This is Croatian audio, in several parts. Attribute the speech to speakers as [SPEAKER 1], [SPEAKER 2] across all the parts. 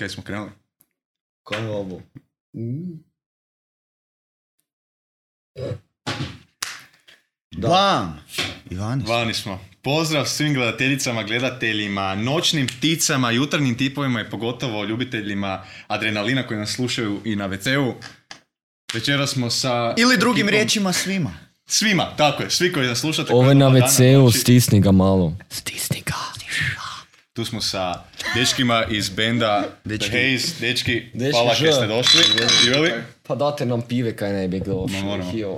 [SPEAKER 1] Кај сме кренали?
[SPEAKER 2] Кој е обо? Да.
[SPEAKER 3] Бам! Ивани.
[SPEAKER 1] Вани смо. Поздрав свим гледателицама, гледателима, ночним птицама, јутарним типовима и поготово љубителима адреналина кои нас слушају и на ВЦУ. Вечера смо са...
[SPEAKER 3] Или другим
[SPEAKER 1] екипом-
[SPEAKER 3] речима свима.
[SPEAKER 1] Свима, тако е, сви кои нас слушате.
[SPEAKER 4] Ове
[SPEAKER 1] кои
[SPEAKER 4] на
[SPEAKER 1] гледаат
[SPEAKER 4] WC-у,
[SPEAKER 1] ночи.
[SPEAKER 4] стисни ga malo.
[SPEAKER 3] Стисни га.
[SPEAKER 1] Ту смо са дечкима из бенда
[SPEAKER 3] Дечки.
[SPEAKER 1] The Haze. Дечки,
[SPEAKER 2] Дечки,
[SPEAKER 1] хвала ке
[SPEAKER 2] жа.
[SPEAKER 1] сте дошли. Живели?
[SPEAKER 4] Pa date nam pive kaj ne bi bilo.
[SPEAKER 1] Ma moramo.
[SPEAKER 4] Hijo,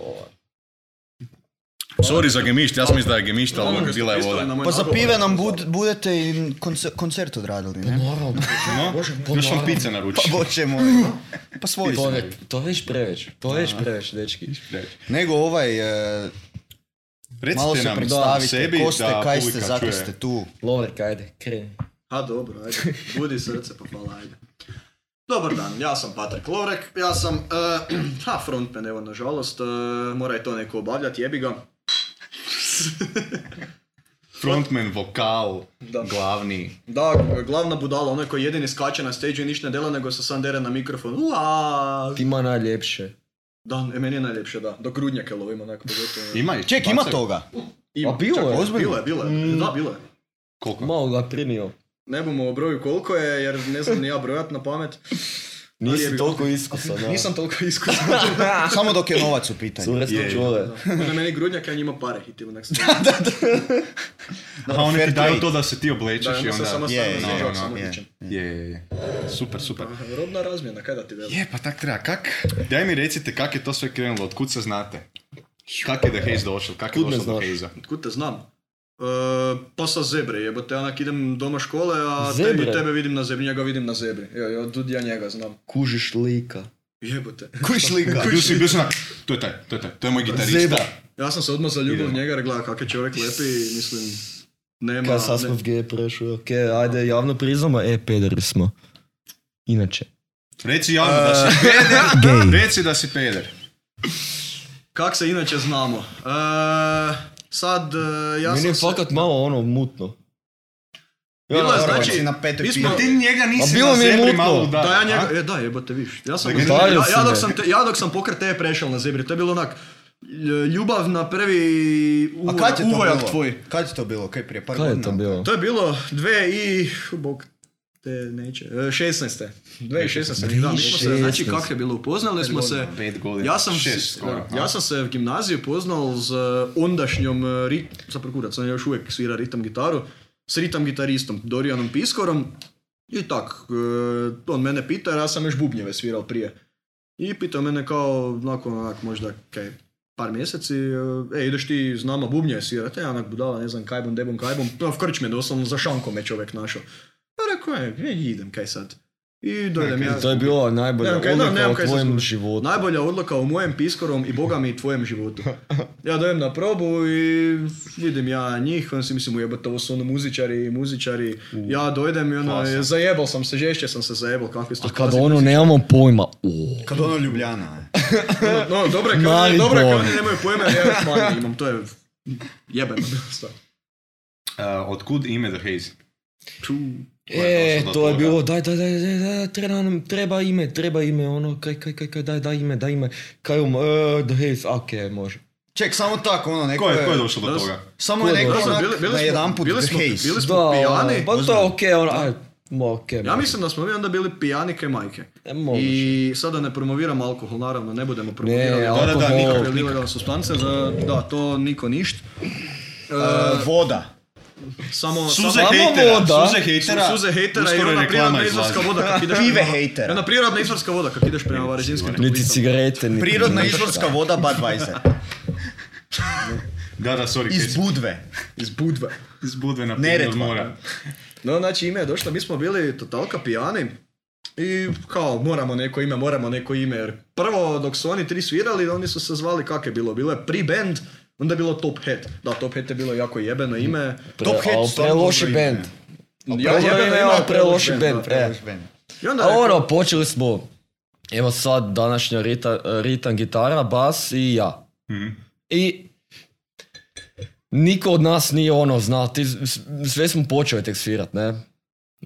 [SPEAKER 1] Сори за гемишт, јас мислам да е гемишт, ама била е вода.
[SPEAKER 3] Па за пиве нам буд, будете и концерт, концерт одрадили,
[SPEAKER 1] Pa
[SPEAKER 3] не?
[SPEAKER 4] Moral,
[SPEAKER 1] Но, још вам пица наручи.
[SPEAKER 3] Боже мој. Па свој
[SPEAKER 4] to,
[SPEAKER 3] сме.
[SPEAKER 4] je, to je već preveč. To je već preveč, dečki.
[SPEAKER 3] Него овај, е, мало
[SPEAKER 1] Реците
[SPEAKER 3] се
[SPEAKER 1] нам
[SPEAKER 3] представите,
[SPEAKER 1] sebi
[SPEAKER 3] ко сте,
[SPEAKER 1] da
[SPEAKER 3] кај
[SPEAKER 1] publika
[SPEAKER 3] сте, зако
[SPEAKER 1] čuje.
[SPEAKER 3] сте ту.
[SPEAKER 4] Lovre, kajde, kreni.
[SPEAKER 2] A dobro, ajde. Budi srce, pa hvala, ajde. Dobar dan, ja sam Patrik Lovrek, ja sam, eh, ha, frontman, evo, nažalost, eh, mora i to neko obavljati, jebi ga.
[SPEAKER 1] Frontman, vokal,
[SPEAKER 2] Da.
[SPEAKER 1] glavni.
[SPEAKER 2] Da, glavna budala, onaj koji jedini skače na stage i ništa ne dela, nego se sam dere na mikrofon, uaa.
[SPEAKER 4] Ti ima najljepše.
[SPEAKER 2] Da, e, meni je najljepše, da, do grudnjake lovim, onako, pogotovo.
[SPEAKER 1] Ima ih?
[SPEAKER 3] Чек, има тога.
[SPEAKER 2] Ima,
[SPEAKER 4] A bilo
[SPEAKER 2] čak,
[SPEAKER 4] je,
[SPEAKER 2] Bilo je, bilo je, da, bilo je.
[SPEAKER 1] Koliko?
[SPEAKER 4] Malo ga primio.
[SPEAKER 2] Ne bomo o broju koliko je, jer ne znam ni ja brojat na pamet. Ali jebi
[SPEAKER 4] Nisi
[SPEAKER 2] ga.
[SPEAKER 4] toliko iskusan, da.
[SPEAKER 2] Nisam toliko iskusan.
[SPEAKER 3] Само док е новац у питање.
[SPEAKER 4] Cure
[SPEAKER 1] Je, je.
[SPEAKER 4] smo čule.
[SPEAKER 2] Na meni grudnjak, ja njima pare hitim nek sam.
[SPEAKER 1] A oni
[SPEAKER 3] fair
[SPEAKER 1] ti daju
[SPEAKER 3] trade.
[SPEAKER 1] to da se ti oblečeš
[SPEAKER 2] Da,
[SPEAKER 1] i
[SPEAKER 2] onda se samo
[SPEAKER 1] onda...
[SPEAKER 3] Je,
[SPEAKER 2] stavim
[SPEAKER 3] je,
[SPEAKER 2] za
[SPEAKER 1] je,
[SPEAKER 2] žog,
[SPEAKER 1] je,
[SPEAKER 2] samo
[SPEAKER 3] je.
[SPEAKER 2] tičem.
[SPEAKER 1] Je, je, je. Super, super.
[SPEAKER 2] Robna razmjena, kaj da ti velim?
[SPEAKER 1] Je, pa tak treba. Kak? Daj mi recite kak je to sve krenulo, otkud se znate? Kak je The Haze došel? Kak je
[SPEAKER 4] Kud me
[SPEAKER 1] došlo do
[SPEAKER 4] znaš?
[SPEAKER 1] Haze-a?
[SPEAKER 2] Otkud te znam? E, pa sa zebre, jebote, onak idem doma škole, a
[SPEAKER 4] Zebre?
[SPEAKER 2] tebi, tebe vidim na zebri, njega vidim na zebri. Joj, joj, tud ja njega znam.
[SPEAKER 4] Kužiš lika.
[SPEAKER 2] Jebote.
[SPEAKER 3] Кој слика?
[SPEAKER 1] Bio si, bio si onak, to je taj, to je taj, to je moj gitarista.
[SPEAKER 2] Ja sam se odmah zaljubio u
[SPEAKER 1] Idemo.
[SPEAKER 2] njega, jer gleda kak je čovjek lepi, i mislim, nema...
[SPEAKER 4] Kaj sad smo
[SPEAKER 2] ne-
[SPEAKER 4] v G prešli, ok, ajde, javno priznamo, e, pederi smo. Inače.
[SPEAKER 1] Reci javno da si peder, reci da si peder.
[SPEAKER 2] Kak se inače znamo? E, sad, e, ja
[SPEAKER 4] Meni
[SPEAKER 2] sam
[SPEAKER 4] je
[SPEAKER 2] se...
[SPEAKER 4] fakat malo ono mutno.
[SPEAKER 2] Bilo je,
[SPEAKER 4] naravno.
[SPEAKER 2] znači,
[SPEAKER 3] Си на пето
[SPEAKER 2] Mi smo-
[SPEAKER 3] пиво.
[SPEAKER 1] Ti njega nisi
[SPEAKER 4] A bilo
[SPEAKER 1] na
[SPEAKER 4] mi je
[SPEAKER 1] zebri
[SPEAKER 4] mutno.
[SPEAKER 1] malo udario,
[SPEAKER 2] Da, ja
[SPEAKER 1] a?
[SPEAKER 2] njega, e, da, jebote, viš. Ja sam, ja,
[SPEAKER 4] Udario si
[SPEAKER 2] ja, dok
[SPEAKER 4] me.
[SPEAKER 2] sam te, ja dok sam pokret tebe prešel na zebri, to je bilo onak, ljubav na prvi
[SPEAKER 3] А
[SPEAKER 2] uvoj-
[SPEAKER 3] кај ти то
[SPEAKER 2] uvojak tvoj.
[SPEAKER 3] било? Кај ти то било? Кај прije пар
[SPEAKER 4] Kaj je to
[SPEAKER 3] година?
[SPEAKER 4] bilo?
[SPEAKER 2] To je bilo dve i... Bog te neće. e, 16. 2016. Da, mi smo se, znači
[SPEAKER 4] 2016.
[SPEAKER 2] kako je bilo, upoznali smo se...
[SPEAKER 1] Pet godina,
[SPEAKER 2] Ja sam,
[SPEAKER 1] šest
[SPEAKER 2] s-
[SPEAKER 1] skoro.
[SPEAKER 2] ja sam se v gimnaziji upoznal z e, ondašnjom e, rit, zapravo kurac, on još uvijek svira ritam gitaru, s ritam gitaristom Dorijanom Piskorom i tak, e, on mene pita, jer ja sam još bubnjeve svirao prije. I pitao mene kao, nakon onak možda kaj, par mjeseci, e, e, ideš ti s nama bubnjeve svirati, ja onak budala, ne znam, kaj bom, debom, kaj bom, no, v krčme doslovno za šankom me čovjek našao. Pa rekao, e, e, idem, kaj sad. I dojdem ja.
[SPEAKER 4] To je bilo najbolja
[SPEAKER 2] Nemam kaj- da,
[SPEAKER 4] odluka
[SPEAKER 2] nemam
[SPEAKER 4] u
[SPEAKER 2] kaj se
[SPEAKER 4] tvojem
[SPEAKER 2] zna-
[SPEAKER 4] životu.
[SPEAKER 2] Najbolja odluka u mojem piskorom i boga mi i tvojem životu. Ja dojem na probu i vidim ja njih, on si mislim ujebate, ovo su ono muzičari, muzičari. Ja dojdem i ono,
[SPEAKER 1] Klasa.
[SPEAKER 2] zajebal sam se, žešće sam se zajebal, kakvi ste
[SPEAKER 4] A kad
[SPEAKER 2] kvazi
[SPEAKER 4] ono
[SPEAKER 2] muzičari.
[SPEAKER 4] nemamo pojma, uuu.
[SPEAKER 3] Кадо на Лјубљана. е.
[SPEAKER 2] Ono, No, dobro je kad
[SPEAKER 4] Mali
[SPEAKER 2] oni- dobro je kad
[SPEAKER 4] Bog.
[SPEAKER 2] oni nemaju pojma, jer ja još manje imam, to je jebeno bilo stvar.
[SPEAKER 1] E, otkud ime The Haze?
[SPEAKER 2] Ču.
[SPEAKER 1] je
[SPEAKER 4] E,
[SPEAKER 1] došlo do
[SPEAKER 4] to je
[SPEAKER 1] toga.
[SPEAKER 4] bilo, daj, daj, daj, daj, daj, treba nam, treba ime, treba ime, ono, kaj, kaj, kaj, kaj, daj, daj ime, daj ime, kaj um, e, the haze, ok, može.
[SPEAKER 3] Чек, само така, оно,
[SPEAKER 1] Ko
[SPEAKER 3] некој
[SPEAKER 1] je, ko je
[SPEAKER 3] е...
[SPEAKER 1] došao do
[SPEAKER 2] Da,
[SPEAKER 1] toga?
[SPEAKER 3] Само е некој
[SPEAKER 4] Ko je
[SPEAKER 2] došao?
[SPEAKER 3] знак
[SPEAKER 2] Били- били
[SPEAKER 3] на
[SPEAKER 2] сме-
[SPEAKER 3] еден пут
[SPEAKER 2] били
[SPEAKER 3] The
[SPEAKER 2] сме- били
[SPEAKER 3] Haze.
[SPEAKER 2] сме-
[SPEAKER 4] Da,
[SPEAKER 2] pijani,
[SPEAKER 4] pa to,
[SPEAKER 3] ozbiljno.
[SPEAKER 4] ok, ono, aj, mo, ok,
[SPEAKER 2] Ja mislim da smo mi onda bili pijani kaj majke.
[SPEAKER 4] E, moguće.
[SPEAKER 2] I sada ne promoviram alkohol, naravno, ne budemo promovirali.
[SPEAKER 4] Ne,
[SPEAKER 1] da,
[SPEAKER 4] alkohol,
[SPEAKER 1] nikako.
[SPEAKER 2] Nikakve ilegalne substance, za, da, to niko ništ.
[SPEAKER 3] Е, Вода.
[SPEAKER 2] Samo,
[SPEAKER 1] Suze
[SPEAKER 2] samo
[SPEAKER 1] hejtera,
[SPEAKER 4] voda.
[SPEAKER 1] suze hejtera,
[SPEAKER 2] suze hejtera
[SPEAKER 1] uskoro
[SPEAKER 2] i ona
[SPEAKER 1] reklama
[SPEAKER 2] prirodna
[SPEAKER 1] izlazi.
[SPEAKER 2] izvorska voda kak ideš
[SPEAKER 3] Pive
[SPEAKER 2] prema-
[SPEAKER 3] hejtera.
[SPEAKER 2] Jedna prirodna izvorska voda kak ideš prema Varaždinskim
[SPEAKER 4] Niti
[SPEAKER 2] toplicama.
[SPEAKER 4] cigarete, niti...
[SPEAKER 3] Природна
[SPEAKER 4] ništa.
[SPEAKER 3] изворска вода Budweiser.
[SPEAKER 1] Da, da, sorry,
[SPEAKER 3] Из
[SPEAKER 1] iz,
[SPEAKER 3] Будве.
[SPEAKER 2] Iz Budve.
[SPEAKER 1] iz Budve na primjer
[SPEAKER 3] Neretva.
[SPEAKER 1] od mora.
[SPEAKER 2] No, znači ime je došlo, mi smo bili totalka pijani i kao moramo neko ime, moramo neko ime jer prvo dok su oni tri svirali oni su se zvali kak je bilo, bilo je pre-band, onda je bilo Top Hat. Da, Top Hat je bilo jako jebeno ime.
[SPEAKER 4] Pre,
[SPEAKER 3] Top Head
[SPEAKER 4] al,
[SPEAKER 3] stvarno
[SPEAKER 4] preloši
[SPEAKER 3] dobro ime.
[SPEAKER 4] band.
[SPEAKER 2] Ja, jebeno ime, ali
[SPEAKER 4] preloši band,
[SPEAKER 2] da.
[SPEAKER 4] e.
[SPEAKER 2] I onda
[SPEAKER 4] A
[SPEAKER 2] je
[SPEAKER 4] ono, počeli smo, evo sad, današnja rita, ritam gitara, bas i ja.
[SPEAKER 1] Mhm.
[SPEAKER 4] I niko od nas nije ono znao, ti, s- sve smo počeli tek svirat, ne?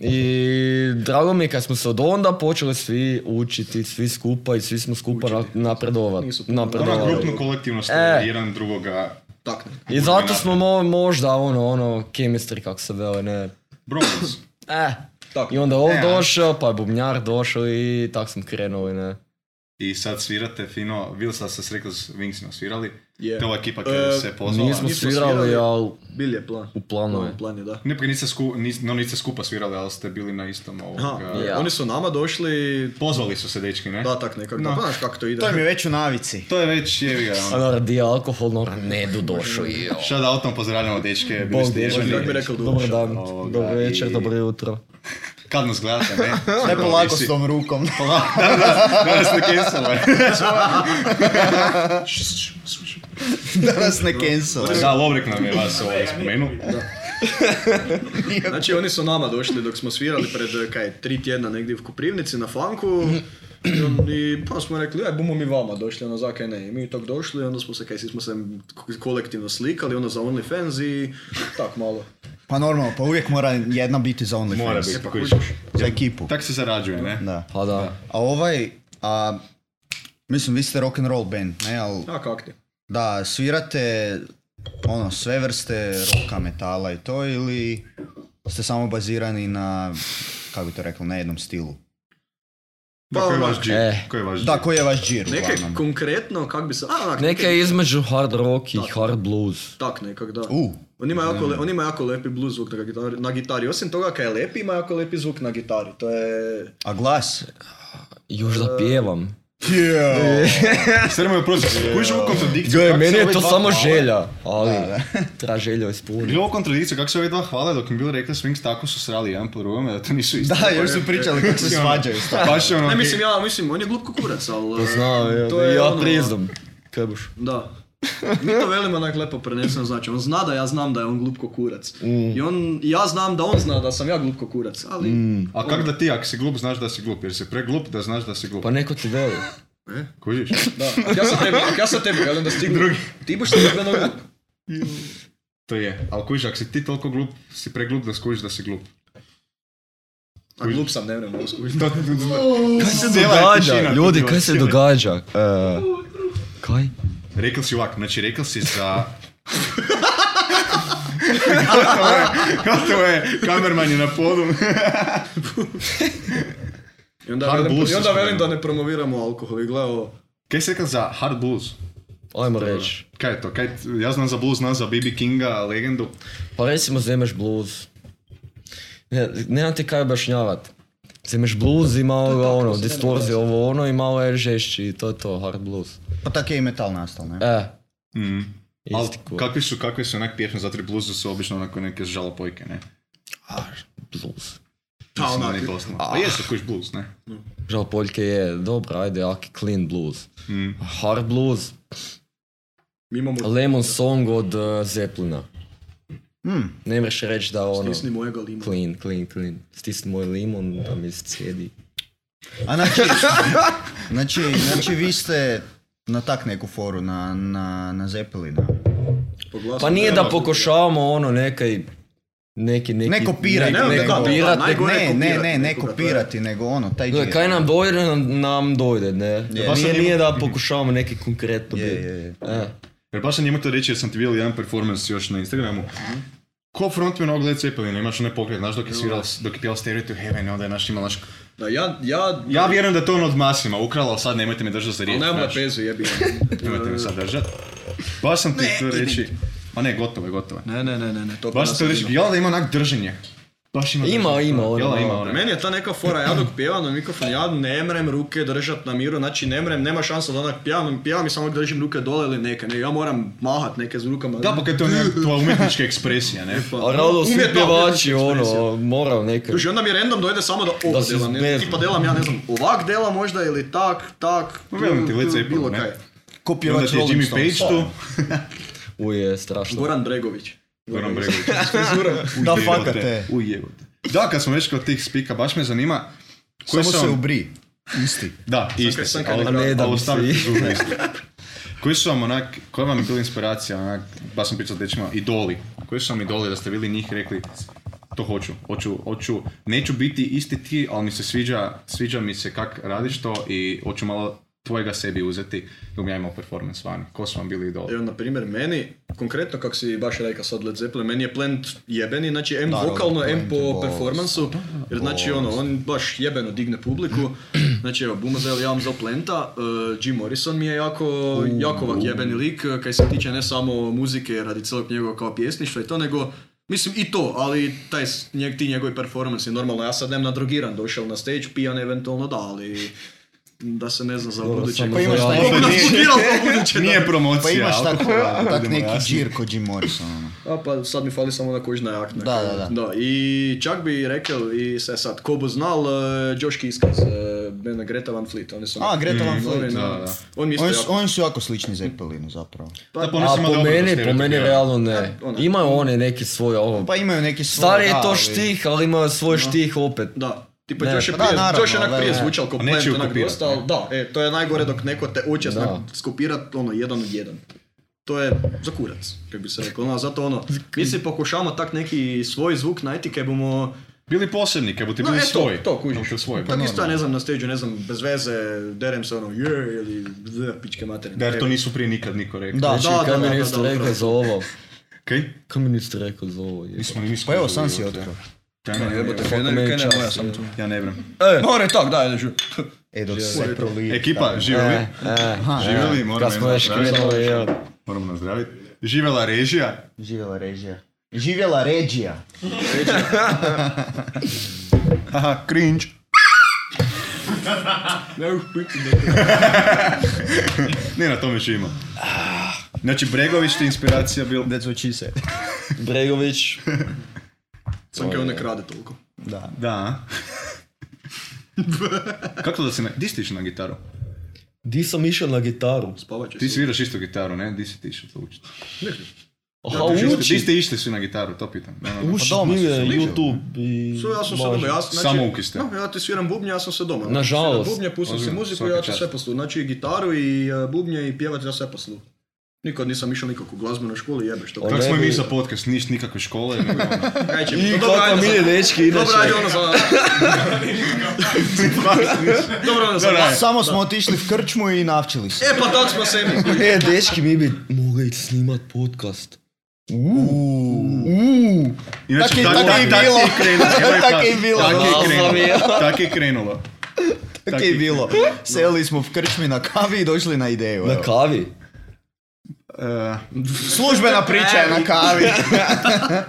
[SPEAKER 4] I drago mi je kad smo se od onda počeli svi učiti, svi skupa i svi smo skupa na, napredovati.
[SPEAKER 2] Nisu puno.
[SPEAKER 1] Ona
[SPEAKER 4] napredovali.
[SPEAKER 1] Ono grupno kolektivno ste
[SPEAKER 4] E.
[SPEAKER 1] jedan drugoga.
[SPEAKER 2] Tak, ne.
[SPEAKER 4] I zato smo mo- možda ono, ono, chemistry kako se vele, ne.
[SPEAKER 1] Brothers.
[SPEAKER 4] Eh.
[SPEAKER 2] Tak.
[SPEAKER 4] I onda ovo
[SPEAKER 1] E, a-
[SPEAKER 4] došao, pa je bubnjar došao i tak smo krenuli, ne.
[SPEAKER 1] I sad svirate fino, bili sad ste se rekli da su Wingsima svirali.
[SPEAKER 2] Je.
[SPEAKER 1] To je ova ekipa
[SPEAKER 2] E,
[SPEAKER 1] kada se pozvala.
[SPEAKER 4] Nismo
[SPEAKER 2] nismo
[SPEAKER 4] svirali,
[SPEAKER 2] svirali.
[SPEAKER 4] ali
[SPEAKER 2] Bil je plan.
[SPEAKER 4] u planove.
[SPEAKER 2] Plan- Plan je, da.
[SPEAKER 1] Ne, pa niste, sku, nis, no, niste skupa svirali, ali ste bili na istom
[SPEAKER 2] Aha,
[SPEAKER 1] ovoga...
[SPEAKER 4] je. Ja.
[SPEAKER 2] oni su nama došli,
[SPEAKER 1] Pozvali su se dečki, ne?
[SPEAKER 2] da tak nekako,
[SPEAKER 1] No.
[SPEAKER 2] da, znaš kako to ide.
[SPEAKER 3] To mi je već u navici.
[SPEAKER 1] To je već jevi ga.
[SPEAKER 4] A
[SPEAKER 1] ono.
[SPEAKER 4] naravno, di je alkohol, no, ne do došao i jo.
[SPEAKER 1] Shout outom pozdravljamo dečke, bili
[SPEAKER 4] Bog
[SPEAKER 1] ste
[SPEAKER 4] Bože,
[SPEAKER 1] ježani.
[SPEAKER 2] Kako bi rekao,
[SPEAKER 4] Dobar
[SPEAKER 2] duša,
[SPEAKER 4] dan,
[SPEAKER 1] ovoga,
[SPEAKER 4] dobro večer,
[SPEAKER 1] i-
[SPEAKER 4] dobro jutro.
[SPEAKER 1] Kad nas gledate, ne? Ono,
[SPEAKER 3] Ne polako
[SPEAKER 1] Ovisi.
[SPEAKER 3] s tom rukom.
[SPEAKER 1] Danas, danas ne cancela.
[SPEAKER 3] Danas ne cancel.
[SPEAKER 1] Da, Lovrik nam je vas ovaj spomenuo.
[SPEAKER 2] Znači oni su nama došli dok smo svirali pred eh, kaj, tri tjedna negdje u Koprivnici na fanku. I, on- I pa smo rekli, aj bomo mi vama došli, ono zakaj ne. I mi tako došli, onda smo se kaj, svi smo se ko- kolektivno slikali, ono za OnlyFans i tak malo. E,
[SPEAKER 3] Pa normalno, pa uvijek mora jedna biti za OnlyFans.
[SPEAKER 1] Mora biti, pa kužiš.
[SPEAKER 3] Za ekipu.
[SPEAKER 1] Tak se zarađuje, ne?
[SPEAKER 3] Da.
[SPEAKER 4] Pa da.
[SPEAKER 3] A ovaj, a, mislim, vi ste rock and roll band, ne, ali
[SPEAKER 2] A kak ti?
[SPEAKER 3] da, svirate ono, sve vrste roka, metala i to, ili ste samo bazirani na, kako bi to rekao, na jednom stilu?
[SPEAKER 1] Da, koji je
[SPEAKER 2] Pa,
[SPEAKER 1] vaš džir?
[SPEAKER 4] E.
[SPEAKER 1] Koji je vaš džir?
[SPEAKER 3] Da, koji je vaš džir
[SPEAKER 2] Nekaj
[SPEAKER 3] uglavnom?
[SPEAKER 2] konkretno, kak bi se... A, onak,
[SPEAKER 4] Neke između hard rock i hard blues.
[SPEAKER 2] Tak nekak, da.
[SPEAKER 3] U,
[SPEAKER 2] On ima, jako, le- on ima jako lepi blues zvuk na gitari, na gitari. Osim toga kaj je lepi, ima jako lepi zvuk na gitari. To je...
[SPEAKER 3] a glas?
[SPEAKER 4] Još da pjevam.
[SPEAKER 1] Strmo je prosim, kužiš ovu kontradikciju?
[SPEAKER 4] Joj,
[SPEAKER 1] kako
[SPEAKER 4] meni
[SPEAKER 1] se
[SPEAKER 4] je
[SPEAKER 1] ove
[SPEAKER 4] to
[SPEAKER 1] dva
[SPEAKER 4] samo
[SPEAKER 1] hvale?
[SPEAKER 4] želja, ali treba želja ispuniti.
[SPEAKER 1] Bilo ovo kontradikciju, kako se ove dva hvale, dok mi bilo rekli Swings, tako su srali jedan po drugome, da to nisu isto.
[SPEAKER 3] Da, još su pričali kako se svađaju.
[SPEAKER 1] Pa baš je ono...
[SPEAKER 2] Ne, mislim, ja mislim, on je glup kukurac, ali... eh,
[SPEAKER 4] Pa Znam, ja,
[SPEAKER 2] to je
[SPEAKER 4] ja
[SPEAKER 2] ono-
[SPEAKER 4] priznam. Kaj boš?
[SPEAKER 2] Da. Mi to velimo onak lepo preneseno, znači on zna da ja znam da je on glup ko kurac. I on, ja znam da on zna da sam ja glup ko kurac, ali...
[SPEAKER 1] A kak da ti, ako si glup, znaš da si glup, jer si preglup da znaš da si glup.
[SPEAKER 4] Pa neko ti veli.
[SPEAKER 1] Kužiš?
[SPEAKER 2] Da, ja sa tebi, ja sa tebi velim da si ti glup. Ti boš ti glup.
[SPEAKER 1] To je. Ali kužiš, ako si ti toliko glup, si preglup da skužiš da si glup.
[SPEAKER 2] A glup sam, ne vrem, mogu skužiti.
[SPEAKER 1] Da,
[SPEAKER 4] Kaj se
[SPEAKER 1] Cijela je tišina tu
[SPEAKER 4] događa? Ljudi,
[SPEAKER 1] bila,
[SPEAKER 4] kaj se
[SPEAKER 1] cijela je-
[SPEAKER 4] događa? E, Kaj?
[SPEAKER 1] Rekli si ovak, znači rekli si za... Gotovo je, kamerman je na podu.
[SPEAKER 2] I onda,
[SPEAKER 1] Hard
[SPEAKER 2] velim,
[SPEAKER 1] blues
[SPEAKER 2] i onda
[SPEAKER 1] si
[SPEAKER 2] velim da
[SPEAKER 1] spomenuo.
[SPEAKER 2] ne promoviramo alkohol i gledao...
[SPEAKER 1] Kaj si rekao za hard blues?
[SPEAKER 4] Ajmo reći.
[SPEAKER 1] Kaj je to? Kaj, ja znam za blues, znam za BB Kinga, legendu.
[SPEAKER 4] Pa recimo zemeš bluz. Ne, nemam ti kaj objašnjavat. Zemeš bluz i malo ga ono, distorzije ovo ono i malo je žešći i to je to, hard blues.
[SPEAKER 3] Pa tako je i metal nastal, ne?
[SPEAKER 4] E,
[SPEAKER 1] Mm. Al,
[SPEAKER 4] Isti ko-
[SPEAKER 1] kakvi su, kakvi su onak pjesme za tri bluzu su obično onako neke žalopojke, ne?
[SPEAKER 4] ar, blues.
[SPEAKER 2] A,
[SPEAKER 1] Mislim da
[SPEAKER 2] onak.
[SPEAKER 1] ni doslovno. Pa jesu, kuš blues, ne?
[SPEAKER 4] Žal Poljke je, dobro, ajde, aki clean blues. Hard blues,
[SPEAKER 2] Mi imamo...
[SPEAKER 4] Lemon Song od uh, Zeppelina. Ne mreš reći da ono,
[SPEAKER 2] Nisni mojega lima.
[SPEAKER 4] clean, clean, clean. Stisni moj limon da mi sjedi.
[SPEAKER 3] A znači, znači, znači vi ste na tak neku foru, na, na, na Zeppelina.
[SPEAKER 2] Po glasu.
[SPEAKER 4] Pa nije da
[SPEAKER 1] Evo.
[SPEAKER 4] pokušavamo ono nekaj, neki, neki...
[SPEAKER 3] Ne kopirati,
[SPEAKER 4] ne, ne,
[SPEAKER 3] nego-
[SPEAKER 4] kopirat,
[SPEAKER 2] Najgore
[SPEAKER 3] Ne,
[SPEAKER 2] je
[SPEAKER 3] ne, ne, ne,
[SPEAKER 2] kopirati nekoga,
[SPEAKER 3] kopirati, nego ono, taj
[SPEAKER 4] Gle,
[SPEAKER 3] džir.
[SPEAKER 4] kaj nam dojde, nam, nam dojde, ne?
[SPEAKER 3] Je.
[SPEAKER 4] Nije, nije da pokušavamo neki konkretno
[SPEAKER 3] Je,
[SPEAKER 4] biti.
[SPEAKER 3] je, je.
[SPEAKER 4] E,
[SPEAKER 1] Jer baš sam njemu to reći jer sam ti vidio jedan performance još na Instagramu. Ko frontman ovog Led Zeppelina, imaš onaj pokret, znaš dok je svirao, dok je pjevao Stairway to Heaven, onda je naš imao naš...
[SPEAKER 2] Da, ja... Ja,
[SPEAKER 1] Ja vjerujem da je to on od masima ukralo, ali sad nemojte me držati za
[SPEAKER 2] Ali
[SPEAKER 1] riječ,
[SPEAKER 2] nemam
[SPEAKER 1] znaš.
[SPEAKER 2] lepezu, jebi.
[SPEAKER 1] Nemojte me sad držati. Baš sam ti to reći... Pa ne, gotovo je, gotovo je.
[SPEAKER 2] Ne, ne, ne, ne, ne, to
[SPEAKER 1] Baš
[SPEAKER 2] kod
[SPEAKER 1] sam to
[SPEAKER 2] nas
[SPEAKER 1] reći,
[SPEAKER 2] ima.
[SPEAKER 1] jel da ima onak držanje. Baš ima
[SPEAKER 4] Ima,
[SPEAKER 1] držanje.
[SPEAKER 4] ima, ono,
[SPEAKER 1] Jel da ima
[SPEAKER 4] ono.
[SPEAKER 1] ono.
[SPEAKER 2] Meni je ta neka fora, ja dok pjevam na mikrofon, ja ne mrem ruke držat na miru, znači ne mrem, nema šansa da onak pjevam, pjevam i samo držim ruke dole ili neke, ne, ja moram mahat neke s rukama.
[SPEAKER 1] Da, pa kaj to je nekak tvoja umjetnička ekspresija, ne?
[SPEAKER 4] a rado svi
[SPEAKER 2] umjetna
[SPEAKER 4] pjevači,
[SPEAKER 2] umjetnička znači, ekspresija.
[SPEAKER 4] ono, morao nekaj.
[SPEAKER 2] Duže, onda mi random dojde samo da ovo
[SPEAKER 4] Da se
[SPEAKER 2] delam, ne,
[SPEAKER 4] zbezno.
[SPEAKER 2] tipa delam, ja ne znam, ovak dela možda ili tak, tak,
[SPEAKER 1] Pa velim ti,
[SPEAKER 2] tu,
[SPEAKER 1] Led
[SPEAKER 2] tu,
[SPEAKER 1] Zeppelin,
[SPEAKER 2] bilo
[SPEAKER 1] ne?
[SPEAKER 2] kaj.
[SPEAKER 3] Ko
[SPEAKER 1] I onda
[SPEAKER 3] pjevač
[SPEAKER 1] ti je
[SPEAKER 3] Rolling
[SPEAKER 1] Jimmy
[SPEAKER 3] Stones.
[SPEAKER 1] Page tu.
[SPEAKER 4] Uje, strašno.
[SPEAKER 2] Goran Bregović.
[SPEAKER 1] Goran Bregović.
[SPEAKER 2] S frizurom.
[SPEAKER 3] Da,
[SPEAKER 1] Ujebo
[SPEAKER 3] fakat
[SPEAKER 1] te.
[SPEAKER 3] te.
[SPEAKER 1] Ujebo te. Da, kad smo već kod tih spika, baš me zanima... koji
[SPEAKER 3] Samo
[SPEAKER 1] su
[SPEAKER 3] se
[SPEAKER 1] vam-
[SPEAKER 3] ubri. Isti.
[SPEAKER 1] Da, isto.
[SPEAKER 2] kaj- sam kaj
[SPEAKER 1] Ali,
[SPEAKER 2] nekako-
[SPEAKER 1] ali,
[SPEAKER 4] Ne dam
[SPEAKER 1] ostavi
[SPEAKER 4] si.
[SPEAKER 1] frizuru isto. Koji su vam onak, koja vam je bila inspiracija, onak, baš sam pričao s dečima, idoli. Koji su vam idoli da ste bili njih i rekli, to hoću. Hoću, hoću, neću biti isti ti, ali mi se sviđa, sviđa mi se kak radiš to i hoću malo tvojega sebi uzeti dok ja imao performance vani. Ko su vam bili idoli?
[SPEAKER 2] Evo, na primjer, meni, konkretno kako si baš reka sad Led Zeppelin, meni je Plant jebeni, znači M
[SPEAKER 3] Da,
[SPEAKER 2] vokalno,
[SPEAKER 3] Plant
[SPEAKER 2] M
[SPEAKER 3] je
[SPEAKER 2] po
[SPEAKER 3] boss.
[SPEAKER 2] performansu, jer znači ono, on baš jebeno digne publiku, znači evo, Bumazel, ja vam za Planta, eh, Jim Morrison mi je jako, jako ovak jebeni lik, eh, kaj se tiče ne samo muzike radi cijelog njegovog kao pjesništva i to, nego Mislim i to, ali taj, s- njeg, ti njegovi performansi, normalno ja sad nem nadrogiran došel na stage, pijan eventualno da, ali da se ne zna za
[SPEAKER 4] Dobro,
[SPEAKER 2] buduće.
[SPEAKER 4] samo
[SPEAKER 3] Pa imaš
[SPEAKER 4] za
[SPEAKER 3] taj-
[SPEAKER 4] javnost.
[SPEAKER 1] Opet nije-
[SPEAKER 2] Blokirao za buduće, da.
[SPEAKER 1] Nije promocija.
[SPEAKER 3] Pa imaš
[SPEAKER 1] ali-
[SPEAKER 3] tako, tak
[SPEAKER 1] Budimo
[SPEAKER 3] neki
[SPEAKER 1] jasni.
[SPEAKER 3] džir kod Jim Morrison. ono.
[SPEAKER 2] A pa sad mi fali samo na kožna jakna.
[SPEAKER 3] Da, da, da.
[SPEAKER 2] Da, i čak bi rekel, i se sad, ko bo znal, uh, Josh Kiskaz, uh, Bena Greta Van Fleet, oni su... ono- Mm,
[SPEAKER 3] A, Greta Van Fleet,
[SPEAKER 2] Oni-
[SPEAKER 1] da, da.
[SPEAKER 2] On mi isto
[SPEAKER 3] Oni
[SPEAKER 2] jako...
[SPEAKER 3] su, oni su jako slični Zeppelinu zapravo.
[SPEAKER 1] Da, pa oni
[SPEAKER 4] A
[SPEAKER 1] su imali
[SPEAKER 4] po
[SPEAKER 1] obrnu
[SPEAKER 4] meni, po meni
[SPEAKER 1] stereotipe.
[SPEAKER 4] realno ne.
[SPEAKER 2] Kad ona-
[SPEAKER 4] Imaju one neki svoj ovo.
[SPEAKER 3] Pa imaju neki svoj...
[SPEAKER 4] Stari je
[SPEAKER 3] da,
[SPEAKER 4] to
[SPEAKER 3] ali-
[SPEAKER 4] štih, ali imaju svoj štih opet.
[SPEAKER 2] Da, tipa
[SPEAKER 4] Ne,
[SPEAKER 2] Josh je
[SPEAKER 3] pa da,
[SPEAKER 2] prije,
[SPEAKER 3] naravno,
[SPEAKER 2] Josh je onak
[SPEAKER 3] da,
[SPEAKER 2] prije
[SPEAKER 3] da.
[SPEAKER 2] zvučal ko
[SPEAKER 1] A neće
[SPEAKER 2] plant,
[SPEAKER 1] ju
[SPEAKER 2] onak
[SPEAKER 1] kopirat,
[SPEAKER 2] dosta, ali da, e, to je najgore dok neko te hoće
[SPEAKER 4] Da.
[SPEAKER 2] onak skopirat, ono, jedan od jedan. To je za kurac, kako bi se reklo. Ono, zato ono, mi si pokušamo tak neki svoj zvuk najti kaj bomo...
[SPEAKER 1] Bili posebni, kad bi ti
[SPEAKER 2] No,
[SPEAKER 1] bili
[SPEAKER 2] eto,
[SPEAKER 1] svoj.
[SPEAKER 2] to kužiš.
[SPEAKER 1] Kao što svoj. pa
[SPEAKER 2] Tak isto ja ne znam na stage ne znam, bez veze, derem se ono, je, ili "Z", pičke materine.
[SPEAKER 1] Da, jer to
[SPEAKER 2] E,
[SPEAKER 1] nisu prije nikad niko rekao.
[SPEAKER 3] Da,
[SPEAKER 4] Znači,
[SPEAKER 2] da, da,
[SPEAKER 4] kaj mi
[SPEAKER 2] da,
[SPEAKER 4] niste
[SPEAKER 2] da, da,
[SPEAKER 4] rekao
[SPEAKER 2] da.
[SPEAKER 4] za ovo?
[SPEAKER 1] Kaj?
[SPEAKER 4] Kaj mi niste rekao za ovo? jebote?
[SPEAKER 1] Nismo ni nismo.
[SPEAKER 3] Pa evo, sam si otkrio.
[SPEAKER 2] Jebote,
[SPEAKER 1] otkrio.
[SPEAKER 2] kaj ne, kaj ne,
[SPEAKER 4] čast,
[SPEAKER 2] moja sam tu.
[SPEAKER 1] Ja ne vrem.
[SPEAKER 2] More, tak, da, ideš.
[SPEAKER 3] E, dok
[SPEAKER 2] Ekipa,
[SPEAKER 3] se prolije.
[SPEAKER 1] Ekipa, živjeli?
[SPEAKER 4] E, e,
[SPEAKER 1] Živjeli,
[SPEAKER 4] e,
[SPEAKER 1] moramo
[SPEAKER 4] kad smo
[SPEAKER 1] im
[SPEAKER 4] već
[SPEAKER 1] napraviti.
[SPEAKER 4] krenuli, evo.
[SPEAKER 1] Moramo nazdraviti. Živjela režija.
[SPEAKER 3] Živjela režija. Živjela režija.
[SPEAKER 1] Haha, cringe.
[SPEAKER 2] Ne, už pičke materine.
[SPEAKER 1] Ne, na tome živimo. Znači, Bregović ti je inspiracija bil.
[SPEAKER 3] That's what she said.
[SPEAKER 4] Bregović,
[SPEAKER 2] Sam kaj on ne krade toliko.
[SPEAKER 3] Da.
[SPEAKER 1] Da. a? Kako da si na... Di si ti išao na gitaru?
[SPEAKER 4] di sam išao na gitaru?
[SPEAKER 2] Spavat će
[SPEAKER 1] Ti
[SPEAKER 2] se.
[SPEAKER 1] sviraš isto gitaru, ne? Di si ti išao to učiti?
[SPEAKER 4] Aha,
[SPEAKER 1] Di ste- Di
[SPEAKER 4] uči,
[SPEAKER 1] ste išli svi na gitaru, to pitam. Ono- Ne, ne, ne.
[SPEAKER 4] uči
[SPEAKER 3] Pa doma su
[SPEAKER 4] knjige,
[SPEAKER 3] se ližali.
[SPEAKER 4] YouTube i...
[SPEAKER 2] Sve, ja sam se
[SPEAKER 4] baš.
[SPEAKER 2] doma, ja sam, znači,
[SPEAKER 1] Samo ukiste.
[SPEAKER 2] no, ja ti sviram bubnje, ja sam se doma. Znači,
[SPEAKER 4] Nažalost.
[SPEAKER 2] Sviram bubnje, pustim si
[SPEAKER 1] Ozbiljno,
[SPEAKER 2] muziku,
[SPEAKER 1] svaka
[SPEAKER 2] ja ti
[SPEAKER 1] čast.
[SPEAKER 2] sve poslu. Znači i gitaru i e, bubnje i pjevat, ja sve poslu. Nikad nisam išao nikakvu glazbu na školi, jebe
[SPEAKER 3] Pa
[SPEAKER 2] što.
[SPEAKER 1] Kako smo i
[SPEAKER 4] Ne
[SPEAKER 1] mi
[SPEAKER 4] bi-
[SPEAKER 1] za podcast, niš nikakve škole. nego ono.
[SPEAKER 2] Kaj će
[SPEAKER 4] I
[SPEAKER 2] biti? Dobro,
[SPEAKER 4] kako
[SPEAKER 2] ajde
[SPEAKER 4] mi
[SPEAKER 2] za-
[SPEAKER 4] je dečki, inače.
[SPEAKER 2] Dobro, ajde ono za... Dobro, ono za...
[SPEAKER 1] Dobro, ajde.
[SPEAKER 3] Samo smo otišli v krčmu i navčili se.
[SPEAKER 2] E, pa tad smo se mi.
[SPEAKER 4] E, dečki, mi bi mogli ići snimat podcast.
[SPEAKER 1] Inače,
[SPEAKER 3] Tak je-
[SPEAKER 1] tak,
[SPEAKER 3] tak je
[SPEAKER 1] tak-
[SPEAKER 3] i
[SPEAKER 1] tak
[SPEAKER 3] bilo.
[SPEAKER 1] je krenulo. Evo je
[SPEAKER 3] Tak
[SPEAKER 1] tak-
[SPEAKER 3] je i bilo.
[SPEAKER 1] Tak je
[SPEAKER 4] Hvala vam je.
[SPEAKER 1] krenulo. Tak je krenulo.
[SPEAKER 3] Tako je bilo. Selili smo v krčmi na kavi i došli na ideju.
[SPEAKER 4] Na
[SPEAKER 3] evo.
[SPEAKER 4] kavi.
[SPEAKER 1] Eh,
[SPEAKER 3] Službena priča je na kavi.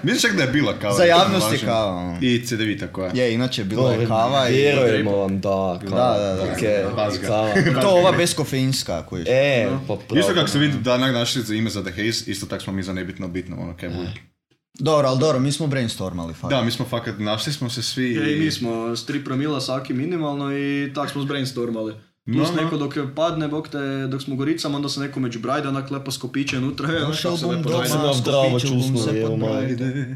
[SPEAKER 1] Mislim E, čak da je bila kava.
[SPEAKER 3] Za javnost je
[SPEAKER 1] lažem.
[SPEAKER 3] kava. ono.
[SPEAKER 1] I CD-vita koja.
[SPEAKER 3] Je, inače bila je kava i...
[SPEAKER 4] Vjerujemo vam, da, kava.
[SPEAKER 3] Da, da, da.
[SPEAKER 4] Okej,
[SPEAKER 1] Bazga.
[SPEAKER 4] kava.
[SPEAKER 3] To ova bezkofeinska koju je.
[SPEAKER 4] E, pa pravo.
[SPEAKER 1] Isto kako se vidi da onak našli za ime za The Haze, isto tako smo mi za nebitno bitno, ono kaj
[SPEAKER 3] E.
[SPEAKER 1] bude.
[SPEAKER 3] Dobro, ali dobro, mi smo brainstormali fakt.
[SPEAKER 1] Da, mi smo fakat, našli smo se svi
[SPEAKER 2] Ja i
[SPEAKER 1] i...
[SPEAKER 2] mi smo s tri promila saki minimalno i tak smo zbrainstormali.
[SPEAKER 1] No,
[SPEAKER 2] Plus
[SPEAKER 1] no.
[SPEAKER 2] neko dok je padne, bok te, dok smo u goricama, onda se neko među brajda onak lepo skopiće unutra. e, znaš kako
[SPEAKER 3] Došao
[SPEAKER 2] se
[SPEAKER 3] bom
[SPEAKER 2] lepo
[SPEAKER 3] doma,
[SPEAKER 2] zajebe.
[SPEAKER 4] Sam ja v dravo
[SPEAKER 3] skopiću bum se
[SPEAKER 4] čusnuo,
[SPEAKER 3] pod
[SPEAKER 4] evo, majke.
[SPEAKER 3] brajde.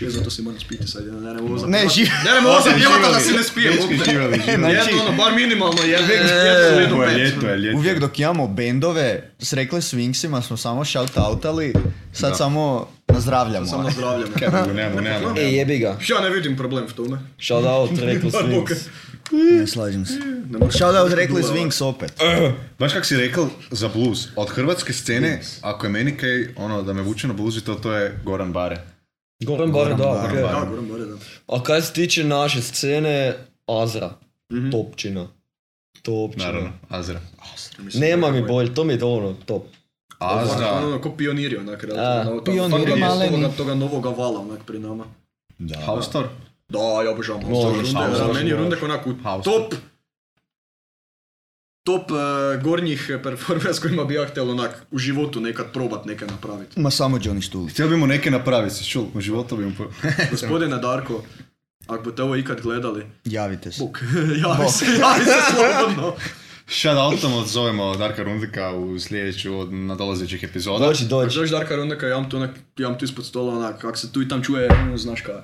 [SPEAKER 2] Je, zato si moram spiti sad, ja ne mogu za-
[SPEAKER 3] Ne, živ...
[SPEAKER 2] Ja ne mogu za
[SPEAKER 1] Osim
[SPEAKER 2] pjevata da
[SPEAKER 1] živali.
[SPEAKER 2] si ne spije,
[SPEAKER 1] Dečki
[SPEAKER 2] bok te.
[SPEAKER 1] živali, živali.
[SPEAKER 3] Znači-
[SPEAKER 2] Jedno ono, bar minimalno, jedno,
[SPEAKER 4] E,
[SPEAKER 2] jedno ono,
[SPEAKER 1] Ljeto je,
[SPEAKER 2] jedno
[SPEAKER 1] ljeto je, ljeto je.
[SPEAKER 3] Uvijek dok imamo bendove, s rekle Swinksima smo samo shoutoutali, sad
[SPEAKER 1] Da.
[SPEAKER 3] samo nazdravljamo.
[SPEAKER 2] Samo zdravljamo.
[SPEAKER 1] Kaj mogu, nemamo, nemamo.
[SPEAKER 4] E, jebi ga.
[SPEAKER 2] Ja ne vidim problem v tome.
[SPEAKER 4] Shout out, rekao
[SPEAKER 2] Bar bok.
[SPEAKER 4] Swings.
[SPEAKER 3] Ne slažem se.
[SPEAKER 2] Ne E. moram-
[SPEAKER 3] Shoutout rekli Swinks opet.
[SPEAKER 1] Baš kak si rekao za blues, od hrvatske scene, ako je meni kaj, ono, da me vuče na blues i to, to je Goran Bare.
[SPEAKER 4] Goran Pa Bar, da,
[SPEAKER 1] Bar,
[SPEAKER 4] okej.
[SPEAKER 1] Bar.
[SPEAKER 2] Da, govorim, more, da.
[SPEAKER 4] A kaj se tiče naše scene, Azra. Mhm. Topčina.
[SPEAKER 1] Naravno,
[SPEAKER 4] Topčina.
[SPEAKER 1] Azra.
[SPEAKER 2] Mislim,
[SPEAKER 4] Nema
[SPEAKER 2] da je
[SPEAKER 4] mi bolj, to mi je dovoljno, top.
[SPEAKER 2] Ono,
[SPEAKER 1] Azra,
[SPEAKER 2] ono, ko pioniri onak,
[SPEAKER 4] A,
[SPEAKER 2] relativno.
[SPEAKER 3] pioniri maleni.
[SPEAKER 2] ono, Toga, toga novoga vala onak pri nama.
[SPEAKER 1] House Tour.
[SPEAKER 2] Da, ja obožavam
[SPEAKER 4] Može,
[SPEAKER 2] House runde.
[SPEAKER 4] House
[SPEAKER 2] Za
[SPEAKER 4] Tour.
[SPEAKER 2] meni je runde onak u
[SPEAKER 1] House
[SPEAKER 2] top... Top eh, gornjih performera s kojima bi ja htjel onak u životu nekad probat neke napraviti.
[SPEAKER 3] Ma samo Johnny Stulic.
[SPEAKER 1] Htio bi mu neke napraviti, si čul, u životu bi mu... po-
[SPEAKER 2] Gospodine Darko, ako budete ovo ikad gledali,
[SPEAKER 3] Javite se.
[SPEAKER 2] buk, javi se, javi se slobodno.
[SPEAKER 1] Shout outom odzovemo Darka Rundika u sljedeću od nadolazećih epizoda.
[SPEAKER 4] Dođi,
[SPEAKER 2] Ako
[SPEAKER 4] dođi.
[SPEAKER 2] želiš Darka Rundeka, ja vam tu, onak, ja vam tu ispod stola onak, kak se tu i tam čuje, ono, znaš kaj.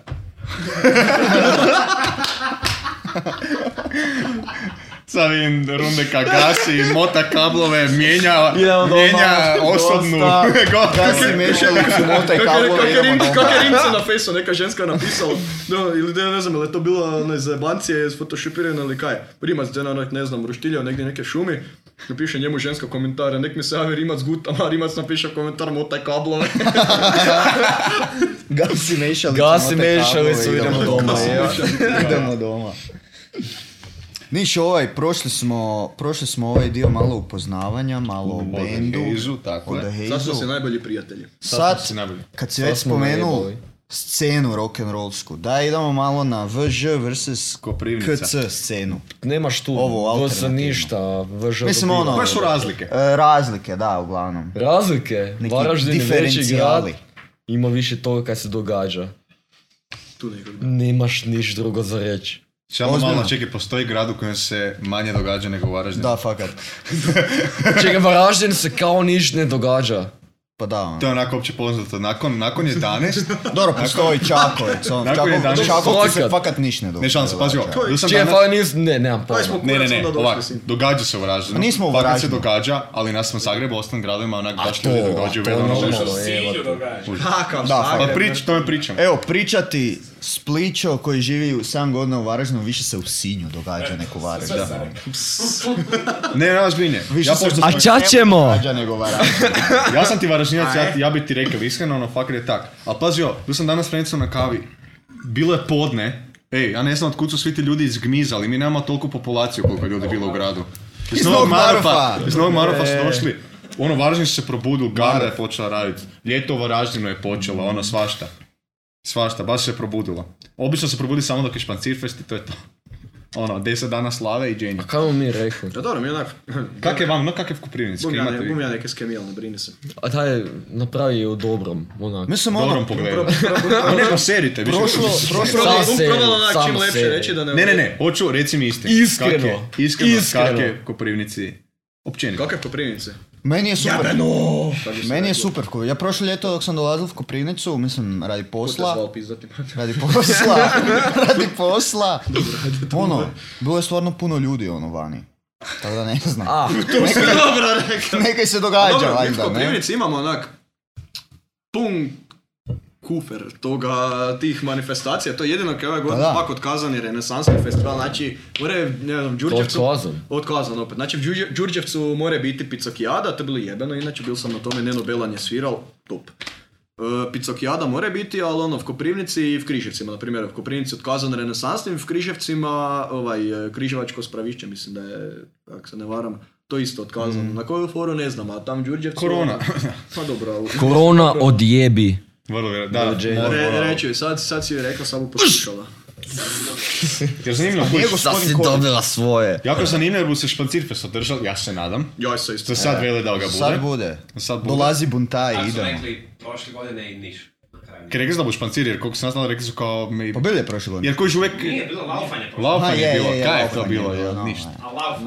[SPEAKER 1] Sad vidim runde ka gasi, mota kablove, mijenja,
[SPEAKER 4] Idemo doma,
[SPEAKER 1] mijenja osobnu.
[SPEAKER 4] dosta.
[SPEAKER 3] Gasi mešalicu, motaj kablove, idemo doma.
[SPEAKER 2] Kakve rimce na fesu, neka ženska je napisala, no, ili ne, ne znam, ili je to bila ne, zebancija, je sfotošopirana ili kaj. Rimac je na onak, ne znam, roštiljao negdje neke šumi, napiše njemu ženska komentara, nek mi se javi Rimac gutama, Rimac napiše komentar motaj kablove.
[SPEAKER 3] Gasi mešalicu,
[SPEAKER 4] Gasi
[SPEAKER 3] motaj
[SPEAKER 4] mešalicu,
[SPEAKER 3] kablove,
[SPEAKER 4] idemo doma,
[SPEAKER 3] evo. idemo doma. Niš, ovaj, prošli smo, prošli smo ovaj dio malo upoznavanja, malo o
[SPEAKER 1] Od
[SPEAKER 3] bendu,
[SPEAKER 1] Hazu, tako
[SPEAKER 3] o The
[SPEAKER 1] je.
[SPEAKER 3] Hazu.
[SPEAKER 2] Sad smo se najbolji prijatelji.
[SPEAKER 1] Sad
[SPEAKER 3] Sad,
[SPEAKER 1] si najbolji.
[SPEAKER 3] kad si
[SPEAKER 4] Sad
[SPEAKER 3] već
[SPEAKER 4] smo
[SPEAKER 3] spomenuo
[SPEAKER 4] najbolji.
[SPEAKER 3] scenu rock'n'rollsku, da idemo malo na VŽ vs.
[SPEAKER 1] Koprivnica.
[SPEAKER 3] KC scenu.
[SPEAKER 4] Nemaš tu,
[SPEAKER 3] Ovo,
[SPEAKER 4] to sam
[SPEAKER 3] alternativno.
[SPEAKER 4] ništa. VŽ
[SPEAKER 3] Mislim,
[SPEAKER 4] dobiva.
[SPEAKER 3] ono-
[SPEAKER 1] Koje su razlike?
[SPEAKER 3] E, razlike, da, uglavnom.
[SPEAKER 4] Razlike,
[SPEAKER 3] Neki
[SPEAKER 4] Varaždin je veći grad,
[SPEAKER 3] diferencijali.
[SPEAKER 4] ima više toga kaj se događa.
[SPEAKER 2] Tu nekog.
[SPEAKER 4] Nemaš niš drugo za reći.
[SPEAKER 1] Samo
[SPEAKER 3] Ozbiljno.
[SPEAKER 1] malo, čekaj, postoji grad u kojem se manje događa nego u Varaždinu.
[SPEAKER 3] Da, fakat.
[SPEAKER 4] Čekaj, Varaždin se kao niš ne događa.
[SPEAKER 3] Pa da, ono.
[SPEAKER 1] To je onako opće poznato. Nakon, nakon 11,
[SPEAKER 3] Dobro, postoji Čakovec, ono.
[SPEAKER 1] Nakon je
[SPEAKER 3] Čakov-
[SPEAKER 1] danas-
[SPEAKER 3] Čakovcu se
[SPEAKER 4] Fakat.
[SPEAKER 3] fakat niš ne događa.
[SPEAKER 1] ne šansa, pazi ovo.
[SPEAKER 2] Koji?
[SPEAKER 1] Bio sam
[SPEAKER 4] Čekaj,
[SPEAKER 1] danas-
[SPEAKER 4] pa nis, ne, nemam
[SPEAKER 2] Kaj
[SPEAKER 4] pojma.
[SPEAKER 2] smo
[SPEAKER 1] Ne, ne,
[SPEAKER 2] kurac
[SPEAKER 1] ne,
[SPEAKER 2] onda došli,
[SPEAKER 1] ovak,
[SPEAKER 2] sin?
[SPEAKER 1] događa se u Varaždinu.
[SPEAKER 3] Pa nismo u
[SPEAKER 1] Fakat
[SPEAKER 3] Varaždinu.
[SPEAKER 1] se događa, ali naspram Zagrebu, ostalim gradovima, onak baš
[SPEAKER 4] to,
[SPEAKER 1] ljudi
[SPEAKER 4] a
[SPEAKER 1] događaju
[SPEAKER 4] to
[SPEAKER 1] vedno
[SPEAKER 4] normalno.
[SPEAKER 1] nešto.
[SPEAKER 5] Što se
[SPEAKER 4] evo
[SPEAKER 5] cilju
[SPEAKER 4] te.
[SPEAKER 5] događa.
[SPEAKER 2] Takav
[SPEAKER 3] Da,
[SPEAKER 1] Pa
[SPEAKER 2] Zagreb,
[SPEAKER 1] prič,
[SPEAKER 2] znaš.
[SPEAKER 1] to me pričam.
[SPEAKER 3] Evo, pričati Splićo koji živi u 7 godina u Varaždinu, više se u Sinju događa neko Varaždin.
[SPEAKER 5] Sve sam rekao.
[SPEAKER 1] Ne, ne, ozbiljnije.
[SPEAKER 3] Više
[SPEAKER 1] Ja,
[SPEAKER 3] se
[SPEAKER 1] pošto-
[SPEAKER 3] u
[SPEAKER 4] A
[SPEAKER 3] Spliću
[SPEAKER 4] ča
[SPEAKER 3] ne
[SPEAKER 4] ćemo?
[SPEAKER 3] događa nego Varaždin.
[SPEAKER 1] ja sam ti Varaždinac,
[SPEAKER 2] A,
[SPEAKER 1] ja,
[SPEAKER 2] e?
[SPEAKER 1] ti- ja bi ti rekao, iskreno, ono, fakat je tak. Ali pazi, jo, bio sam danas s Frencom na kavi. Bilo je podne. Ej, ja ne znam od kud su svi ti ljudi iz Gmiza, ali mi nemamo toliko populaciju koliko je ljudi bilo u gradu. Iz,
[SPEAKER 3] Novog
[SPEAKER 1] Novog Marofa.
[SPEAKER 3] Marofa.
[SPEAKER 1] Iz Novog Marofa su došli. Ono, Varaždin su se probudili, garda je počela raditi. Ljeto u Varaždinu je počelo, ono, svašta. Svašta, baš se je probudilo. Obično se probudi samo dok je Špancirfest i to je to. Ono, 10 dana slave i dženja.
[SPEAKER 4] Pa Kaj mu mi rekli?
[SPEAKER 2] Ja dobro, mi je onak...
[SPEAKER 1] Kak je vam, no kak je v Koprivnici?
[SPEAKER 2] Bum
[SPEAKER 1] kaj
[SPEAKER 2] ja,
[SPEAKER 1] imate
[SPEAKER 2] ne,
[SPEAKER 1] vi?
[SPEAKER 2] bum ja neke skemijal, ne brini se.
[SPEAKER 4] A taj napravi je u dobrom, onak.
[SPEAKER 3] Mislim, ono,
[SPEAKER 1] Dobrom pogledu. A ne, pa serite, više.
[SPEAKER 3] prošlo,
[SPEAKER 1] E,
[SPEAKER 3] prošlo,
[SPEAKER 4] Sam
[SPEAKER 2] Bum
[SPEAKER 4] sebe,
[SPEAKER 2] probala onak
[SPEAKER 4] sam
[SPEAKER 2] čim lepše
[SPEAKER 4] sebe.
[SPEAKER 2] reći da ne...
[SPEAKER 1] Ne, ne, ne, hoću, reci mi istinu.
[SPEAKER 4] Iskreno.
[SPEAKER 1] Kak je, iskreno,
[SPEAKER 4] Iskreno.
[SPEAKER 1] kak je Koprivnici? Općenito.
[SPEAKER 2] Kakav Koprivnice?
[SPEAKER 3] meni je super.
[SPEAKER 2] Kako bi se
[SPEAKER 3] Meni je
[SPEAKER 2] reklo?
[SPEAKER 3] super. ko- Ja prošlo ljeto dok sam dolazil v Koprivnicu, mislim, radi
[SPEAKER 2] Ko te
[SPEAKER 3] posla,
[SPEAKER 2] zvao pizdati?
[SPEAKER 3] radi posla, radi posla. Ono, bilo je stvarno puno ljudi ono vani. Tako da ne znam.
[SPEAKER 4] A,
[SPEAKER 2] Dobro rekao.
[SPEAKER 3] Nekaj se događa,
[SPEAKER 2] Dobro, mi u
[SPEAKER 3] valjda, ne?
[SPEAKER 2] Koprivnici imamo onak pun kufer toga, tih manifestacija. To je jedino kao je
[SPEAKER 3] Pa da.
[SPEAKER 2] godin pak otkazan je renesanski festival. Znači, more, ne znam,
[SPEAKER 4] to je
[SPEAKER 2] Đurđevcu...
[SPEAKER 4] kazan.
[SPEAKER 2] Otkazan opet. Znači, u Đurđe- Đurđevcu more biti picokijada, to je bilo jebeno, inače bil sam na tome, Neno Belan je sviral, top. E, Picokijada more biti, ali ono, v Koprivnici i v Križevcima, na primjer, v Koprivnici otkazan renesansnim, v Križevcima, ovaj, e, Križevačko spravišće, mislim da je, ako se ne varam, to je isto otkazano. Na koju foru ne znam, a tam Đurđevcu...
[SPEAKER 1] Korona.
[SPEAKER 2] Pa dobro, ali...
[SPEAKER 4] Korona odjebi.
[SPEAKER 1] Vrlo vjerojatno. Da,
[SPEAKER 4] Dođe.
[SPEAKER 1] mora,
[SPEAKER 2] Re,
[SPEAKER 1] mora.
[SPEAKER 2] reći, joj, sad, sad si joj rekao, samo poslušala.
[SPEAKER 1] Jer zanimljivo, kužiš,
[SPEAKER 4] Sad si dobila svoje.
[SPEAKER 1] jako je zanimljivo jer bu se Špancirfest održal, ja se nadam.
[SPEAKER 2] Joj se isto.
[SPEAKER 1] Za sad vele da ga
[SPEAKER 3] E, Sad
[SPEAKER 1] bude.
[SPEAKER 3] bude.
[SPEAKER 1] Sad bude.
[SPEAKER 3] Dolazi buntaj,
[SPEAKER 5] Ali su
[SPEAKER 3] idemo.
[SPEAKER 5] rekli prošle godine i niš. na kraju.
[SPEAKER 1] Kaj rekli da bu Špancir, jer koliko sam znao, rekli su kao... Mi...
[SPEAKER 3] Pa bili je prošle godine.
[SPEAKER 1] Jer kužiš uvijek...
[SPEAKER 5] Nije bilo laufanje prošle.
[SPEAKER 3] A,
[SPEAKER 1] Laufanje
[SPEAKER 3] je,
[SPEAKER 1] je bilo,
[SPEAKER 3] je, je,
[SPEAKER 1] kaj je to
[SPEAKER 3] laufanje
[SPEAKER 1] bilo,
[SPEAKER 3] je
[SPEAKER 1] je,
[SPEAKER 3] bilo,
[SPEAKER 1] ništa.
[SPEAKER 5] A lauf.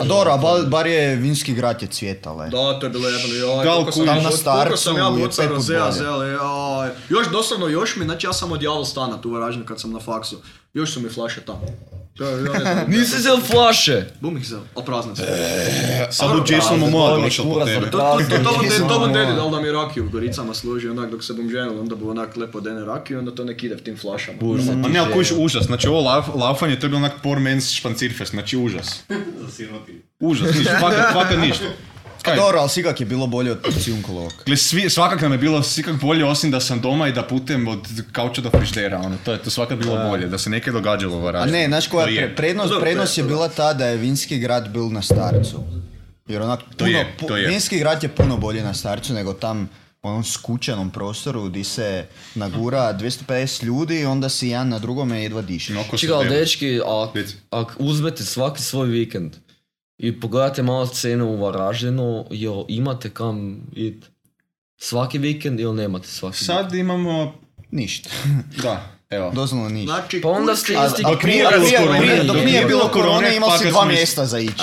[SPEAKER 3] A dobro, a bar, bar je vinski grad je cvjetale.
[SPEAKER 2] Da, to je bilo jebeno, joj,
[SPEAKER 1] Da,
[SPEAKER 2] koliko
[SPEAKER 1] kužiš.
[SPEAKER 2] sam, ja-
[SPEAKER 3] Na
[SPEAKER 2] koliko
[SPEAKER 3] starcu
[SPEAKER 2] sam ja
[SPEAKER 3] je
[SPEAKER 2] boca
[SPEAKER 3] pet put
[SPEAKER 2] rozea,
[SPEAKER 3] bolje.
[SPEAKER 2] zele, joj. Još doslovno, još mi, znači ja sam odjavao stana tu u Varaždinu kad sam na faksu. Još su mi flaše tamo. To je, ja ne znam.
[SPEAKER 4] Nisi zel flaše.
[SPEAKER 2] Bum ih zel, a prazne su.
[SPEAKER 1] Sad bu Jason Momoa došao po tebe.
[SPEAKER 2] To, Pa, to, to, to, bom
[SPEAKER 3] Nisam
[SPEAKER 2] de- to bom
[SPEAKER 3] znao.
[SPEAKER 2] dedi, dal da mi rakiju u Goricama služi, onak dok se bom ženil, onda bi onak lepo dene rakiju, onda to nek ide v tim flašama.
[SPEAKER 1] A ne, ali kužiš, užas. Znači ovo lauf, laufanje, to je bilo onak poor man's Špancirfest, znači užas.
[SPEAKER 5] Za
[SPEAKER 4] ono
[SPEAKER 5] siroti.
[SPEAKER 1] Užas, ništa, fakat, fakat ništa. Kaj,
[SPEAKER 3] Dobro, ali sigak je bilo bolje od Ciunkolovog.
[SPEAKER 1] Gle, svi, svakak nam je bilo sikak bolje osim da sam doma i da putem od kauča do friždera, ono, to je to svakak bilo bolje, da se neke događalo u
[SPEAKER 3] A
[SPEAKER 1] Varaždinu.
[SPEAKER 3] ne, znaš koja je pre-
[SPEAKER 1] Prije.
[SPEAKER 3] prednost?
[SPEAKER 2] Dobro,
[SPEAKER 3] Prednost je
[SPEAKER 2] pre-
[SPEAKER 3] bila ta da je vinski grad bil na starcu. Jer onak puno,
[SPEAKER 1] je,
[SPEAKER 3] pu-
[SPEAKER 1] to je.
[SPEAKER 3] vinski grad je puno bolje na starcu nego tam u onom skučenom prostoru di se nagura 250 ljudi i onda si jedan na drugome jedva diši.
[SPEAKER 1] Oko
[SPEAKER 4] Čekaj, ali
[SPEAKER 1] sam-
[SPEAKER 4] dečki, ak,
[SPEAKER 1] Reci.
[SPEAKER 4] ak uzmete svaki svoj vikend i pogledate malo scenu u Varaždinu, jel imate kam id svaki vikend ili nemate svaki vikend?
[SPEAKER 1] Sad imamo,
[SPEAKER 3] Ništa.
[SPEAKER 1] da, evo.
[SPEAKER 3] Doslovno ništa.
[SPEAKER 2] Znači,
[SPEAKER 4] Pa onda
[SPEAKER 2] kuć-
[SPEAKER 4] ste
[SPEAKER 3] A,
[SPEAKER 4] isti
[SPEAKER 3] a
[SPEAKER 1] prije
[SPEAKER 3] prije,
[SPEAKER 1] je bilo
[SPEAKER 3] prije-
[SPEAKER 1] korone,
[SPEAKER 3] prije- dok
[SPEAKER 1] dok
[SPEAKER 3] nije
[SPEAKER 1] je
[SPEAKER 3] bilo
[SPEAKER 1] bilo korone,
[SPEAKER 3] korone imao
[SPEAKER 1] pa
[SPEAKER 3] si
[SPEAKER 1] kad
[SPEAKER 3] dva
[SPEAKER 1] smo išli-
[SPEAKER 3] mjesta za ići.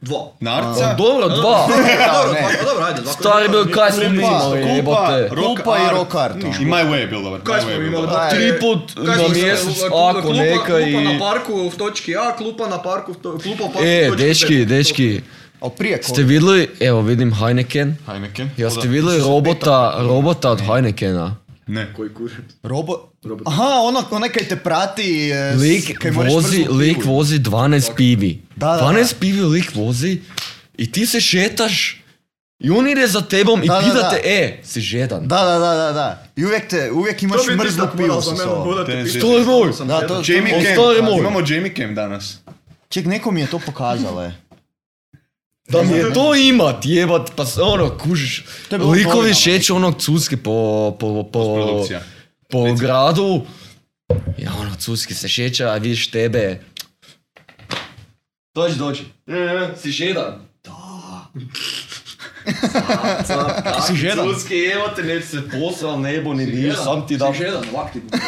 [SPEAKER 2] Dva.
[SPEAKER 1] Narca,
[SPEAKER 4] Dobro, dva.
[SPEAKER 2] Dobro,
[SPEAKER 3] ne.
[SPEAKER 2] dva, pa dobro, ajde, dva.
[SPEAKER 4] Stari je bil kaj smo mi
[SPEAKER 3] Kupa,
[SPEAKER 4] imali, jebote.
[SPEAKER 3] Kupa i rock art, ono.
[SPEAKER 1] I My Way je bil dobar.
[SPEAKER 2] Kaj
[SPEAKER 1] My
[SPEAKER 2] smo
[SPEAKER 1] Way je bil
[SPEAKER 2] imali?
[SPEAKER 1] dobar.
[SPEAKER 3] Da,
[SPEAKER 4] Tri put
[SPEAKER 2] Kaj
[SPEAKER 4] na
[SPEAKER 2] smo se-
[SPEAKER 4] mjesec,
[SPEAKER 2] klupa-
[SPEAKER 4] ako
[SPEAKER 2] klupa-
[SPEAKER 4] neka i...
[SPEAKER 2] Klupa na parku v točki A, klupa na parku, v to- klupa u parku u
[SPEAKER 4] E,
[SPEAKER 2] točki
[SPEAKER 4] dečki,
[SPEAKER 2] B.
[SPEAKER 4] dečki,
[SPEAKER 3] Ali prije
[SPEAKER 4] ste
[SPEAKER 3] Covid.
[SPEAKER 4] vidjeli, evo vidim Heineken,
[SPEAKER 1] Heineken.
[SPEAKER 4] jel ste vidjeli robota, robota od Heinekena?
[SPEAKER 1] Ne.
[SPEAKER 2] Koji kurac.
[SPEAKER 3] Robo...
[SPEAKER 2] Robot.
[SPEAKER 3] Aha, ono ko nekaj te prati... e, s-
[SPEAKER 4] Lik
[SPEAKER 3] kaj moraš
[SPEAKER 4] vozi,
[SPEAKER 3] brzo u
[SPEAKER 4] lik
[SPEAKER 3] pivu.
[SPEAKER 4] vozi 12 pivi.
[SPEAKER 3] Da, da,
[SPEAKER 4] 12 pivi lik vozi i ti se šetaš i on ide za tebom i
[SPEAKER 3] Da, da,
[SPEAKER 4] pita
[SPEAKER 3] da.
[SPEAKER 4] te, e, si žedan.
[SPEAKER 3] Da, da, da, da, da. I uvijek, te, uvijek imaš
[SPEAKER 2] To bi ti
[SPEAKER 3] mrzlo
[SPEAKER 2] tako morao
[SPEAKER 3] pivo
[SPEAKER 2] za
[SPEAKER 3] sa
[SPEAKER 2] mene
[SPEAKER 3] sobom.
[SPEAKER 2] hodati,
[SPEAKER 1] Te-
[SPEAKER 2] pišti,
[SPEAKER 1] te-
[SPEAKER 4] To je moj.
[SPEAKER 2] sam
[SPEAKER 3] Da,
[SPEAKER 2] jedan.
[SPEAKER 3] to,
[SPEAKER 1] Jamie
[SPEAKER 4] Ostari
[SPEAKER 1] Camp.
[SPEAKER 4] moj.
[SPEAKER 1] Imamo Jamie Camp danas.
[SPEAKER 3] Ček, neko mi je to pokazalo, je.
[SPEAKER 4] Da mi je to imat, jebat, pa s- ono, kužiš.
[SPEAKER 3] To je bilo no. u
[SPEAKER 4] Likovi
[SPEAKER 3] novinama.
[SPEAKER 4] šeću onog cuske po, po, po,
[SPEAKER 1] Produkcija.
[SPEAKER 4] po gradu. Ja, ono, cuski se šeća, a vidiš tebe. Dođi, dođi.
[SPEAKER 3] Ja,
[SPEAKER 4] E, e, Si žedan. Da. Cap, cap, cap.
[SPEAKER 3] Si žedan?
[SPEAKER 4] Cuski, evo te, neću se posral, nebo ni niš,
[SPEAKER 2] Jedan,
[SPEAKER 4] sam ti dam.
[SPEAKER 2] si jedan, ovak ti bude.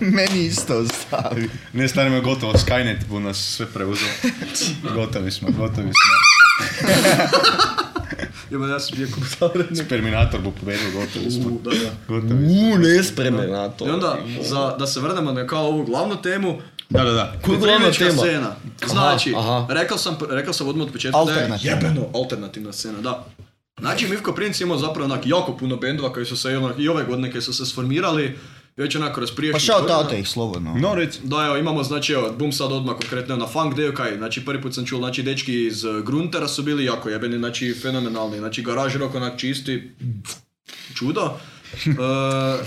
[SPEAKER 3] Meni isto ostavi.
[SPEAKER 1] Ne, stari me gotovo, Skynet bu nas sve preuzeo. Gotovi smo, gotovi smo.
[SPEAKER 2] Jebe, ja sam bio komentar.
[SPEAKER 1] Terminator bu pobedio, gotovi smo.
[SPEAKER 2] U, da, da.
[SPEAKER 1] Gotovi smo.
[SPEAKER 4] U, nespreme na to.
[SPEAKER 2] I onda, za, da se vrnemo na kao ovu glavnu temu,
[SPEAKER 1] Da, da, da.
[SPEAKER 4] Koja je glavna
[SPEAKER 2] Petrinička
[SPEAKER 4] tema?
[SPEAKER 2] scena. Znači,
[SPEAKER 4] aha.
[SPEAKER 2] Rekao, sam, rekao sam odmah od početka da je
[SPEAKER 3] Alternativna.
[SPEAKER 2] jebeno alternativna scena, da. Znači, Mivko Prince imao zapravo onak jako puno bendova koji su se i onak, i ove godine koji su se sformirali, već onako razpriješnji.
[SPEAKER 3] Pa šao tata ih slobodno.
[SPEAKER 1] No, reci.
[SPEAKER 2] Da, evo, imamo, znači, evo, bum sad odmah konkretno na funk deo kaj, znači prvi put sam čuo, znači, dečki iz eh, Gruntera su bili jako jebeni, znači, fenomenalni, znači, garaž rock onak čisti, čudo. E,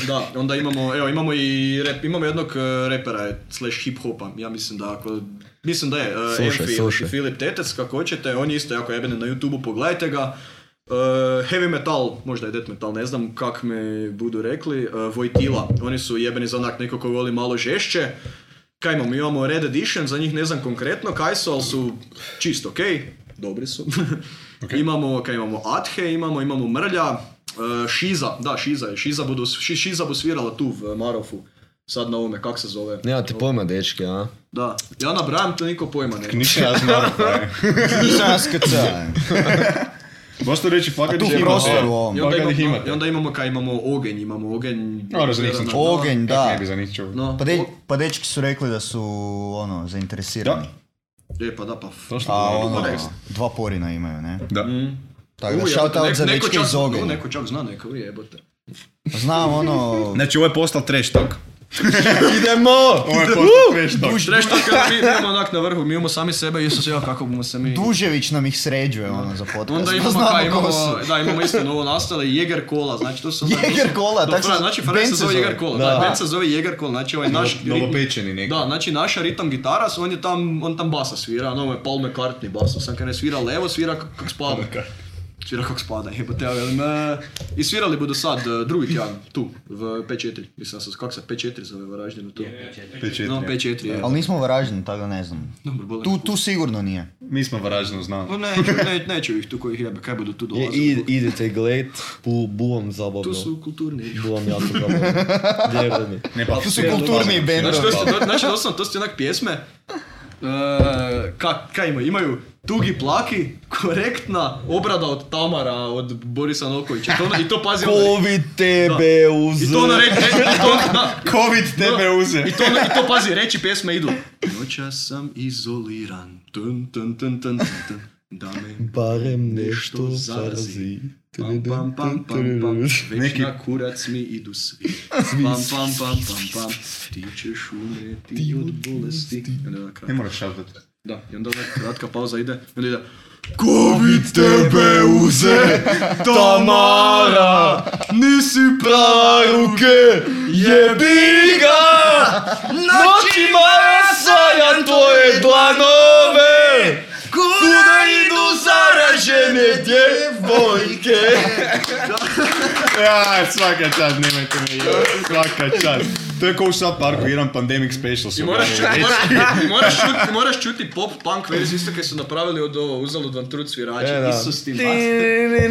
[SPEAKER 2] da, onda imamo, evo, imamo i rep, imamo jednog eh, repera, eh, slash hip-hopa, ja mislim da ako, mislim da je, e,
[SPEAKER 4] Slušaj,
[SPEAKER 2] Enfi-
[SPEAKER 4] slušaj.
[SPEAKER 2] Filip Tetec, kako hoćete, on je isto jako jebeni na youtube pogledajte ga. E, heavy metal, možda je death metal, ne znam kak me budu rekli, e, Vojtila, oni su jebeni za onak neko ko voli malo žešće. Kaj imamo, imamo Red Edition, za njih ne znam konkretno kaj su, ali su čisto ok, dobri su. Imamo, kaj imamo, Athe, imamo, imamo Mrlja, e, Šiza, da, Šiza je, Šiza, budu, Ši- Šiza bu svirala tu v Marofu, sad na ovome, kak se zove.
[SPEAKER 4] Nemate pojma, dečki, a?
[SPEAKER 2] Da, ja nabrajam, to niko pojma ne.
[SPEAKER 1] Ništa ja znam.
[SPEAKER 3] Nisam nas kcao.
[SPEAKER 1] Možete reći, fakat
[SPEAKER 3] tu
[SPEAKER 1] ih pa imate.
[SPEAKER 3] prostor u ovom.
[SPEAKER 2] I onda,
[SPEAKER 1] Fakat ih
[SPEAKER 2] imamo,
[SPEAKER 1] imate.
[SPEAKER 2] I onda imamo kaj, imamo ogenj, imamo ogenj.
[SPEAKER 1] No, razumijek sam čuo.
[SPEAKER 3] Ogenj,
[SPEAKER 1] Kak
[SPEAKER 3] da.
[SPEAKER 1] ne bi za njih čuo.
[SPEAKER 2] No,
[SPEAKER 3] Pa, de,
[SPEAKER 2] o-
[SPEAKER 3] pa dečki su rekli da su ono zainteresirani.
[SPEAKER 1] Da.
[SPEAKER 2] e, pa da, pa. f-
[SPEAKER 1] To što
[SPEAKER 3] A
[SPEAKER 1] govorim.
[SPEAKER 3] ono,
[SPEAKER 2] Podcast.
[SPEAKER 3] dva porina imaju, ne?
[SPEAKER 1] Da.
[SPEAKER 3] Tako da
[SPEAKER 2] u,
[SPEAKER 3] shout
[SPEAKER 2] jebote,
[SPEAKER 3] out
[SPEAKER 2] nek-
[SPEAKER 3] za
[SPEAKER 2] neko
[SPEAKER 3] dečke
[SPEAKER 2] čak-
[SPEAKER 3] iz
[SPEAKER 2] u,
[SPEAKER 3] ogenja.
[SPEAKER 2] Neko čak zna, neko vi jebote.
[SPEAKER 3] Znam ono,
[SPEAKER 1] Znači, ovo je postal trash talk.
[SPEAKER 4] Idemo!
[SPEAKER 1] Ovo je postal trash talk.
[SPEAKER 2] Duž, treš to kad mi imamo onak na vrhu, mi imamo sami sebe i Isus, ja kako bomo se mi...
[SPEAKER 3] Dužević nam ih sređuje ono za podcast.
[SPEAKER 2] Onda imamo,
[SPEAKER 3] Znamo
[SPEAKER 2] kaj,
[SPEAKER 3] ko
[SPEAKER 2] imamo,
[SPEAKER 3] su.
[SPEAKER 2] da, imamo isto novo nastale, Jäger Cola, znači to su... znači,
[SPEAKER 3] Jäger
[SPEAKER 2] to su-
[SPEAKER 3] Cola,
[SPEAKER 2] to
[SPEAKER 3] tak se-
[SPEAKER 2] fra- Znači, Frank se
[SPEAKER 3] band se
[SPEAKER 2] zove
[SPEAKER 3] zove.
[SPEAKER 2] Jäger Cola,
[SPEAKER 3] Da.
[SPEAKER 2] da, band se zove Jäger Cola, znači ovaj naš...
[SPEAKER 1] novopečeni neki.
[SPEAKER 2] Da, znači naša ritam gitara, on je tam, on tam basa svira, ono je Paul McCartney basa, sam kad ne svira levo, svira k- kak spada. Svira kak spada, jebote, ja velim, e, I svirali budu sad e, drugi tjedan, tu, v 5-4, mislim, sa- kak se 5-4 zove Varaždinu tu. No, 5-4, je.
[SPEAKER 3] Ali nismo Varaždin, tako da ne znam.
[SPEAKER 2] Dobro, boli.
[SPEAKER 3] Tu, tu sigurno nije.
[SPEAKER 1] Mi smo Varaždinu znamo.
[SPEAKER 2] Pa neću, ne, neću ih tu koji ih jebe, kaj budu tu dolazili.
[SPEAKER 4] idite gledat, bu, buvom zabavno.
[SPEAKER 2] Tu su kulturni.
[SPEAKER 4] Buvom jako zabavno. Vjeruj mi.
[SPEAKER 1] Ne, pa
[SPEAKER 3] Tu su kulturni bendovi.
[SPEAKER 2] Znači, to su, to- znači, doslovno, to su ti onak pjesme, e, ka, kaj imaju, imaju tugi plaki, korektna obrada od Tamara, od Borisa Nokovića, to, i to pazi ono-
[SPEAKER 4] Covid tebe uz...
[SPEAKER 2] I to ono reći, i to, da,
[SPEAKER 1] Covid tebe
[SPEAKER 2] No,
[SPEAKER 1] uze.
[SPEAKER 2] I to, ono, i to pazi, reći pjesme idu. Noća sam izoliran, tun, tun, tun, tun, tun, tun, da me
[SPEAKER 4] Barem
[SPEAKER 2] nešto zarazi. Pam, pam, pam, pam, pam. Već na kurac mi idu svi. Pam, pam, pam, pam, pam. Ti ćeš umreti od bolesti. I onda jedna
[SPEAKER 1] Ne
[SPEAKER 2] kratka,
[SPEAKER 1] moraš šautati.
[SPEAKER 2] da, i onda jedna kratka pauza ide. I onda ide. Covid tebe uze, Tamara, nisi prava ruke,
[SPEAKER 4] Jebi ga! Noćima rasajan tvoje dlanove! Kuda idu zaražene djevojke?
[SPEAKER 1] Ja, svaka čast, nemojte me jebati, svaka čast. To je kao u South Parku, jedan pandemic special su
[SPEAKER 2] Moraš, ču,
[SPEAKER 1] objavili.
[SPEAKER 2] moraš, moraš, čuti, moraš čuti pop punk verziju isto kaj su napravili od ovo uzalud vam trud svirači. Isus ti mater.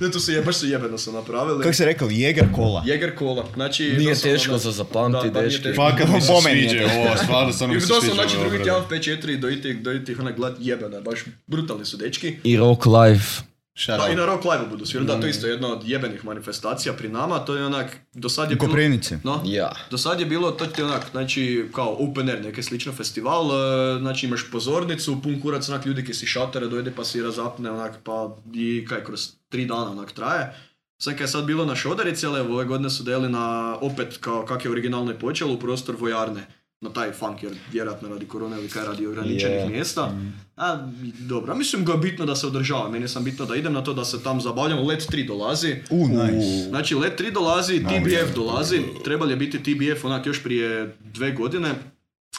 [SPEAKER 2] Ne, tu se je, baš se jebeno su napravili.
[SPEAKER 3] Kako si rekao, Jäger kola.
[SPEAKER 2] Jeger kola, znači...
[SPEAKER 4] Nije
[SPEAKER 2] doslovno,
[SPEAKER 4] teško
[SPEAKER 2] ono-
[SPEAKER 4] za zapamtiti,
[SPEAKER 2] Da, da, nije
[SPEAKER 4] dečki.
[SPEAKER 2] teško.
[SPEAKER 1] Fakat mi se
[SPEAKER 3] Po meni je
[SPEAKER 1] sviđa ovo, stvarno samo
[SPEAKER 2] I
[SPEAKER 1] mi se sviđa.
[SPEAKER 2] to sam znači
[SPEAKER 1] ova
[SPEAKER 2] drugi
[SPEAKER 1] obrada.
[SPEAKER 2] tjedan 5-4 do itih, do itih, onak glad jebena, baš brutalni su dečki.
[SPEAKER 4] I rock life.
[SPEAKER 1] Shout
[SPEAKER 2] Da, i
[SPEAKER 1] out.
[SPEAKER 2] na Rock Live budu svirali, da, to je isto jedna od jebenih manifestacija pri nama, to je onak, do sad je
[SPEAKER 3] U
[SPEAKER 2] bilo...
[SPEAKER 3] Koprivnici.
[SPEAKER 2] No,
[SPEAKER 4] Ja.
[SPEAKER 2] do sad je bilo, to ti je onak, znači, kao open air, neki slično festival, e, znači imaš pozornicu, pun kurac, onak, ljudi ki si šatere, dojde pa si razapne, onak, pa i kaj, kroz tri dana onak traje. Sve kaj je sad bilo na šoderici, ali evo, ove godine su deli na, opet, kao kak je originalno i počelo, u prostor vojarne na taj funk, jer vjerojatno radi korone ili kaj radi ograničenih
[SPEAKER 4] Je.
[SPEAKER 2] mjesta. A, dobro, a mislim ga je bitno da se održava, meni sam bitno da idem na to da se tam zabavljam, let 3 dolazi.
[SPEAKER 3] U, nice.
[SPEAKER 2] Znači, let 3 dolazi, TBF dolazi, trebali je biti TBF onak još prije dve godine,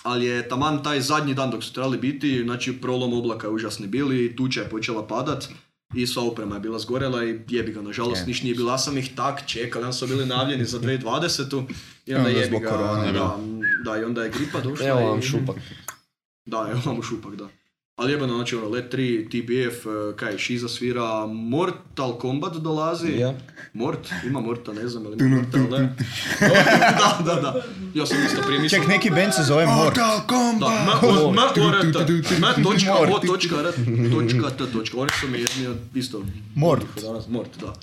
[SPEAKER 2] ali je taman taj zadnji dan dok su trebali biti, znači prolom oblaka je užasni bili, tuča je počela padat i sva oprema je bila zgorela i jebi ga, nažalost, niš nije bilo, ja sam ih tak čekal, ja su bili najavljeni za 2020. I onda,
[SPEAKER 3] onda
[SPEAKER 2] jebi
[SPEAKER 3] zbog
[SPEAKER 2] ga,
[SPEAKER 3] korone,
[SPEAKER 2] da, da, i onda je gripa došla.
[SPEAKER 4] Evo vam
[SPEAKER 2] i-
[SPEAKER 4] šupak.
[SPEAKER 2] da, evo vam šupak, da. Ali jebeno, znači ono, Let 3, TBF, eh, kaj, Shiza svira, Mortal Kombat dolazi.
[SPEAKER 4] Ja.
[SPEAKER 2] Mort, ima Morta, ne znam, ali ima Morta, ali ne. da, da, da. Ja sam isto prije mislio.
[SPEAKER 3] Ček, neki band se zove Mort.
[SPEAKER 2] Da, ma- o- ma- orata, ma točka, o točka, rat, točka, ta točka. Oni su mi jedni od isto...
[SPEAKER 3] Mort.
[SPEAKER 2] Danas, Mort, da.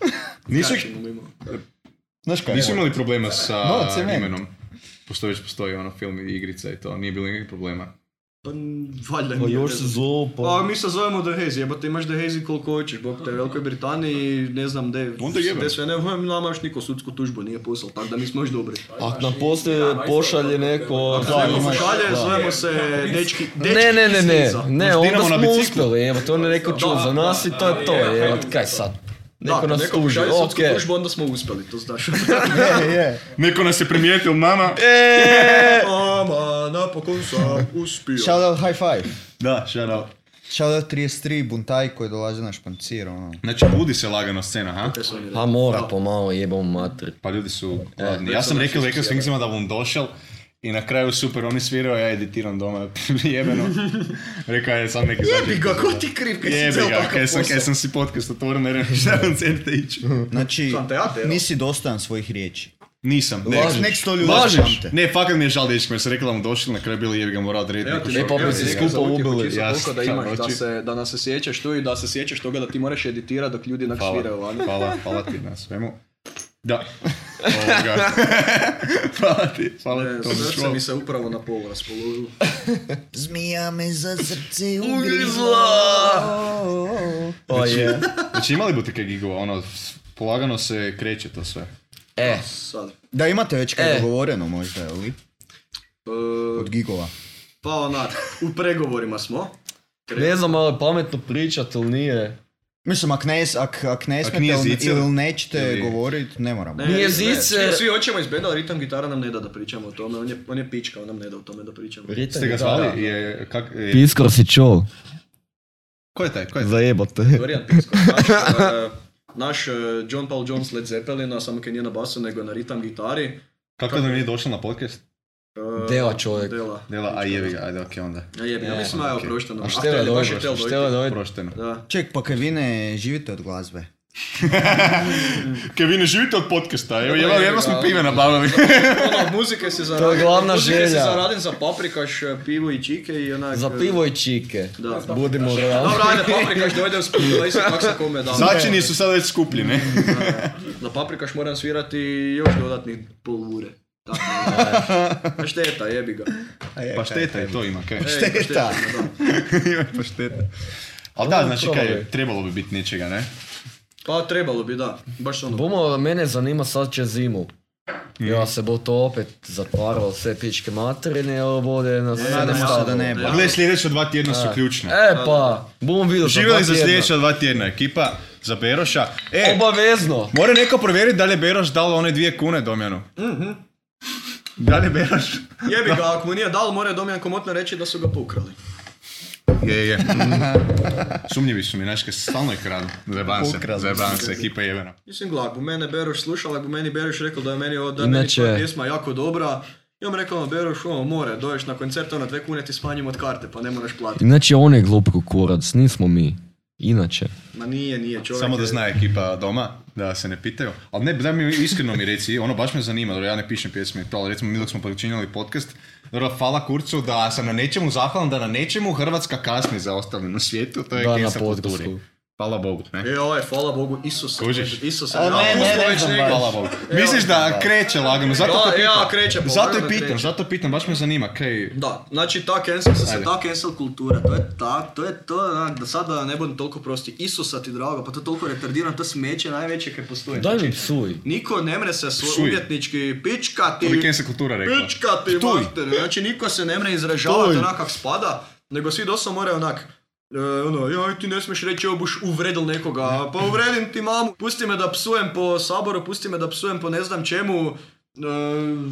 [SPEAKER 3] Nisu-
[SPEAKER 2] Kažem, ono ima-
[SPEAKER 3] Znaš kaj?
[SPEAKER 1] Nisu imali problema sa
[SPEAKER 3] No, cement.
[SPEAKER 1] imenom. Postoji, već postoji ono film i igrica i to, nije bilo nikakvih problema.
[SPEAKER 2] Pa, valjda
[SPEAKER 4] Pa
[SPEAKER 2] nije
[SPEAKER 4] još
[SPEAKER 2] veze.
[SPEAKER 4] se zovu,
[SPEAKER 2] Pa
[SPEAKER 4] pa...
[SPEAKER 2] mi se zovemo The Hazy, jebate imaš The Hazy koliko hoćeš, bok te Velikoj Britaniji, ne znam gdje,
[SPEAKER 1] Onda jebem.
[SPEAKER 2] gdje sve ne, znam, nama još niko sudsku tužbu nije poslal, tako da mi smo još dobri.
[SPEAKER 4] Ak nam poslije pošalje neko...
[SPEAKER 2] Da,
[SPEAKER 4] Da.
[SPEAKER 2] ima šalje, zovemo se dečki, dečki
[SPEAKER 4] Ne, ne, ne,
[SPEAKER 2] iz
[SPEAKER 4] ne,
[SPEAKER 2] Niza.
[SPEAKER 4] ne,
[SPEAKER 1] Možda
[SPEAKER 4] onda
[SPEAKER 1] idemo na
[SPEAKER 4] smo
[SPEAKER 1] biciklu?
[SPEAKER 4] uspjeli, evo, to ne neko čuo za nas i to je to,
[SPEAKER 5] je,
[SPEAKER 4] evo,
[SPEAKER 5] je.
[SPEAKER 4] kaj sad?
[SPEAKER 2] Da,
[SPEAKER 4] Neko nas
[SPEAKER 2] neko
[SPEAKER 4] tuži,
[SPEAKER 2] šalje sudsku
[SPEAKER 4] okej.
[SPEAKER 2] tužbu, onda smo uspjeli, to znaš. E,
[SPEAKER 3] Je, je.
[SPEAKER 1] Neko nas je primijetio, mama!
[SPEAKER 4] E.
[SPEAKER 2] Mama, napokon sam uspio.
[SPEAKER 3] Shout out high five.
[SPEAKER 1] Da, shout out.
[SPEAKER 3] Shout out 33, buntaj koji dolazi na špancir, ono.
[SPEAKER 1] Znači, budi se lagano scena, ha?
[SPEAKER 2] Kaj su oni rekli?
[SPEAKER 4] Pa mora pomalo jebom mater.
[SPEAKER 1] Pa ljudi su
[SPEAKER 2] E,
[SPEAKER 1] gladni. Ja
[SPEAKER 2] znači
[SPEAKER 1] sam rekao rekao Sfinksima da bom došel i na kraju super, oni svirao, ja editiram doma, jebeno. Rekao je sam neki
[SPEAKER 2] Jebi ga, ko ti kriv, kaj si
[SPEAKER 1] Jebi
[SPEAKER 2] cel
[SPEAKER 1] ga,
[SPEAKER 2] takav
[SPEAKER 1] kaj sam,
[SPEAKER 2] posao.
[SPEAKER 1] kaj sam si podcast otvorio, ne znam šta koncerte ići.
[SPEAKER 3] Znači,
[SPEAKER 2] Sam te ja tjerao.
[SPEAKER 3] nisi dostojan svojih riječi.
[SPEAKER 1] Nisam, ne.
[SPEAKER 3] Nek- Nek sto ljudi
[SPEAKER 1] Lažeš!
[SPEAKER 3] pamte.
[SPEAKER 1] Ne, fakat mi je žal dečko, jer sam rekao da mu došli, na kraju bili jebi ga morao odrediti.
[SPEAKER 2] Evo
[SPEAKER 1] neku
[SPEAKER 2] ti
[SPEAKER 1] šoku.
[SPEAKER 4] E, pa bi
[SPEAKER 2] evo
[SPEAKER 4] se
[SPEAKER 2] ti
[SPEAKER 4] skupa
[SPEAKER 2] za utjehu,
[SPEAKER 4] ubili,
[SPEAKER 2] čisto
[SPEAKER 1] ja
[SPEAKER 2] toliko da
[SPEAKER 1] sam
[SPEAKER 2] imaš, da
[SPEAKER 1] oči.
[SPEAKER 2] se, da nas se sjećaš tu i da se sjećaš toga da ti moraš editirati dok ljudi
[SPEAKER 1] Hvala.
[SPEAKER 2] naksviraju vani.
[SPEAKER 1] Hvala, hvala ti na svemu. Da. Ovoga. hvala ti, hvala ti.
[SPEAKER 2] E,
[SPEAKER 1] to mi je
[SPEAKER 2] Srce
[SPEAKER 1] šlo.
[SPEAKER 2] mi se upravo na pol raspoložilo.
[SPEAKER 3] Zmija me za srce
[SPEAKER 4] Pa je.
[SPEAKER 1] Znači imali bi kaj gigova, ono, polagano se kreće to sve.
[SPEAKER 4] E,
[SPEAKER 2] Sad. E, E.
[SPEAKER 3] Da imate već kaj
[SPEAKER 4] E.
[SPEAKER 3] dogovoreno možda, ili? Od gigova.
[SPEAKER 2] pa onak, u pregovorima smo.
[SPEAKER 4] ne znam, ali pametno pričat ili nije.
[SPEAKER 3] Mislim, ak ne, ak, ak ne smete
[SPEAKER 1] nije
[SPEAKER 3] ili-
[SPEAKER 1] zicer,
[SPEAKER 3] ili nećete
[SPEAKER 1] ili-
[SPEAKER 3] govorit, ne moramo.
[SPEAKER 4] Nije
[SPEAKER 2] ne,
[SPEAKER 4] zice.
[SPEAKER 2] Svi, svi hoćemo iz benda, ali ritam gitara nam ne da da pričamo o tome. On je, on je pička, on nam ne da o tome da pričamo.
[SPEAKER 4] Ritam
[SPEAKER 1] Ste ga
[SPEAKER 4] je da, da.
[SPEAKER 1] zvali? Je, kak, je,
[SPEAKER 4] Piskor si čuo,
[SPEAKER 1] ko je taj? Ko je taj?
[SPEAKER 4] zajebote.
[SPEAKER 2] Dorian Piskor, naš, eh, naš eh, John Paul Jones Led Zeppelina, samo kaj nije na basu, nego na ritam gitari.
[SPEAKER 1] Kako da nije došao na podcast?
[SPEAKER 2] Eh,
[SPEAKER 4] Dela čovjek.
[SPEAKER 2] Dela.
[SPEAKER 1] Dela, a jebi ga, ajde, okej onda.
[SPEAKER 2] A jebi, ja
[SPEAKER 4] E,
[SPEAKER 2] mislim, evo,
[SPEAKER 1] okej.
[SPEAKER 2] prošteno.
[SPEAKER 4] A
[SPEAKER 2] tel
[SPEAKER 4] štela
[SPEAKER 2] je, baš je
[SPEAKER 4] dojde,
[SPEAKER 2] tel dojde.
[SPEAKER 4] štela dojde.
[SPEAKER 1] Prošteno.
[SPEAKER 2] Da.
[SPEAKER 3] Ček, pa kaj vi ne živite od glazbe?
[SPEAKER 1] Kaj vi ne živite od podcasta, evo
[SPEAKER 2] jedva- jedva smo pive
[SPEAKER 1] nabavili.
[SPEAKER 2] Ono, od muzike si zaradim.
[SPEAKER 4] glavna
[SPEAKER 2] Muzike si
[SPEAKER 4] želja.
[SPEAKER 2] zaradim za paprikaš, eh, pivo i čike i onak...
[SPEAKER 4] Za
[SPEAKER 2] eh,
[SPEAKER 4] pivo i čike.
[SPEAKER 2] Da.
[SPEAKER 4] Budimo realni.
[SPEAKER 2] Dobro, ajde, paprikaš dojde u skupinu, daj se kak se kome da.
[SPEAKER 1] Začini su sad već skuplji, ne?
[SPEAKER 2] Za paprikaš moram svirati još dodatnih pol ure. Tako, da. šteta, jebi ga.
[SPEAKER 1] Pa šteta je to ima, kaj?
[SPEAKER 2] Ej,
[SPEAKER 3] Šteta.
[SPEAKER 2] da.
[SPEAKER 1] Pa šteta. Ali da, znači kaj, trebalo bi biti nečega, ne?
[SPEAKER 2] Pa trebalo bi, da. Baš ono.
[SPEAKER 4] Bomo, mene zanima sad će zimu. Ja se bo to opet zatvaralo sve pičke materine, ali bude nas sve
[SPEAKER 3] Nadamo se da
[SPEAKER 4] nastavilo.
[SPEAKER 3] ne bi.
[SPEAKER 1] Pa gledaj, sljedeća dva tjedna su ključna.
[SPEAKER 4] E pa, bom videl.
[SPEAKER 1] Živjeli za
[SPEAKER 4] dva tjedna.
[SPEAKER 1] sljedeća dva tjedna ekipa, za Beroša. E,
[SPEAKER 4] Obavezno.
[SPEAKER 1] Mora neko provjeriti da li je Beroš dao one dvije kune Domjanu. Mhm. Da li je Beroš?
[SPEAKER 2] Jebi ga, ako mu nije dal, mora Domjan komotno reći da su ga pokrali.
[SPEAKER 1] Je, je. Sumnjivi su mi, znaš, kaj stalno je kradu. Zajebam se,
[SPEAKER 3] Ukrali.
[SPEAKER 1] zajebam se, ekipa je jebena.
[SPEAKER 2] Mislim, gle, ako mene Beroš slušala, ako meni Beroš rekao da je meni, od- da je
[SPEAKER 4] Inače-
[SPEAKER 2] meni tvoja pjesma jako dobra, ja mu rekao, ono, Beroš, ono, more, doješ na koncert, ono, dve kune ti smanjimo od karte, pa ne moraš platiti.
[SPEAKER 4] Inače, on je glup kurac, nismo mi. Inače.
[SPEAKER 2] Ma nije, nije čovjek.
[SPEAKER 1] Samo da
[SPEAKER 2] je-
[SPEAKER 1] zna ekipa doma, da se ne pitaju. Ali ne, daj mi iskreno mi reci, ono baš me zanima, dobro, ja ne pišem pjesme i to, ali recimo mi dok smo počinjali podcast, dobro, hvala Kurcu da sam na nečemu zahvalan, da na nečemu Hrvatska kasni za ostavljeno svijetu, to je
[SPEAKER 4] Da, na
[SPEAKER 1] Kesa
[SPEAKER 4] podcastu.
[SPEAKER 1] kulturi. Hvala Bogu, ne?
[SPEAKER 2] E, ovaj, hvala Bogu, Isuse.
[SPEAKER 1] Kužiš?
[SPEAKER 2] Isuse.
[SPEAKER 3] A
[SPEAKER 2] da,
[SPEAKER 3] ne,
[SPEAKER 2] pustimo
[SPEAKER 3] ne, ne
[SPEAKER 2] već
[SPEAKER 3] znam
[SPEAKER 2] njega.
[SPEAKER 3] baš.
[SPEAKER 1] Hvala Bogu. Misliš da kreće lagano, zato
[SPEAKER 2] Da,
[SPEAKER 1] te
[SPEAKER 2] ja,
[SPEAKER 1] pitam.
[SPEAKER 2] kreće, pa
[SPEAKER 1] Zato
[SPEAKER 2] lagano
[SPEAKER 1] i pitam,
[SPEAKER 2] kreće.
[SPEAKER 1] zato pitam, baš me zanima, kaj...
[SPEAKER 2] Da, znači ta cancel se,
[SPEAKER 1] Ajde.
[SPEAKER 2] ta cancel kultura, to je ta, to je to, onak, da sad da ne budem toliko prosti, Isusa ti drago, pa to je toliko retardirano, to je smeće najveće kaj postoji. Znači,
[SPEAKER 4] Daj mi psuj.
[SPEAKER 2] Niko ne mre se svoj
[SPEAKER 1] Psuj.
[SPEAKER 2] umjetnički pičkati,
[SPEAKER 1] To bi cancel kultura rekla.
[SPEAKER 2] pičkati
[SPEAKER 1] Ptuj.
[SPEAKER 2] mater, znači niko se ne mre izražavati onak kak spada, nego svi doslovno moraju onak, e, ono, joj ti ne smiješ reći ovo buš uvredil nekoga, pa uvredim ti mamu, pusti me da psujem po saboru, pusti me da psujem po ne znam čemu, e,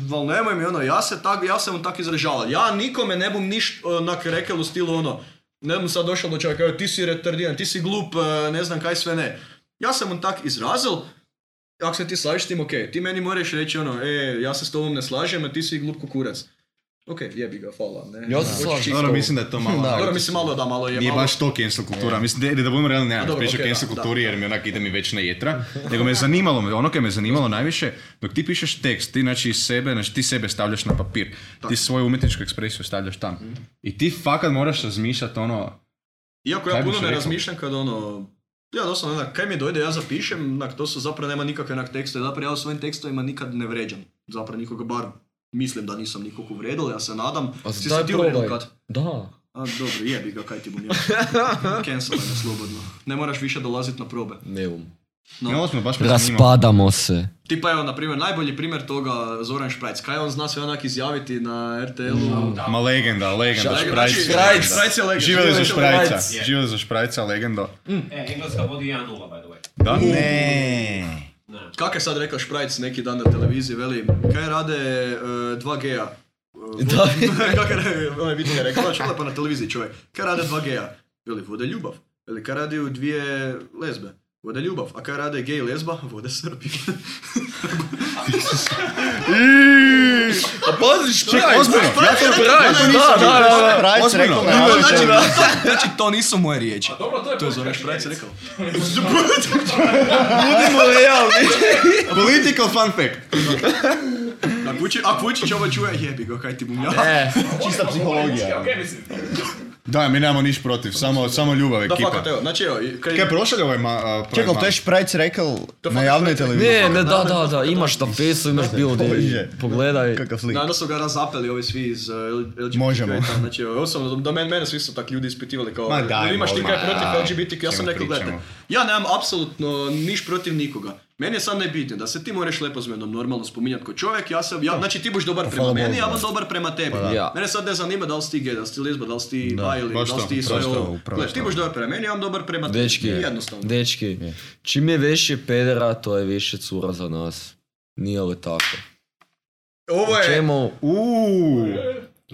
[SPEAKER 2] val nemoj mi ono, ja se tak, ja sam tak izražaval, ja nikome ne bom niš onak rekel u stilu ono, ne bom sad došao do čovjeka, "Joj, ti si retardiran, ti si glup, e, ne znam kaj sve ne. Ja sam on tak izrazil, ako se ti slažeš s tim, ok, ti meni moraš reći ono, e, ja se s tobom ne slažem, a ti si glup kukurac. Ok, jebi ga, hvala, ne.
[SPEAKER 4] Ja se
[SPEAKER 2] Hoćeš
[SPEAKER 4] slažem.
[SPEAKER 2] čisto-
[SPEAKER 1] Dobro, Ono, mislim da je to malo...
[SPEAKER 2] Dobro, mislim malo da, malo je
[SPEAKER 1] Nije
[SPEAKER 2] malo.
[SPEAKER 1] baš to cancel kultura, mislim da, da budem realno nemam
[SPEAKER 2] Dobro,
[SPEAKER 1] priča
[SPEAKER 2] okej,
[SPEAKER 1] o cancel
[SPEAKER 2] da, da.
[SPEAKER 1] kulturi jer mi onak ide mi već na jetra, nego me je zanimalo, me- ono koje me je zanimalo najviše, dok ti pišeš tekst, ti znači iz sebe, znači ti sebe stavljaš na papir, ti svoju umjetničku ekspresiju stavljaš tam.
[SPEAKER 2] Mhm.
[SPEAKER 1] I ti fakat moraš razmišljati ono,
[SPEAKER 2] Iako
[SPEAKER 1] Kaj
[SPEAKER 2] ja
[SPEAKER 1] bi
[SPEAKER 2] puno
[SPEAKER 1] se
[SPEAKER 2] ne
[SPEAKER 1] reklo?
[SPEAKER 2] razmišljam kad ono, ja doslovno onak, kaj mi dojde, ja zapišem, onak, to su zapravo nema nikakve onak tekstove, zapravo ja u svojim tekstovima nikad ne vređam. Zapravo nikoga bar mislim da nisam nikog uvredil, ja se nadam.
[SPEAKER 4] A
[SPEAKER 2] si
[SPEAKER 4] daj
[SPEAKER 2] se ti
[SPEAKER 4] probaj.
[SPEAKER 2] uvredil kad?
[SPEAKER 4] Da.
[SPEAKER 2] A dobro, jebi ga, kaj ti bom ja. Cancel me slobodno. Ne moraš više dolazit na probe.
[SPEAKER 4] Ne um.
[SPEAKER 1] ne osmo, baš me zanima.
[SPEAKER 4] Raspadamo se.
[SPEAKER 2] Tipa evo, na primjer, najbolji primjer toga Zoran Šprajc. Kaj on zna sve onak izjaviti na RTL-u?
[SPEAKER 1] Ma legenda, legenda,
[SPEAKER 2] Znači,
[SPEAKER 1] šprajc.
[SPEAKER 2] Šprajc. Šprajc je legenda.
[SPEAKER 1] Živjeli za
[SPEAKER 2] Živjeli
[SPEAKER 1] šprajca,
[SPEAKER 4] šprajc.
[SPEAKER 1] živjeli za šprajca, legenda.
[SPEAKER 5] E, Engleska vodi 1-0, by the way.
[SPEAKER 1] Da?
[SPEAKER 3] Ne.
[SPEAKER 2] Kak je sad rekao Šprajc neki dan na televiziji, veli, kaj rade e, 2G-a? E,
[SPEAKER 4] Da.
[SPEAKER 2] Kak je rekao, onaj vidio je rekao, znači lepo na televiziji čovjek, kaj rade 2G-a? Veli, vode ljubav. Veli, kaj rade dvije lezbe? Vode ljubav. A kaj rade gej i lezba? Vode Srbi.
[SPEAKER 4] A pazi što
[SPEAKER 1] Čekaj, ozbiljno, ja to
[SPEAKER 4] Šprajc, da, da, da, da.
[SPEAKER 3] Šprajc
[SPEAKER 1] Ozbiljno?
[SPEAKER 3] rekao na
[SPEAKER 1] Znači,
[SPEAKER 3] Twitteru-
[SPEAKER 2] znači, to nisu moje riječi.
[SPEAKER 5] Dobro, to je
[SPEAKER 2] To je Zoran Šprajc rekao.
[SPEAKER 4] Budimo realni.
[SPEAKER 1] Political fun fact.
[SPEAKER 2] Ako Vučić- Ako Vučić ovo čuje, jebi ga, kaj ti bum ja.
[SPEAKER 4] E,
[SPEAKER 5] Čista psihologija. Okej, Znači, mislim.
[SPEAKER 1] Da, mi nemamo niš protiv, samo, samo ljubav
[SPEAKER 2] Da,
[SPEAKER 1] ekipa.
[SPEAKER 2] fakat, evo, znači evo, i- kaj...
[SPEAKER 1] Kaj je prošao ovaj ma... a,
[SPEAKER 3] Čekaj, ali to je
[SPEAKER 1] projekt
[SPEAKER 3] Šprajc rekao na javnoj televiziji.
[SPEAKER 4] ne, ne, da, da, da, imaš na fesu, imaš bilo gdje.
[SPEAKER 3] Bože.
[SPEAKER 4] Pogledaj.
[SPEAKER 3] Kakav lik.
[SPEAKER 2] Nadam su ga razapeli ovi svi iz uh, LGBTQ.
[SPEAKER 3] Možemo.
[SPEAKER 2] Znači, evo, osobno, da men, mene svi su tak ljudi ispitivali kao,
[SPEAKER 1] Ma
[SPEAKER 2] "Jel
[SPEAKER 1] dajmo
[SPEAKER 2] imaš ti
[SPEAKER 1] odmah,
[SPEAKER 2] kaj protiv
[SPEAKER 1] aj,
[SPEAKER 2] LGBTQ, ja sam
[SPEAKER 1] čemu
[SPEAKER 2] rekao, gledajte,
[SPEAKER 1] pričamo?
[SPEAKER 2] ja nemam apsolutno niš protiv nikoga. Meni je sad najbitnije da se ti moraš lepo s menom normalno spominjati ko čovjek, ja sam, ja, znači ti budeš dobar prema
[SPEAKER 4] hvala
[SPEAKER 2] meni,
[SPEAKER 4] Bogu,
[SPEAKER 2] ja
[SPEAKER 4] da.
[SPEAKER 2] bom dobar prema tebi.
[SPEAKER 4] da. Ja.
[SPEAKER 2] Mene sad ne zanima da li si ti gay, da li si ti lezba, da li si ti bi ili da
[SPEAKER 1] baš
[SPEAKER 2] li si
[SPEAKER 1] to,
[SPEAKER 2] ti sve
[SPEAKER 1] upravo
[SPEAKER 2] ovo.
[SPEAKER 1] to, upravo
[SPEAKER 2] Gle, ti
[SPEAKER 1] to.
[SPEAKER 2] budeš dobar prema meni, ja bom dobar prema tebi.
[SPEAKER 4] Dečki,
[SPEAKER 2] Jednostavno.
[SPEAKER 4] dečki, čim je više pedera, to je više cura za nas. Nije li tako?
[SPEAKER 2] Ovo
[SPEAKER 4] O
[SPEAKER 2] je,
[SPEAKER 4] čemu?
[SPEAKER 1] Uuu.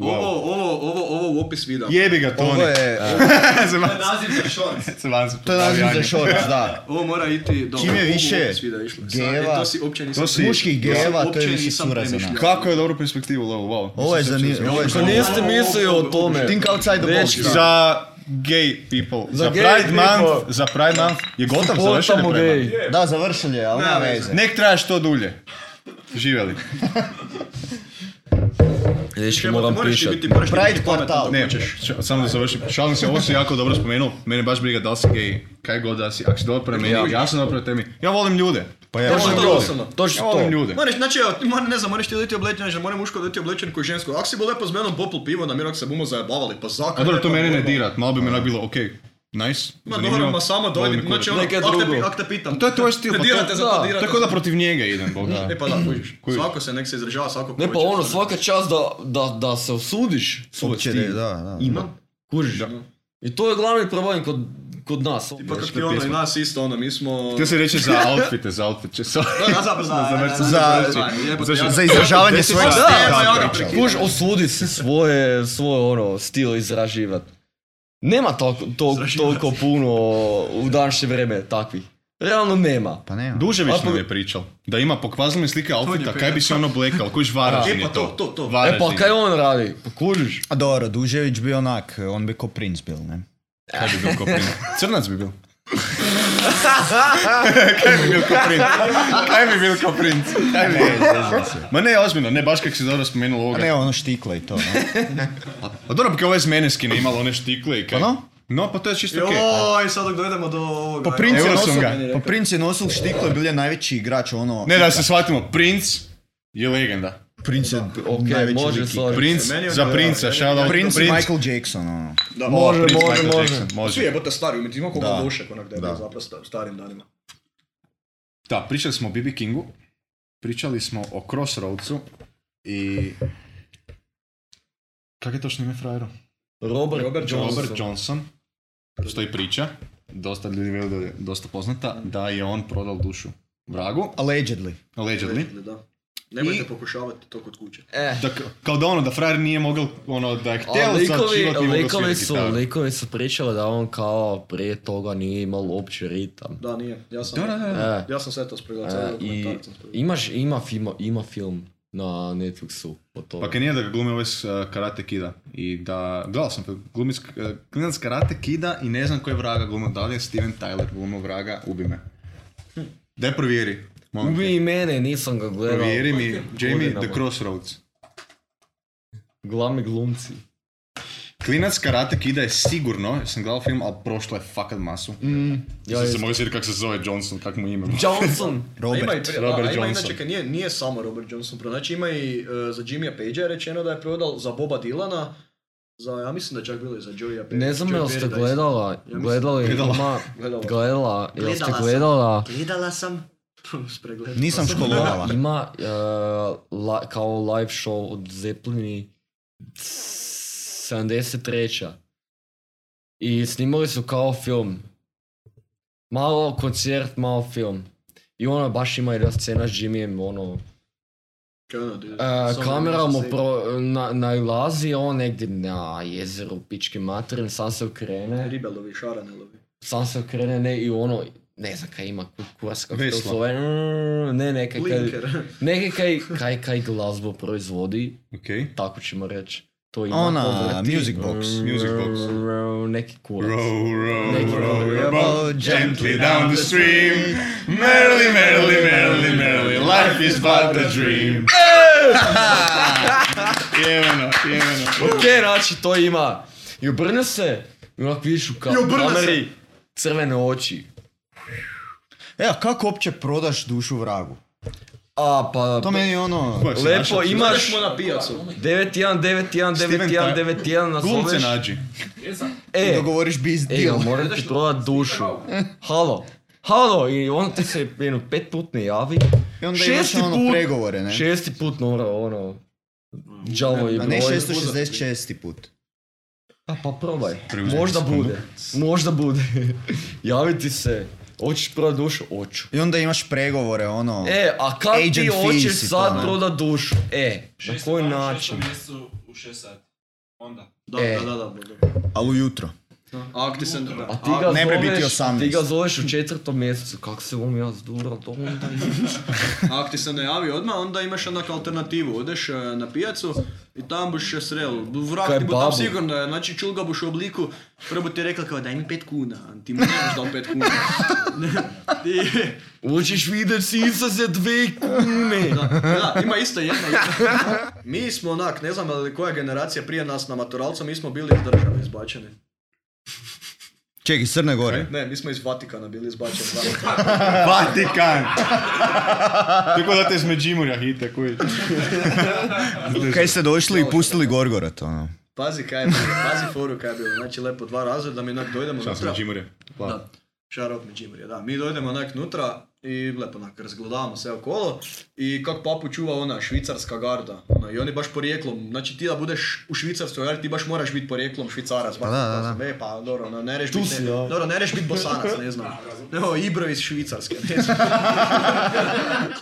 [SPEAKER 2] ovo, ovo, ovo, ovo u opis videa.
[SPEAKER 1] Jebi ga, Toni.
[SPEAKER 3] Ovo je,
[SPEAKER 5] To je naziv za shorts.
[SPEAKER 3] to je naziv za shorts, da.
[SPEAKER 2] Ovo mora iti do...
[SPEAKER 3] Čim je
[SPEAKER 2] ovo
[SPEAKER 3] više
[SPEAKER 2] u opis videa išlo. Sad, e,
[SPEAKER 3] geva,
[SPEAKER 2] to si uopće nisam...
[SPEAKER 1] to si-
[SPEAKER 3] Muških geva, to
[SPEAKER 2] uopće
[SPEAKER 3] je više
[SPEAKER 2] nisam
[SPEAKER 3] cura za nas.
[SPEAKER 2] premišljao.
[SPEAKER 1] Kako je dobru perspektivu lovio, wow.
[SPEAKER 3] Ovo je zanimljivo. Ovo
[SPEAKER 4] Pa
[SPEAKER 3] je zanimljivo.
[SPEAKER 4] niste mislili o tome.
[SPEAKER 3] Think outside the box.
[SPEAKER 4] Dečki.
[SPEAKER 3] da.
[SPEAKER 1] Za gay people. Za,
[SPEAKER 4] gay
[SPEAKER 1] Pride
[SPEAKER 4] people.
[SPEAKER 1] Month, za Pride Month je gotov, završen je
[SPEAKER 4] Potamo
[SPEAKER 1] prema.
[SPEAKER 4] gej.
[SPEAKER 3] Da, završen je, ali nema veze.
[SPEAKER 1] Nek traje što dulje. Živjeli.
[SPEAKER 4] Dečki,
[SPEAKER 2] Jebote,
[SPEAKER 4] moram
[SPEAKER 2] moraš ti
[SPEAKER 4] pišat.
[SPEAKER 2] biti- moraš ti
[SPEAKER 3] Pride
[SPEAKER 2] biti pametan
[SPEAKER 3] kvartal.
[SPEAKER 2] dok
[SPEAKER 1] Ne,
[SPEAKER 2] hoćeš.
[SPEAKER 1] š- samo da završim. Šalim se, ovo si jako dobro spomenuo. Mene baš briga da li si gay, kaj god da si. Ako si dobro prema meni, ja sam dobro prema temi. Ja volim ljude. Pa ja.
[SPEAKER 2] Točno
[SPEAKER 1] volim
[SPEAKER 2] to,
[SPEAKER 1] ljude.
[SPEAKER 2] doslovno.
[SPEAKER 1] Ja
[SPEAKER 4] Točno to.
[SPEAKER 1] volim ljude.
[SPEAKER 2] Moraš, znači, evo, ti mora- ne znam, moraš ti odjeti oblečen, znači, mora muško odjeti oblečen koji žensko. Ako si bo lepo zmenom popil pivo, na mirak se bumo zajebavali, pa zakaj?
[SPEAKER 1] A dobro, to
[SPEAKER 2] ne, pa
[SPEAKER 1] mene ne
[SPEAKER 2] normalno.
[SPEAKER 1] dirat. Malo bi mi onak bilo, okej, nice.
[SPEAKER 2] Ma dobro,
[SPEAKER 1] zanimljivo,
[SPEAKER 2] ma samo
[SPEAKER 1] volim
[SPEAKER 2] dojdi,
[SPEAKER 1] kurac.
[SPEAKER 2] znači ono,
[SPEAKER 4] Nekaj
[SPEAKER 2] ak te, pi-
[SPEAKER 4] drugo.
[SPEAKER 2] ak te pitam.
[SPEAKER 1] To je tvoj stil,
[SPEAKER 2] Ne
[SPEAKER 1] pa to-
[SPEAKER 2] dirate za to,
[SPEAKER 4] da,
[SPEAKER 2] dirate
[SPEAKER 1] Tako
[SPEAKER 2] za
[SPEAKER 1] da
[SPEAKER 2] to.
[SPEAKER 1] protiv njega idem, bog da.
[SPEAKER 2] E pa da, kužiš.
[SPEAKER 1] Kužiš.
[SPEAKER 2] Svako se nek se izražava, svako ko
[SPEAKER 4] Ne pa
[SPEAKER 2] hoće,
[SPEAKER 4] ono,
[SPEAKER 2] šta
[SPEAKER 4] svaka čast da, da, da se osudiš svoj
[SPEAKER 3] Uopće
[SPEAKER 4] stil.
[SPEAKER 3] ne, da, da.
[SPEAKER 4] Ima. Kužiš. I to je glavni problem kod, kod nas.
[SPEAKER 2] Pa kak ti ono i nas isto, ono, mi smo...
[SPEAKER 1] Htio sam reći za outfite, za outfit će sorry.
[SPEAKER 2] Da, da, zapravo, da, da, da,
[SPEAKER 1] Završim.
[SPEAKER 2] da,
[SPEAKER 1] Završim.
[SPEAKER 2] da, jebote,
[SPEAKER 1] Završim.
[SPEAKER 2] ja-
[SPEAKER 3] Za izražavanje Pa svojeg
[SPEAKER 2] Da, evo, ja ono ga
[SPEAKER 3] stila.
[SPEAKER 2] prekidam.
[SPEAKER 4] Kuž, osudi se svoje, svoje ono, stil izraživat. Nema toliko, to,
[SPEAKER 2] Izraživat.
[SPEAKER 4] toliko puno u današnje vrijeme takvih. Realno nema.
[SPEAKER 3] Pa nema.
[SPEAKER 1] Dužević
[SPEAKER 4] A, pa-
[SPEAKER 1] nam je pričal da ima pokazane slike outfita,
[SPEAKER 2] pe-
[SPEAKER 1] kaj bi se ono blekao, kojiš Varaždin
[SPEAKER 2] E,
[SPEAKER 1] je
[SPEAKER 2] pa
[SPEAKER 1] to.
[SPEAKER 2] to, to, to.
[SPEAKER 1] Varaždin.
[SPEAKER 4] E pa kaj on radi? Pa kužiš.
[SPEAKER 3] A dobro, Dužević bi onak, on bi ko princ bil, ne?
[SPEAKER 1] Kaj bi bil ko prije? Crnac bi bil. Kaj bi bil kot princ? Kaj bi bil kot princ? Kaj bi bil? Ma ne, ozbiljno, ne, baš kako si dobro spomenul
[SPEAKER 3] A
[SPEAKER 1] ovoga.
[SPEAKER 3] Ne, ono štikla i to. ne.
[SPEAKER 1] Pa dobro, kako je zmeneski ne imalo one štikle i kaj.
[SPEAKER 3] Ono?
[SPEAKER 1] No, pa to je čisto okej.
[SPEAKER 2] Joj, sad dok dovedemo do ovoga.
[SPEAKER 3] Pa princ je
[SPEAKER 1] Euro
[SPEAKER 3] nosil,
[SPEAKER 1] sam ga.
[SPEAKER 3] pa princ je nosil štiklo i bil je najveći igrač, ono...
[SPEAKER 1] Ne, da se shvatimo, princ je legenda.
[SPEAKER 3] Princ je
[SPEAKER 4] Ok,
[SPEAKER 3] najveći
[SPEAKER 4] može
[SPEAKER 3] lik.
[SPEAKER 4] složiti.
[SPEAKER 1] Princ
[SPEAKER 2] Meni je
[SPEAKER 1] za
[SPEAKER 2] ono-
[SPEAKER 1] princa,
[SPEAKER 2] ja,
[SPEAKER 1] shout out
[SPEAKER 3] Princ i
[SPEAKER 1] princ.
[SPEAKER 3] Michael Jackson, ono.
[SPEAKER 2] Da,
[SPEAKER 1] O,
[SPEAKER 2] može,
[SPEAKER 1] princ
[SPEAKER 2] može,
[SPEAKER 1] Michael
[SPEAKER 4] može.
[SPEAKER 1] Jackson,
[SPEAKER 2] Svi
[SPEAKER 1] Može.
[SPEAKER 2] jebote stari umjetnicima, koga
[SPEAKER 3] Da.
[SPEAKER 2] došek onak da je
[SPEAKER 3] Da.
[SPEAKER 2] bio zapravo sta- starim danima.
[SPEAKER 1] Da, pričali smo o BB Kingu, pričali smo o Crossroadsu i... Kak je točno ime frajeru?
[SPEAKER 4] Robert,
[SPEAKER 2] Robert
[SPEAKER 4] Johnson.
[SPEAKER 1] Robert Johnson. Stoji priča, dosta ljudi veli da je dosta poznata, da je on prodal dušu vragu,
[SPEAKER 3] Allegedly.
[SPEAKER 1] allegedly.
[SPEAKER 2] Da. Nemojte
[SPEAKER 1] I-
[SPEAKER 2] pokušavati to kod kuće.
[SPEAKER 4] Eh,
[SPEAKER 1] Da, k- kao da ono, da frajer nije mogel, ono, da je
[SPEAKER 4] a
[SPEAKER 1] htjel
[SPEAKER 4] likovi,
[SPEAKER 1] začivati i mogel
[SPEAKER 4] likovi,
[SPEAKER 1] svirati
[SPEAKER 4] su,
[SPEAKER 1] gitaru.
[SPEAKER 4] likovi su pričali da on kao prije toga nije imao uopće ritam.
[SPEAKER 2] Da, nije. Ja sam,
[SPEAKER 1] Da, da, da, da.
[SPEAKER 4] E,
[SPEAKER 2] Ja sam sve to spregledao,
[SPEAKER 4] e,
[SPEAKER 2] cijeli
[SPEAKER 4] i
[SPEAKER 2] dokumentarac sam spregledao.
[SPEAKER 4] imaš, ima, film, ima film na Netflixu o tome.
[SPEAKER 1] Pa kaj nije da ga glumi ovaj s uh, Karate Kida. I da, gledal sam, glumi s- uh, klinac Karate Kida i ne znam koji je vraga glumio, da li je Steven Tyler glumio vraga, ubi me. Daj provjeri. molim te.
[SPEAKER 4] Ubi i mene, nisam ga gledao.
[SPEAKER 1] Provjeri mi, Jamie,
[SPEAKER 4] Godinama.
[SPEAKER 1] The Crossroads.
[SPEAKER 4] Glavni glumci.
[SPEAKER 1] Klinac Karate Kida je sigurno, jer sam gledal film, ali prošlo je fakat masu. Ja,
[SPEAKER 4] Mm. Ja,
[SPEAKER 1] sam se
[SPEAKER 4] jes-
[SPEAKER 1] mogel sjetiti kako se zove Johnson, kako mu je ime.
[SPEAKER 4] Johnson!
[SPEAKER 2] A ima i
[SPEAKER 3] Robert.
[SPEAKER 2] prije-
[SPEAKER 1] Robert
[SPEAKER 2] a, a ima
[SPEAKER 1] Johnson.
[SPEAKER 2] inače, kad nije, nije samo Robert Johnson prodao, znači ima i e, za Jimmya Pagea je rečeno da je prodal za Boba Dylana, za, ja mislim da je čak bilo i za Joeya Pagea.
[SPEAKER 4] Ne znam
[SPEAKER 2] Joey
[SPEAKER 4] jel ste
[SPEAKER 2] Paradise.
[SPEAKER 4] gledala,
[SPEAKER 2] mislim-
[SPEAKER 4] gledali,
[SPEAKER 1] Gledala.
[SPEAKER 4] ima,
[SPEAKER 2] Gledala.
[SPEAKER 4] gledala, jel ste
[SPEAKER 2] Gledala sam.
[SPEAKER 4] gledala,
[SPEAKER 2] Gledala sam. Spregledala.
[SPEAKER 3] Nisam školovala.
[SPEAKER 4] ima e, la- kao live show od Zeppelini 73. I snimali su kao film. Malo koncert, malo film. I ono baš ima jedna scena s Jimmyem, ono,
[SPEAKER 2] Kaj ono, dude,
[SPEAKER 4] E,
[SPEAKER 2] samo
[SPEAKER 4] kamera
[SPEAKER 2] nešto
[SPEAKER 4] mu
[SPEAKER 2] se-
[SPEAKER 4] pro, na, nailazi, on negdje na jezeru pičke materin, sam se okrene,
[SPEAKER 2] Ribelovi,
[SPEAKER 4] E,
[SPEAKER 2] Šaranelovi.
[SPEAKER 4] sam se okrene, ne, i ono, ne znam kaj ima, ku- kuras kako se to
[SPEAKER 1] Vesla.
[SPEAKER 4] zove, mm, ne, nekaj kaj,
[SPEAKER 2] Linker.
[SPEAKER 4] nekaj kaj, kaj, kaj glazbo proizvodi,
[SPEAKER 1] Okej.
[SPEAKER 4] tako ćemo reći, to ima
[SPEAKER 3] Ona,
[SPEAKER 4] to vrti.
[SPEAKER 3] music box.
[SPEAKER 1] Music box.
[SPEAKER 4] neki kurac.
[SPEAKER 1] Row,
[SPEAKER 4] Neki-
[SPEAKER 1] row, row your boat gently down the stream. Merrily, merrily, merrily, merrily, life is but a dream. Jeveno, jeveno.
[SPEAKER 4] Ok, znači to ima. I obrne se, i onak vidiš u ka-
[SPEAKER 2] I obrne se.
[SPEAKER 4] kameri crvene oči.
[SPEAKER 3] E, a kako uopće prodaš dušu vragu?
[SPEAKER 4] A pa...
[SPEAKER 3] To meni je ono...
[SPEAKER 1] Ko je se našao?
[SPEAKER 4] Lepo,
[SPEAKER 2] Imaš
[SPEAKER 4] imaš
[SPEAKER 2] mu na pijacu.
[SPEAKER 4] 9-1, 9-1,
[SPEAKER 1] Steven
[SPEAKER 4] 9-1,
[SPEAKER 1] Tyler.
[SPEAKER 4] 9-1,
[SPEAKER 1] Glumce
[SPEAKER 4] nazoveš...
[SPEAKER 1] nađi.
[SPEAKER 3] I
[SPEAKER 4] E,
[SPEAKER 3] dogovoriš biz
[SPEAKER 4] e,
[SPEAKER 3] deal.
[SPEAKER 4] moram ti prodat dušu. Halo, halo, i on ti se jedno pet put ne javi.
[SPEAKER 3] I onda imaš
[SPEAKER 4] Šesti
[SPEAKER 3] ono
[SPEAKER 4] put,
[SPEAKER 3] pregovore, ne?
[SPEAKER 4] šesti put mora ono... Džavo i
[SPEAKER 3] A
[SPEAKER 4] broj.
[SPEAKER 3] ne 666 put.
[SPEAKER 4] A pa probaj,
[SPEAKER 1] Preuzmi
[SPEAKER 4] možda
[SPEAKER 1] sekundu.
[SPEAKER 4] bude, možda bude. Javi ti se, hoćeš prodat dušu, hoću.
[SPEAKER 3] I onda imaš pregovore, ono...
[SPEAKER 4] E, a kak ti
[SPEAKER 3] Agent
[SPEAKER 4] hoćeš
[SPEAKER 3] fees i to,
[SPEAKER 4] sad
[SPEAKER 3] ne?
[SPEAKER 4] prodat dušu? E, na koji način?
[SPEAKER 5] mjesecu u 6 sati. Onda.
[SPEAKER 2] Da,
[SPEAKER 4] E.
[SPEAKER 2] da, da, da. da.
[SPEAKER 3] Ali ujutro.
[SPEAKER 2] A Akti se... da.
[SPEAKER 4] A ti ga
[SPEAKER 3] ne bi
[SPEAKER 4] zoveš,
[SPEAKER 3] biti
[SPEAKER 4] a Ti ga
[SPEAKER 3] 18.
[SPEAKER 4] zoveš u četvrtom mjesecu, kak se vam ja zdura do onda
[SPEAKER 2] A ako ti se ne javi odmah, onda imaš onak alternativu. Odeš e, na pijacu i tam boš se srel. Vrak
[SPEAKER 4] Kaj
[SPEAKER 2] ti bo tam
[SPEAKER 4] babu?
[SPEAKER 2] sigurno, je, znači čul ga boš u obliku. Prvo bi ti rekla kao daj mi pet kuna, a ti mu ne boš dao pet kuna. ti,
[SPEAKER 4] Hoćeš vidjet sisa za dve kune.
[SPEAKER 2] da, da, ima isto jedna. jedna. Mi smo onak, ne znam je li koja generacija prije nas na maturalcu, mi smo bili iz države izbačeni.
[SPEAKER 3] Ček, iz Crne Gore.
[SPEAKER 2] Ne, mi smo iz Vatikana bili izbačeni. Da.
[SPEAKER 1] Vatikan. Tako da te iz Međimurja hite, koji.
[SPEAKER 3] Kaj ste došli i pustili Gorgorat, ono.
[SPEAKER 2] Pazi kaj je bilo, pazi foru kaj je bilo. Znači lepo dva razreda, mi onak dojdemo
[SPEAKER 1] Šta sam
[SPEAKER 2] unutra.
[SPEAKER 1] Međimurje? Hvala.
[SPEAKER 2] Da, šarot Međimurje, da. Mi dojdemo onak nutra i lepo onak razgledavamo se okolo i kak papu čuva ona švicarska garda. Ona, I oni baš porijeklom, znači ti da budeš u švicarskoj gardi ti baš moraš biti porijeklom švicarac. Pa,
[SPEAKER 3] da, da, da.
[SPEAKER 2] E, pa dobro, ono, ne reš
[SPEAKER 4] Tu
[SPEAKER 2] biti
[SPEAKER 4] si,
[SPEAKER 2] ne,
[SPEAKER 4] ja.
[SPEAKER 2] dobro, ne reš biti bosanac, ne znam. Evo, Ibro iz švicarske, ne znam.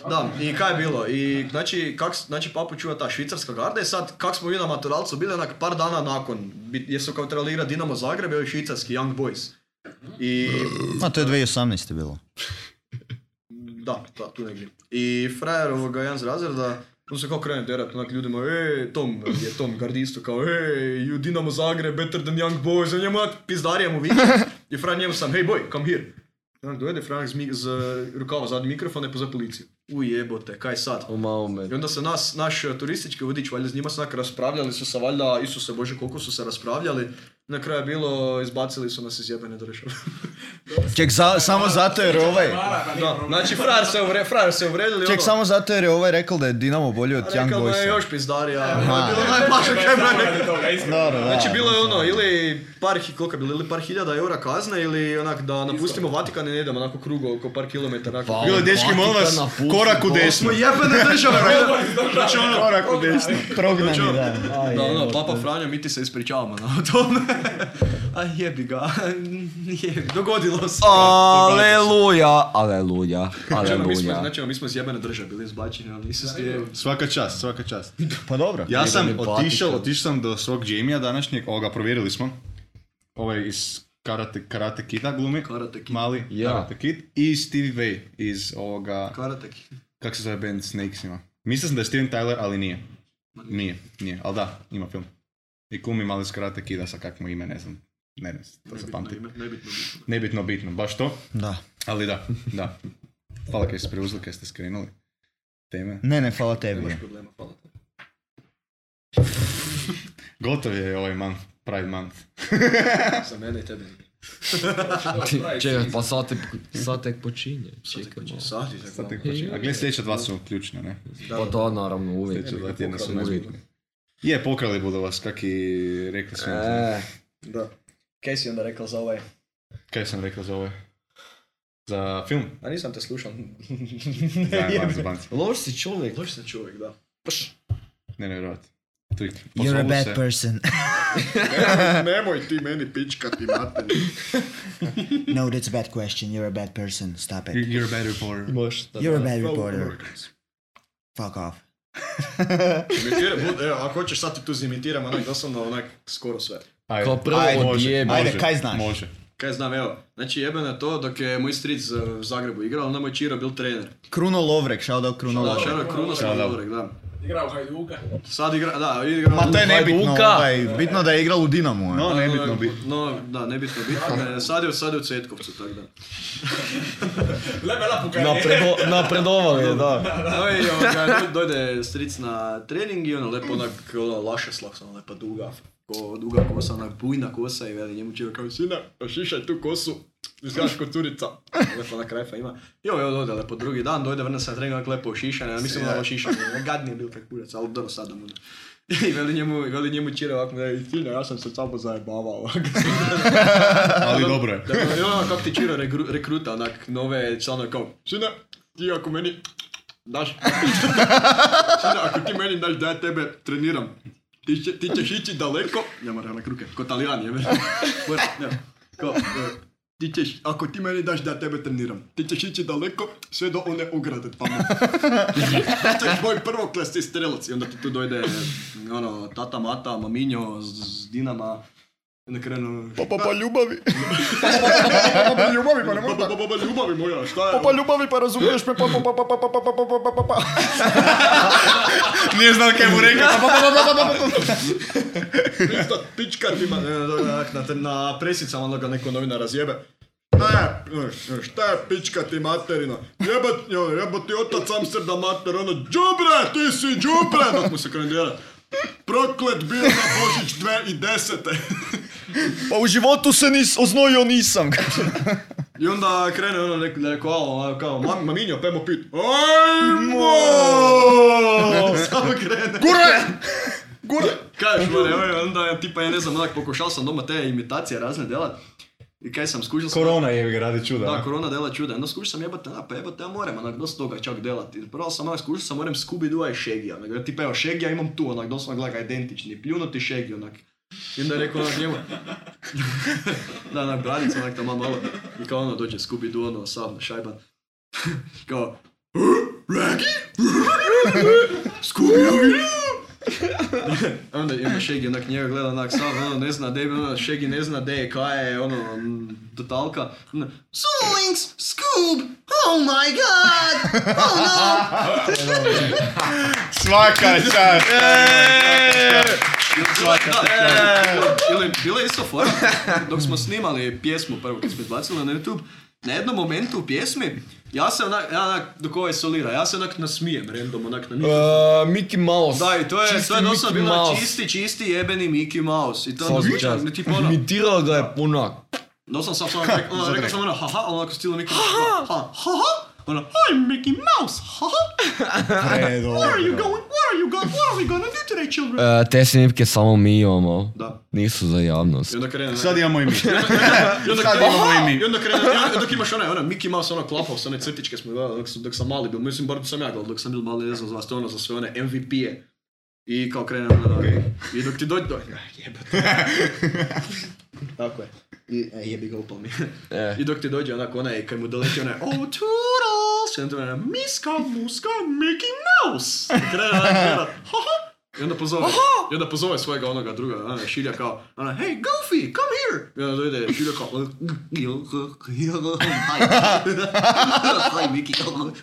[SPEAKER 2] Da, i kaj je bilo? I znači, kak, s- znači papu čuva ta švicarska garda i sad kak smo mi na maturalcu bili onak par dana nakon, bi- jer su kao trebali igrati Dinamo Zagreb i ovi švicarski Young Boys. I
[SPEAKER 3] Ma, to je 2018. bilo.
[SPEAKER 2] da, da, tu negdje. I frajer ovoga, jedan z razreda, on se kao krene terat, onak ljudima, e, Tom, je Tom gardistu, kao, e, you Dinamo Zagreb, better than Young Boys, a njemu onak pizdarija mu vidi. je Fran njemu sam, hej boj, come here. I onak dojede Franak z, mi- z eh, rukava zadnji mikrofon i pozove policiju. Ujebote, kaj sad?
[SPEAKER 4] Omao me.
[SPEAKER 2] I onda se nas, naš eh, turistički vodič, valjda s njima se onak raspravljali su se, valjda, Isuse Bože, koliko su se raspravljali. Na kraju je bilo, izbacili su nas iz jebene države.
[SPEAKER 3] Ček, za- samo zato jer ovaj...
[SPEAKER 2] da, znači, frar se, uvre, frar se uvredili.
[SPEAKER 3] Ček,
[SPEAKER 2] ono.
[SPEAKER 3] samo zato jer je ovaj rekao da je Dinamo bolji od Young
[SPEAKER 2] Rekao mu je
[SPEAKER 3] Boysa.
[SPEAKER 2] Pa još pizdarija. Ono je bilo najbaša kaj mu je rekao.
[SPEAKER 3] Dobro, da.
[SPEAKER 2] Znači bilo je ono, ili par, hi- koliko je bilo, ili par hiljada eura kazne, ili onak da napustimo Vatikan i ne idemo onako krugo oko par kilometara. onako.
[SPEAKER 4] Pa,
[SPEAKER 1] Bilo je, dečki, molim vas,
[SPEAKER 4] Vatikana, pusti,
[SPEAKER 1] korak u
[SPEAKER 4] boss.
[SPEAKER 1] desno.
[SPEAKER 2] Smo jebene države, brate.
[SPEAKER 1] Znači ono, korak u desno.
[SPEAKER 3] Prognani,
[SPEAKER 2] Znači,
[SPEAKER 3] da.
[SPEAKER 2] Da, ono, Papa Franjo, mi ti se ispričavamo na tome. A jebi ga, jebi, dogodilo se.
[SPEAKER 4] Aleluja, aleluja,
[SPEAKER 2] Znači, mi smo,
[SPEAKER 4] aleluja.
[SPEAKER 2] znači, mi smo iz jebene države bili izbačeni, ali nisu svi...
[SPEAKER 1] Svaka čast, svaka čast.
[SPEAKER 3] Pa dobro.
[SPEAKER 1] Ja sam
[SPEAKER 4] Jedan je
[SPEAKER 1] otišao,
[SPEAKER 4] platišan.
[SPEAKER 1] otišao sam do svog Jamie-a današnjeg, ovoga provjerili smo. Ovaj iz Karate, karate Kida glumi.
[SPEAKER 2] Karate Kid.
[SPEAKER 1] Mali
[SPEAKER 4] Ja.
[SPEAKER 1] Karate Kid. I Stevie Way iz ovoga,
[SPEAKER 2] Karatek.
[SPEAKER 1] kak se zove band Snakesima. Mislio sam da je Steven Tyler, ali nije. Nije, nije, ali da, ima film. I kumi mali iz Karate Kida sa kakvim ime, ne znam. Ne, ne, to se
[SPEAKER 2] Nebitno
[SPEAKER 1] pamti.
[SPEAKER 2] ime, nebitno bitno.
[SPEAKER 1] Nebitno, bitno, baš to.
[SPEAKER 3] Da.
[SPEAKER 1] Ali da, da. Hvala kaj ste preuzeli, kaj ste skrenuli. Teme.
[SPEAKER 3] Ne, ne, hvala tebi.
[SPEAKER 2] Nemaš problema, hvala.
[SPEAKER 1] Gotov je ovaj month, Pride month.
[SPEAKER 2] Za mene i tebe. znači,
[SPEAKER 4] Ti- Čekaj, pa sad tek, sad tek počinje. Čekaj malo.
[SPEAKER 2] Sati, tako.
[SPEAKER 1] Sad tek počinje. A gledaj, sljedeća dva su ključna, ne?
[SPEAKER 4] Pa da, naravno, uvijek.
[SPEAKER 1] Sljedeća dva tjedna su
[SPEAKER 4] Uvijek.
[SPEAKER 1] najbitnija. Je, pokrali budu vas, kak i rekli smo.
[SPEAKER 4] E,
[SPEAKER 2] Da. Kaj si onda rekao za ovaj?
[SPEAKER 1] Kaj sam rekao za ovo? Za film?
[SPEAKER 2] A nisam te slušao.
[SPEAKER 1] Za banci, banci.
[SPEAKER 4] loš si čovjek.
[SPEAKER 2] Loš sam čovjek, da.
[SPEAKER 1] Ne, ne, vjerovat. Trik.
[SPEAKER 3] You're a
[SPEAKER 1] Pozovu
[SPEAKER 3] bad
[SPEAKER 1] se-
[SPEAKER 3] person.
[SPEAKER 2] Nemoj ti meni pičkati, mate.
[SPEAKER 3] No, that's a bad question. You're a bad person. Stop it.
[SPEAKER 1] You're a bad reporter.
[SPEAKER 4] Možeš da.
[SPEAKER 3] You're a bad reporter. Fuck off.
[SPEAKER 2] Imitira, bud, evo, ako hoćeš sad ti tu zimitiram, onak doslovno onak skoro sve.
[SPEAKER 1] Ajde.
[SPEAKER 4] Kao prvo
[SPEAKER 3] Ajde,
[SPEAKER 4] odjebi.
[SPEAKER 3] Ajde, kaj znaš?
[SPEAKER 1] Može.
[SPEAKER 2] Kaj znam, evo, znači jebeno je to dok je moj stric eh, u Zagrebu igrao, onda moj Čiro bil trener.
[SPEAKER 3] Kruno Lovrek, shout out Kruno
[SPEAKER 2] Da,
[SPEAKER 3] Lovrek.
[SPEAKER 2] Šaro Kruno sam Ludorek, da.
[SPEAKER 5] Igrao Hajduka.
[SPEAKER 2] Sad igra, da, igrao...
[SPEAKER 3] Ma to je nebitno,
[SPEAKER 4] Hajduka.
[SPEAKER 3] ovaj, bitno da je igral u Dinamu.
[SPEAKER 1] No,
[SPEAKER 3] eh.
[SPEAKER 1] nebitno bi.
[SPEAKER 2] No, da, nebitno bitno. ne, Sad je, sad je u Cetkovcu, tako da.
[SPEAKER 5] Lebela puka je.
[SPEAKER 4] Napredo, napredovali, je, da.
[SPEAKER 2] No i ovoga, do- dojde stric na trening i ono lepo onak, ono, laše slav sam, lepa duga, ko, duga kosa, onak bujna kosa i veli njemu čeva kao, sina, šišaj tu kosu, izgledaš ko curica. Ono, Lepo onak krefa ima. I ovo je ono, dojde lepo drugi dan, dojde vrne se na trening, onak lepo ošišan, ja mislim ono, da je ošišan, gadni je bil kaj kurac, ali dobro sad da mu ne. I veli njemu, veli njemu čira ovako, veli, sina, ja sam se samo zajebavao. ovako.
[SPEAKER 1] Ali dobro je.
[SPEAKER 2] Da, da, ono kako ti čiro regru- rekruta, onak, nove članove kao, Sine, ti ako meni daš, Sine, ako ti meni daš da ja tebe treniram, ti, će, ti ćeš ići daleko, ja moram onak ruke, ko talijani, jebe. Moram, ne, kao, e, ti ćeš, ako ti meni daš da ja tebe treniram, ti ćeš ići daleko, sve do one ograde tamo. Ti ćeš moj prvoklasni strelac i onda ti tu dojde, ono, tata, mata, maminjo, s, s dinama, i na krenu,
[SPEAKER 3] Pa pa ljubavi.
[SPEAKER 2] pa ne mogu pa, pa, pa, ljubavi moja, šta je?
[SPEAKER 3] ljubavi pa razumiješ me pa pa pa pa pa pa pa pa pa pa pa.
[SPEAKER 1] Nije znao kaj mu rekao.
[SPEAKER 2] Pista pička ti ma... E, Na, te- na presicama onda ga neko novina razjebe. Ne, ne, šta je pička ti materina? Jebat, jo, jebat ti otac Amsterdam mater, ono, džubre, ti si džubre! Dok mu se krendirati. Proklet bio na Božić 2010.
[SPEAKER 3] Pa u životu se nis oznojio nisam.
[SPEAKER 2] I onda krene ono neko, neko alo, ono, kao, mam, maminjo, pemo pit. Ajmo! Samo krene.
[SPEAKER 3] Gure! Gure!
[SPEAKER 2] Kažeš, mora, evo, onda ja tipa, ja ne znam, onak, pokušao sam doma te imitacije razne delat. I kaj sam, skužio sam...
[SPEAKER 1] Korona je ga radi čuda.
[SPEAKER 2] Da,
[SPEAKER 1] Da,
[SPEAKER 2] korona dela čuda. Onda skušao sam jebate, a pa jebate, ja moram onak dosta toga čak delati. Prvo sam onak skušao sam, moram Scooby Doo i Shaggy. Onak, ja tipa evo Shaggy, ja imam tu onak, doslovno gleda ga identični, pljunuti Shaggy onak. I onda je rekao onak njemu, da, onak bradica, onak tamo malo. I kao ono, dođe Scooby Doo, ono, sav na šajban. kao, Raggy? Scooby Doo? onda, i onda me Šegi onak njega gleda onak sam, ono ne zna de, ono, Šegi ne zna de, kaj je, ono, m, totalka. Ono, Solinks, Scoob, oh my god, oh no!
[SPEAKER 1] Svaka je čast!
[SPEAKER 2] Bila, da, Eh, ili, bila je isto fora, dok smo snimali pjesmu prvo kad smo izbacili na YouTube, na jednom momentu u pjesmi, ja se onak, ja onak, dok ovaj solira, ja se onak nasmijem random, onak na mikrofon.
[SPEAKER 4] Uh, Mickey Mouse.
[SPEAKER 2] Da, i to je,
[SPEAKER 4] Čisti
[SPEAKER 2] to je doslovno
[SPEAKER 4] Mickey
[SPEAKER 2] bilo
[SPEAKER 4] Mouse.
[SPEAKER 2] čisti, čisti jebeni Mickey Mouse. I to
[SPEAKER 4] Svaka
[SPEAKER 2] ono zvuča,
[SPEAKER 4] čast.
[SPEAKER 2] ne tipa ono,
[SPEAKER 4] Imitirao ga je E, onak.
[SPEAKER 2] doslovno sam samo rekao, ono, rekao sam ono, haha, ono ako stilo Mickey Mouse, ha, ha, ha, ono, I'm Mickey Mouse, ha, ha,
[SPEAKER 3] Predobro.
[SPEAKER 2] where are you going, where are you going, what are we gonna do today, children?
[SPEAKER 4] E, te snimke samo mi imamo.
[SPEAKER 2] Da.
[SPEAKER 4] Nisu za javnost.
[SPEAKER 2] I onda krene,
[SPEAKER 1] Sad imamo i mi.
[SPEAKER 2] i onda
[SPEAKER 1] sad
[SPEAKER 2] krene,
[SPEAKER 1] imamo i mi.
[SPEAKER 2] i onda krene, i onda- dok imaš onaj, ono, Mickey Mouse, ono, klapao sa one crtičke smo gledali, dok, sam- dok sam mali bio, mislim, bar sam ja gledal, dok sam bil mali, ne znam za vas, to je ono, za sve one MVP-e. I kao krenem na I dok ti dođe, do... jebate. Tako je. I, e, jebi ga upao mi.
[SPEAKER 4] E.
[SPEAKER 2] I dok ti dođe onako onaj, kad mu doleti onaj, oh, toodles! I onda ti onaj, miska, muska, Mickey Mouse! I krene onaj, gleda, "Ha, ha." I onda pozove, i onda pozove svojega onoga druga, onaj, šilja kao, onaj, hey, Goofy, come here! I onda dojde šilja kao, hi, hi, Mickey,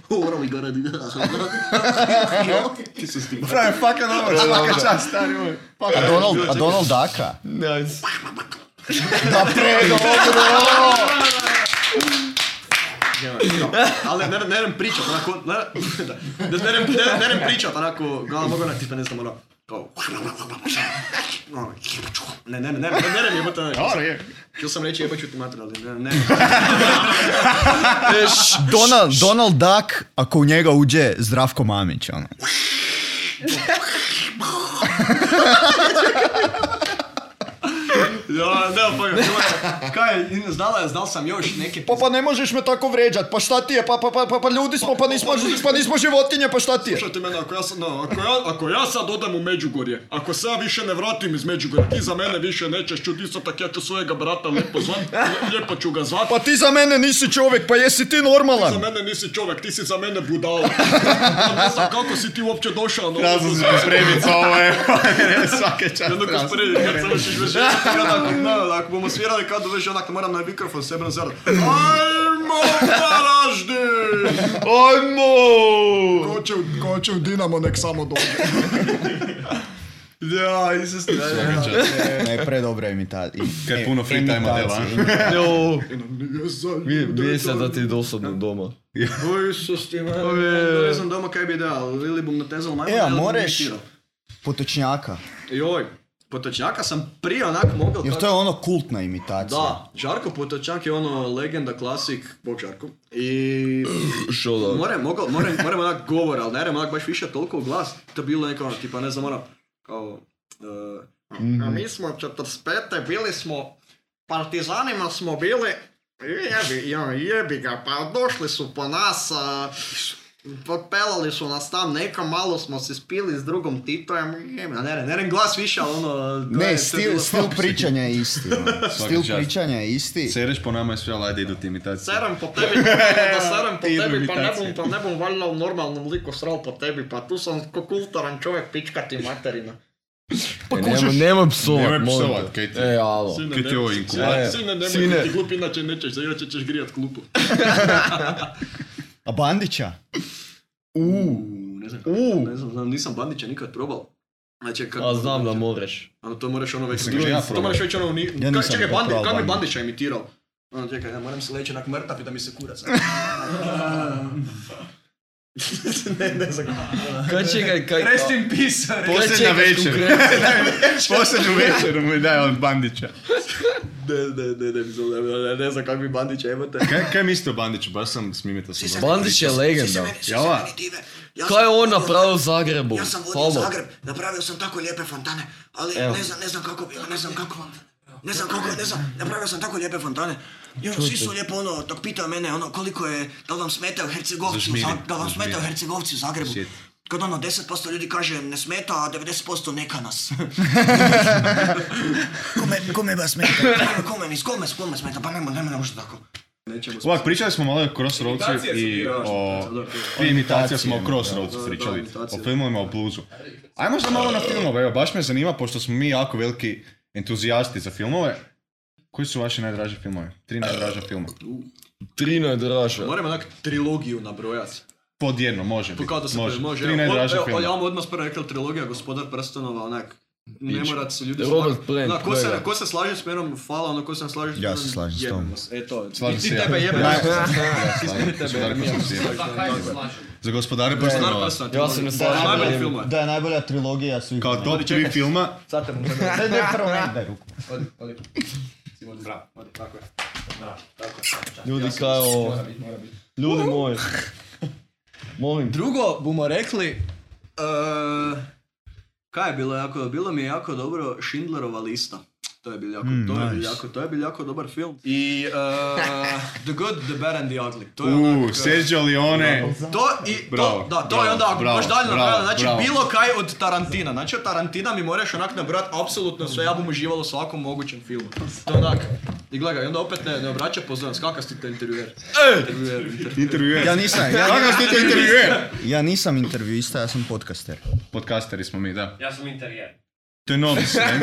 [SPEAKER 2] what are we gonna do? Ti se stigla.
[SPEAKER 1] Pravi, fakat
[SPEAKER 3] ono,
[SPEAKER 1] dobro, svaka čast, stari moj.
[SPEAKER 3] A Donald, a Donald Daka?
[SPEAKER 4] Nice.
[SPEAKER 3] Da, predobro.
[SPEAKER 2] Ali ne, ne rem pričat, onako, ne, da, ne, ne, rem, ne, ne rem pričat, onako, glava mogu onak, tipa ne znam, ono, kao, ono, ne, ne, ne, ne, ne, ne rem jebate, ono,
[SPEAKER 1] Dobro je.
[SPEAKER 2] htio sam reći jebat ću ti mater, ali ne, ne,
[SPEAKER 3] Donald, Donald Duck, ako u njega uđe Zdravko Mamić, ono.
[SPEAKER 2] ja, ne, pa ga, kaj, je, znala je, znal sam još neke,
[SPEAKER 3] Pa pa ne možeš me tako vređat, pa šta ti je, pa, pa, pa, pa, pa ljudi smo, pa nismo, pa nismo životinje, pa šta ti je?
[SPEAKER 2] Slušajte mene, ako ja, sad, no, ako, ja, ako ja sad odem u Međugorje, ako se ja više ne vratim iz Međugorja, ti za mene više nećeš čuti istotak, ja ću svojega brata lijepo zvat, lijepo ću ga zvat,
[SPEAKER 3] Pa ti za mene nisi čovjek, pa jesi ti
[SPEAKER 2] za
[SPEAKER 3] normalan?
[SPEAKER 2] mene nisi čovjek, ti si za mene budala. Ja ne znam kako si ti uopće došao na ovu
[SPEAKER 1] Razlog se spremit za ovo, je. Svaka čast.
[SPEAKER 2] Jednog
[SPEAKER 1] razlog.
[SPEAKER 2] usporedi, kad sam još izvršio, onako, no, ako bomo svirali kao doveži, onak moram na mikrofon sebe nazirati. Ajmo, Varaždin!
[SPEAKER 1] Ajmo!
[SPEAKER 2] Ko će, u- ko će u Dinamo, nek samo dođe. Ja, izvesti.
[SPEAKER 3] Ne, predobra imitacija.
[SPEAKER 1] Kaj je puno free time-a, dela, a?
[SPEAKER 4] Jo,
[SPEAKER 2] Nije za
[SPEAKER 4] vidi se da ti je dosadno doma.
[SPEAKER 2] Oj, Isus ti, man, ne znam doma kaj bi dal, ili bom natezal majmo,
[SPEAKER 3] E, a
[SPEAKER 2] ili bom
[SPEAKER 3] moreš-
[SPEAKER 2] imitirao.
[SPEAKER 3] Potočnjaka.
[SPEAKER 2] Joj, potočnjaka sam prije onak mogao
[SPEAKER 3] Jer
[SPEAKER 2] tako-
[SPEAKER 3] to je ono kultna imitacija.
[SPEAKER 2] Da, Žarko Potočak je ono legenda, klasik, bog Žarko. I
[SPEAKER 4] Što da?
[SPEAKER 2] moram, mogao, moram, moram onak govor, ali ne moram onak baš više toliko u glas. To je bilo neko ono, tipa ne znam ono, kao... Uh, a mi smo 45. bili smo, partizanima smo bili, jebi, ja, jebi ga, pa došli su po nas, a, Popelali su nas tam neka, malo smo se spili s drugom Titojem, jebi, ne, ne, ne, rem glas više, ali ono... to je- to
[SPEAKER 3] Ne,
[SPEAKER 2] je
[SPEAKER 3] stil,
[SPEAKER 2] bilo-
[SPEAKER 3] stil pričanja je isti. ono. Stil
[SPEAKER 1] čast.
[SPEAKER 3] pričanja je isti.
[SPEAKER 1] Sereš po nama je sve, ali ajde idu ti imitacije.
[SPEAKER 2] Serem po tebi, pa da serem po
[SPEAKER 1] Idu
[SPEAKER 2] tebi, pa ne
[SPEAKER 1] imitacije.
[SPEAKER 2] bom, pa ne bom valjda u normalnom liku sral po tebi, pa tu sam ko kultaran čovjek pičkati materina.
[SPEAKER 4] Pa nemoj, nemoj psovat,
[SPEAKER 1] Nemoj
[SPEAKER 4] molim
[SPEAKER 1] psovat,
[SPEAKER 4] te.
[SPEAKER 1] kaj ti?
[SPEAKER 4] E, alo.
[SPEAKER 1] Kaj ti je ovo inkubator?
[SPEAKER 4] E,
[SPEAKER 2] Sine, nemoj
[SPEAKER 4] sine.
[SPEAKER 2] biti glup, inače nećeš, za inače ćeš grijat klupu.
[SPEAKER 3] A Bandića?
[SPEAKER 2] ne znam, uh. ne znam, nisam Bandića nikad probal. Znači, kako...
[SPEAKER 4] A znam da moreš.
[SPEAKER 2] Ono, to moraš ono već...
[SPEAKER 1] Mislim, ja
[SPEAKER 2] to
[SPEAKER 1] probao.
[SPEAKER 2] moraš već ono... Ni...
[SPEAKER 3] Ja
[SPEAKER 2] Ka,
[SPEAKER 3] nisam
[SPEAKER 2] čekaj,
[SPEAKER 3] probao
[SPEAKER 2] Bandi, kako bi
[SPEAKER 3] Bandića.
[SPEAKER 2] Bandića imitirao? Ono, čekaj, ja moram se leći onak mrtav i da mi se kurac. ne, ne znam.
[SPEAKER 4] Kaj čekaj, kaj...
[SPEAKER 5] Rest in peace, re-
[SPEAKER 4] Kaj
[SPEAKER 1] Posljednja
[SPEAKER 4] čekaš
[SPEAKER 1] večer.
[SPEAKER 4] konkretno?
[SPEAKER 1] Posljednju večeru mu je daj on Bandića.
[SPEAKER 2] Ne, ne, ne, ne, mislim, ne, ne, ne znam kako bi Bandića imate.
[SPEAKER 1] Kaj, kaj mislite o Bandiću? Baš sam smimita sam. dobro.
[SPEAKER 4] Bandić je legenda.
[SPEAKER 1] Java?
[SPEAKER 4] Kaj je on napravio u Zagrebu?
[SPEAKER 6] Ja sam vodio
[SPEAKER 4] Halo.
[SPEAKER 6] Zagreb, napravio sam tako lijepe fontane, ali
[SPEAKER 4] Evo.
[SPEAKER 6] ne znam, ne znam kako, ne znam kako, ne znam kako, ne znam, napravio sam tako lijepe fontane. I ono, svi su lijepo ono, dok pitao mene ono koliko je, da li vam smetaju Hercegovci, u
[SPEAKER 1] Zažmiri,
[SPEAKER 6] Zag- da li vam
[SPEAKER 1] zažmiri.
[SPEAKER 6] smetaju Hercegovci u Zagrebu.
[SPEAKER 1] Shit.
[SPEAKER 6] Kad ono 10% ljudi kaže ne smeta, a 90% neka nas. kome, kome vas smeta? Kome, kome, kome, kome smeta? Pa nema, nema, ne može tako.
[SPEAKER 2] nečemu.
[SPEAKER 1] Ovak, pričali smo malo o Crossroadsu
[SPEAKER 5] Imitacije su
[SPEAKER 1] i
[SPEAKER 5] bile,
[SPEAKER 1] o...
[SPEAKER 2] da, da.
[SPEAKER 1] Prije
[SPEAKER 2] znači,
[SPEAKER 1] imitacija smo o Crossroadsu
[SPEAKER 2] da. Da,
[SPEAKER 1] pričali,
[SPEAKER 2] imitacije.
[SPEAKER 1] o filmovima, o bluzu. Ajmo sad malo na filmove, evo, baš me zanima, pošto smo mi jako veliki entuzijasti za filmove. Koji su vaši najdraži filmovi? Tri najdraža filma.
[SPEAKER 4] Trino je draža.
[SPEAKER 2] Moram onak trilogiju nabrojati.
[SPEAKER 1] Pod jedno, može biti.
[SPEAKER 2] Po Pa kao da se
[SPEAKER 1] može.
[SPEAKER 2] može.
[SPEAKER 1] Tri
[SPEAKER 2] evo,
[SPEAKER 1] najdraža
[SPEAKER 2] evo, Ja
[SPEAKER 1] filma.
[SPEAKER 2] vam odmah prvo rekao trilogija Gospodar prstenova, onak. Ne
[SPEAKER 4] Pič.
[SPEAKER 2] morate se ljudi
[SPEAKER 4] Robert
[SPEAKER 2] slagati.
[SPEAKER 4] Plant,
[SPEAKER 2] Onak, ko se,
[SPEAKER 4] kolega.
[SPEAKER 2] ko se slaže s menom, hvala, ono ko se ne slaže s
[SPEAKER 3] Ja
[SPEAKER 2] menom,
[SPEAKER 3] se slažem s
[SPEAKER 2] jebem
[SPEAKER 3] tobom.
[SPEAKER 2] vas. E to,
[SPEAKER 1] Slažem
[SPEAKER 2] ti
[SPEAKER 1] se ja.
[SPEAKER 2] tebe jebem.
[SPEAKER 1] Ja,
[SPEAKER 2] vas.
[SPEAKER 1] ja,
[SPEAKER 2] Ti
[SPEAKER 1] Slažem
[SPEAKER 2] mene
[SPEAKER 1] se,
[SPEAKER 2] tebe
[SPEAKER 1] Darko,
[SPEAKER 2] jebem.
[SPEAKER 1] sam se jebem.
[SPEAKER 5] Pa kaj se slažem?
[SPEAKER 1] Za gospodare
[SPEAKER 2] Gospodar
[SPEAKER 1] prstenova.
[SPEAKER 2] prstenova.
[SPEAKER 4] Ja se ne
[SPEAKER 2] trilogija.
[SPEAKER 4] slažem.
[SPEAKER 2] Najbolji film je.
[SPEAKER 3] Da je najbolja trilogija svih.
[SPEAKER 1] Kao top tri filma,
[SPEAKER 2] Sad te mu
[SPEAKER 3] Sad ne prvo ne daj ruku.
[SPEAKER 2] Odi, odi. Si vodi. Bravo, odi, tako je.
[SPEAKER 4] Ljudi kaj ovo. Ljudi moji. Molim.
[SPEAKER 2] Drugo bomo rekli, eh, kaj je bilo jako, bilo mi je jako dobro Schindlerova lista. To je bil jako,
[SPEAKER 1] Hmm,
[SPEAKER 2] to je bil
[SPEAKER 3] nice.
[SPEAKER 2] jako, to je bil jako dobar film. I eh, The Good, The Bad and the Ugly. To je onak,
[SPEAKER 1] u,
[SPEAKER 2] eh,
[SPEAKER 1] Sergio Leone,
[SPEAKER 2] To i
[SPEAKER 1] Bravo,
[SPEAKER 2] to, da, to
[SPEAKER 1] bravo,
[SPEAKER 2] je onda ako
[SPEAKER 1] bravo,
[SPEAKER 2] baš dalje
[SPEAKER 1] bravo,
[SPEAKER 2] napravljeno, znači
[SPEAKER 1] bravo.
[SPEAKER 2] bilo kaj od Tarantina, znači od Tarantina mi moraš onak nabrati apsolutno sve, ja bom užival u svakom mogućem filmu. To je onak, i gledaj, i onda opet ne, ne obraća pozornost, kakav si te intervjuer? Intervjuer, intervjuer.
[SPEAKER 1] intervjuer.
[SPEAKER 3] Ja nisam, ja,
[SPEAKER 1] Kakav ste to intervjuer?
[SPEAKER 3] ja nisam intervjuista, ja sam podcaster.
[SPEAKER 1] Podcasteri smo mi, da.
[SPEAKER 5] Ja sam interijer.
[SPEAKER 1] To je novi sve.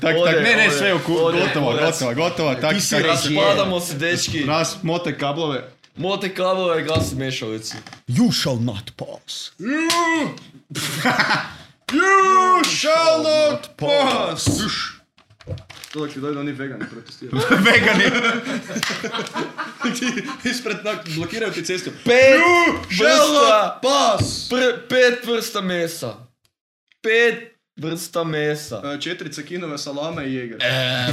[SPEAKER 1] Tak,
[SPEAKER 4] Ode,
[SPEAKER 1] tak, ne, ne,
[SPEAKER 4] ode,
[SPEAKER 1] sve oku,
[SPEAKER 4] ode,
[SPEAKER 1] gotovo,
[SPEAKER 4] ode.
[SPEAKER 1] gotovo, gotovo, tak,
[SPEAKER 4] Ti si
[SPEAKER 1] tak,
[SPEAKER 4] raz, padamo se dečki.
[SPEAKER 1] Raz, mote kablove.
[SPEAKER 4] Mote kavove i gas mešalicu.
[SPEAKER 3] You shall not pass.
[SPEAKER 1] You shall not pass!
[SPEAKER 2] To dok ti dojde oni vegani protestiraju.
[SPEAKER 1] Vegani!
[SPEAKER 2] Ispred nak, blokiraju ti cestu.
[SPEAKER 4] Pet
[SPEAKER 2] Šela
[SPEAKER 4] vrsta,
[SPEAKER 2] pas!
[SPEAKER 4] pr, pet vrsta mesa. Pet vrsta mesa.
[SPEAKER 2] E, Četiri cekinove salame i jeger.
[SPEAKER 3] Eh.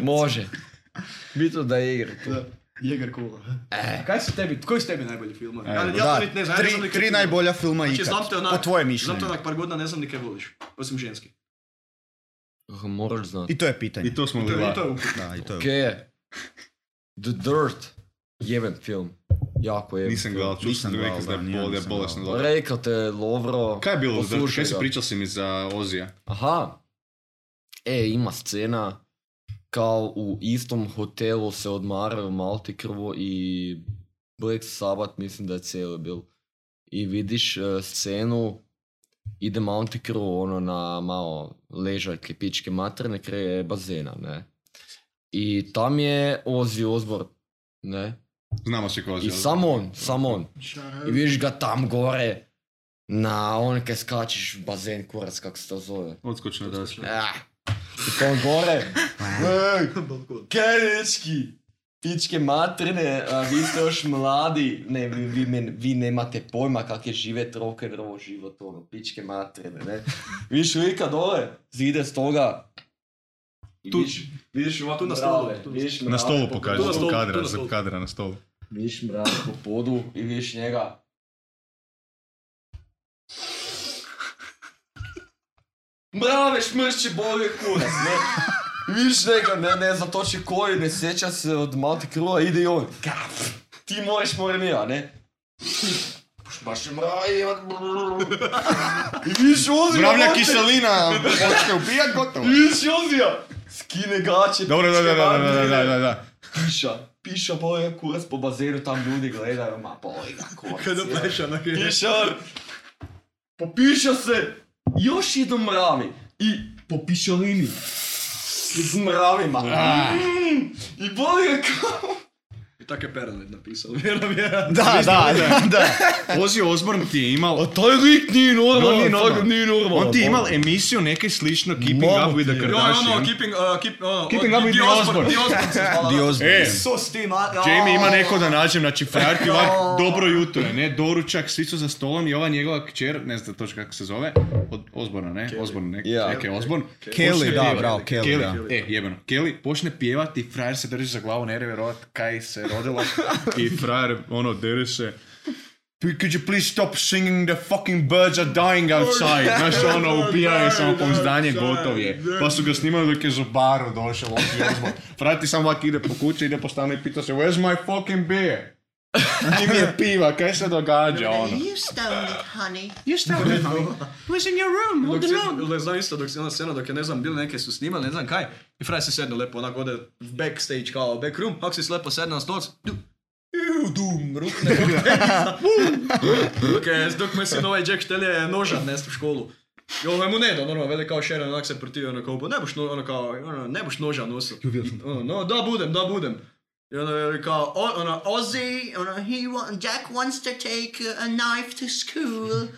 [SPEAKER 4] Može. Bitno da je igra. tu.
[SPEAKER 2] Jeger kola. Kaj su tebi, koji su tebi najbolji film? Ja, ja to
[SPEAKER 3] Eh, Da,
[SPEAKER 2] niti ne znam, ja ne znam
[SPEAKER 3] tri,
[SPEAKER 2] ni kaj
[SPEAKER 3] tri
[SPEAKER 2] film.
[SPEAKER 3] najbolja filma
[SPEAKER 2] Znači, znam te
[SPEAKER 3] ikad.
[SPEAKER 2] onak,
[SPEAKER 3] Po tvoje
[SPEAKER 2] znam
[SPEAKER 3] mišljenje.
[SPEAKER 2] te onak par godina, ne znam ni kaj voliš. Osim ženski.
[SPEAKER 4] Ah, Moraš znati.
[SPEAKER 3] I to je pitanje.
[SPEAKER 1] I to smo
[SPEAKER 2] To je,
[SPEAKER 1] li
[SPEAKER 2] i to je upitno.
[SPEAKER 3] Da, i to je.
[SPEAKER 4] Kaj je? The Dirt. Jeben film. Jako jeben
[SPEAKER 1] Nisam
[SPEAKER 4] film.
[SPEAKER 1] gledal, čuo
[SPEAKER 3] Nisam
[SPEAKER 1] sam da
[SPEAKER 3] gledal,
[SPEAKER 1] rekao da je
[SPEAKER 3] da,
[SPEAKER 1] bol-
[SPEAKER 3] nije,
[SPEAKER 1] da je
[SPEAKER 3] nisam
[SPEAKER 1] bolesno
[SPEAKER 3] gledal.
[SPEAKER 1] dobro.
[SPEAKER 4] Rekao te je Lovro.
[SPEAKER 1] Kaj je bilo, za-
[SPEAKER 4] poslušaj
[SPEAKER 1] kaj si
[SPEAKER 4] ga.
[SPEAKER 1] pričao si mi za Ozija?
[SPEAKER 4] Aha. E, ima scena kao u istom hotelu se odmaraju Malti krvo i Black Sabbath mislim da je cijeli bil. I vidiš eh, scenu ide Malti krvo ono na malo ležaljke pičke materne kraj bazena, ne. I tam je Ozzy Osbourne, ne.
[SPEAKER 1] Znamo se ko je
[SPEAKER 4] I
[SPEAKER 1] Ozzy.
[SPEAKER 4] samo on, samo on. I vidiš ga tam gore na on kaj skačeš u bazen kurac kak se to zove.
[SPEAKER 1] Odskočna daska.
[SPEAKER 2] Ja.
[SPEAKER 4] Ah. I to on gore. Ej, Kerečki! Pičke materne, a vi ste još mladi. Ne, vi, vi, men, vi nemate pojma kak je živet rock and roll život, ono, no, pičke materne, ne. Viš lika dole, zide s toga. I
[SPEAKER 2] Tu-
[SPEAKER 4] vidiš, vidiš ovako
[SPEAKER 2] tu na
[SPEAKER 4] mrave,
[SPEAKER 2] stolu, tu na
[SPEAKER 4] vidiš
[SPEAKER 1] Na
[SPEAKER 4] mrave
[SPEAKER 1] stolu
[SPEAKER 4] po-
[SPEAKER 1] pokaži,
[SPEAKER 2] tu na stolu,
[SPEAKER 1] zbog
[SPEAKER 2] tu
[SPEAKER 1] kadra,
[SPEAKER 2] na
[SPEAKER 1] zbog
[SPEAKER 2] stolu.
[SPEAKER 1] kadra na stolu.
[SPEAKER 4] Vidiš mrave po podu i vidiš njega. Mrave šmršće boli kurac, ne? I Vidiš njega, ne, ne znam točno koji, ne sjeća se od Malti Krua, ide i on. Kaf! Ti moraš morenija, ne? Baš je mravi, I vidiš Ozija,
[SPEAKER 1] Mravlja
[SPEAKER 4] brate,
[SPEAKER 1] kiselina, počne ubijat, gotovo.
[SPEAKER 4] i Vidiš Ozija! Skine gaće,
[SPEAKER 1] Dobro, da,
[SPEAKER 4] pičke
[SPEAKER 1] da, da, da,
[SPEAKER 4] mandrine.
[SPEAKER 1] da, da, da, da.
[SPEAKER 4] Piša, piša boja kurac po bazenu, tam ljudi gledaju, ma boj ga kurac.
[SPEAKER 2] Kada
[SPEAKER 4] je.
[SPEAKER 2] pleša
[SPEAKER 1] no,
[SPEAKER 2] onak je.
[SPEAKER 4] Piša, popiša se, još idu mravi i po pišalini. S mravima. Mm, I boli ga kao...
[SPEAKER 2] I tako je Paranoid napisao, vjerujem.
[SPEAKER 3] Da, da, da, da.
[SPEAKER 1] Ozzy Osbourne ti je imao...
[SPEAKER 4] taj lik nije
[SPEAKER 1] On nije normalan.
[SPEAKER 4] fakat normalan.
[SPEAKER 1] On ti je imao emisiju neke slično Keeping
[SPEAKER 4] Mamo
[SPEAKER 1] Up with the
[SPEAKER 4] ti je.
[SPEAKER 2] Jo, ono,
[SPEAKER 1] Kardashians.
[SPEAKER 2] keeping, uh, keep, ono,
[SPEAKER 1] Keeping
[SPEAKER 2] o-
[SPEAKER 1] up with
[SPEAKER 2] The
[SPEAKER 1] the
[SPEAKER 2] Osbourne,
[SPEAKER 1] Osbourne.
[SPEAKER 2] The Osbourne se zvala.
[SPEAKER 3] Di Osborne.
[SPEAKER 1] E,
[SPEAKER 2] Isus ti, ma...
[SPEAKER 1] Jamie ima neko da nađem, znači frajer ti ovak dobro jutro, je, ne, doručak, svi su za stolom i ova njegova kćer, ne znam točno kako se zove, od Osborna, ne, Osborna, ne,
[SPEAKER 4] Ja.
[SPEAKER 1] neke Osborn.
[SPEAKER 3] Kelly,
[SPEAKER 1] Počne
[SPEAKER 3] da,
[SPEAKER 1] pjevati.
[SPEAKER 3] bravo, Kelly,
[SPEAKER 2] da.
[SPEAKER 1] E, jebeno, Kelly počne pjevati, frajer se drži za glavu, ne vjerovat kaj se rodilo i frajer, ono, dere se. "P- Could you please stop singing the fucking birds are dying outside? Znaš, ono, ubija je samo pouzdanje, gotov je. Pa su ga snimali dok je Zobaru došao, Ozzy Osbourne. Frajer ti samo ovak ide po kući, ide po stanu i pita se, where's my fucking beer? Ti mi je piva, kaj se događa, ono.
[SPEAKER 7] You stole it, honey.
[SPEAKER 2] Dok si, ne znam isto, dok si ona scena, dok je ne znam, bili neke su snimali, ne znam kaj. I fraj se sedne lepo, onako ode v backstage kao back room, ako si lepo sedne na stolac, du, Iu, dum, rukne ga tenisa, bum. Dok, je, dok me sin ovaj Jack štelje noža nest u školu. I ovo mu ne da, normalno, veli kao Sharon, onak se protivi, ono kao, "Bo ne boš, no, ono kao, ono, ne boš noža nosil. Ono, no, da budem, da budem. I onda je kao, o- ono, Ozzy, ono,
[SPEAKER 7] He wa- Jack wants to take uh, a knife to school.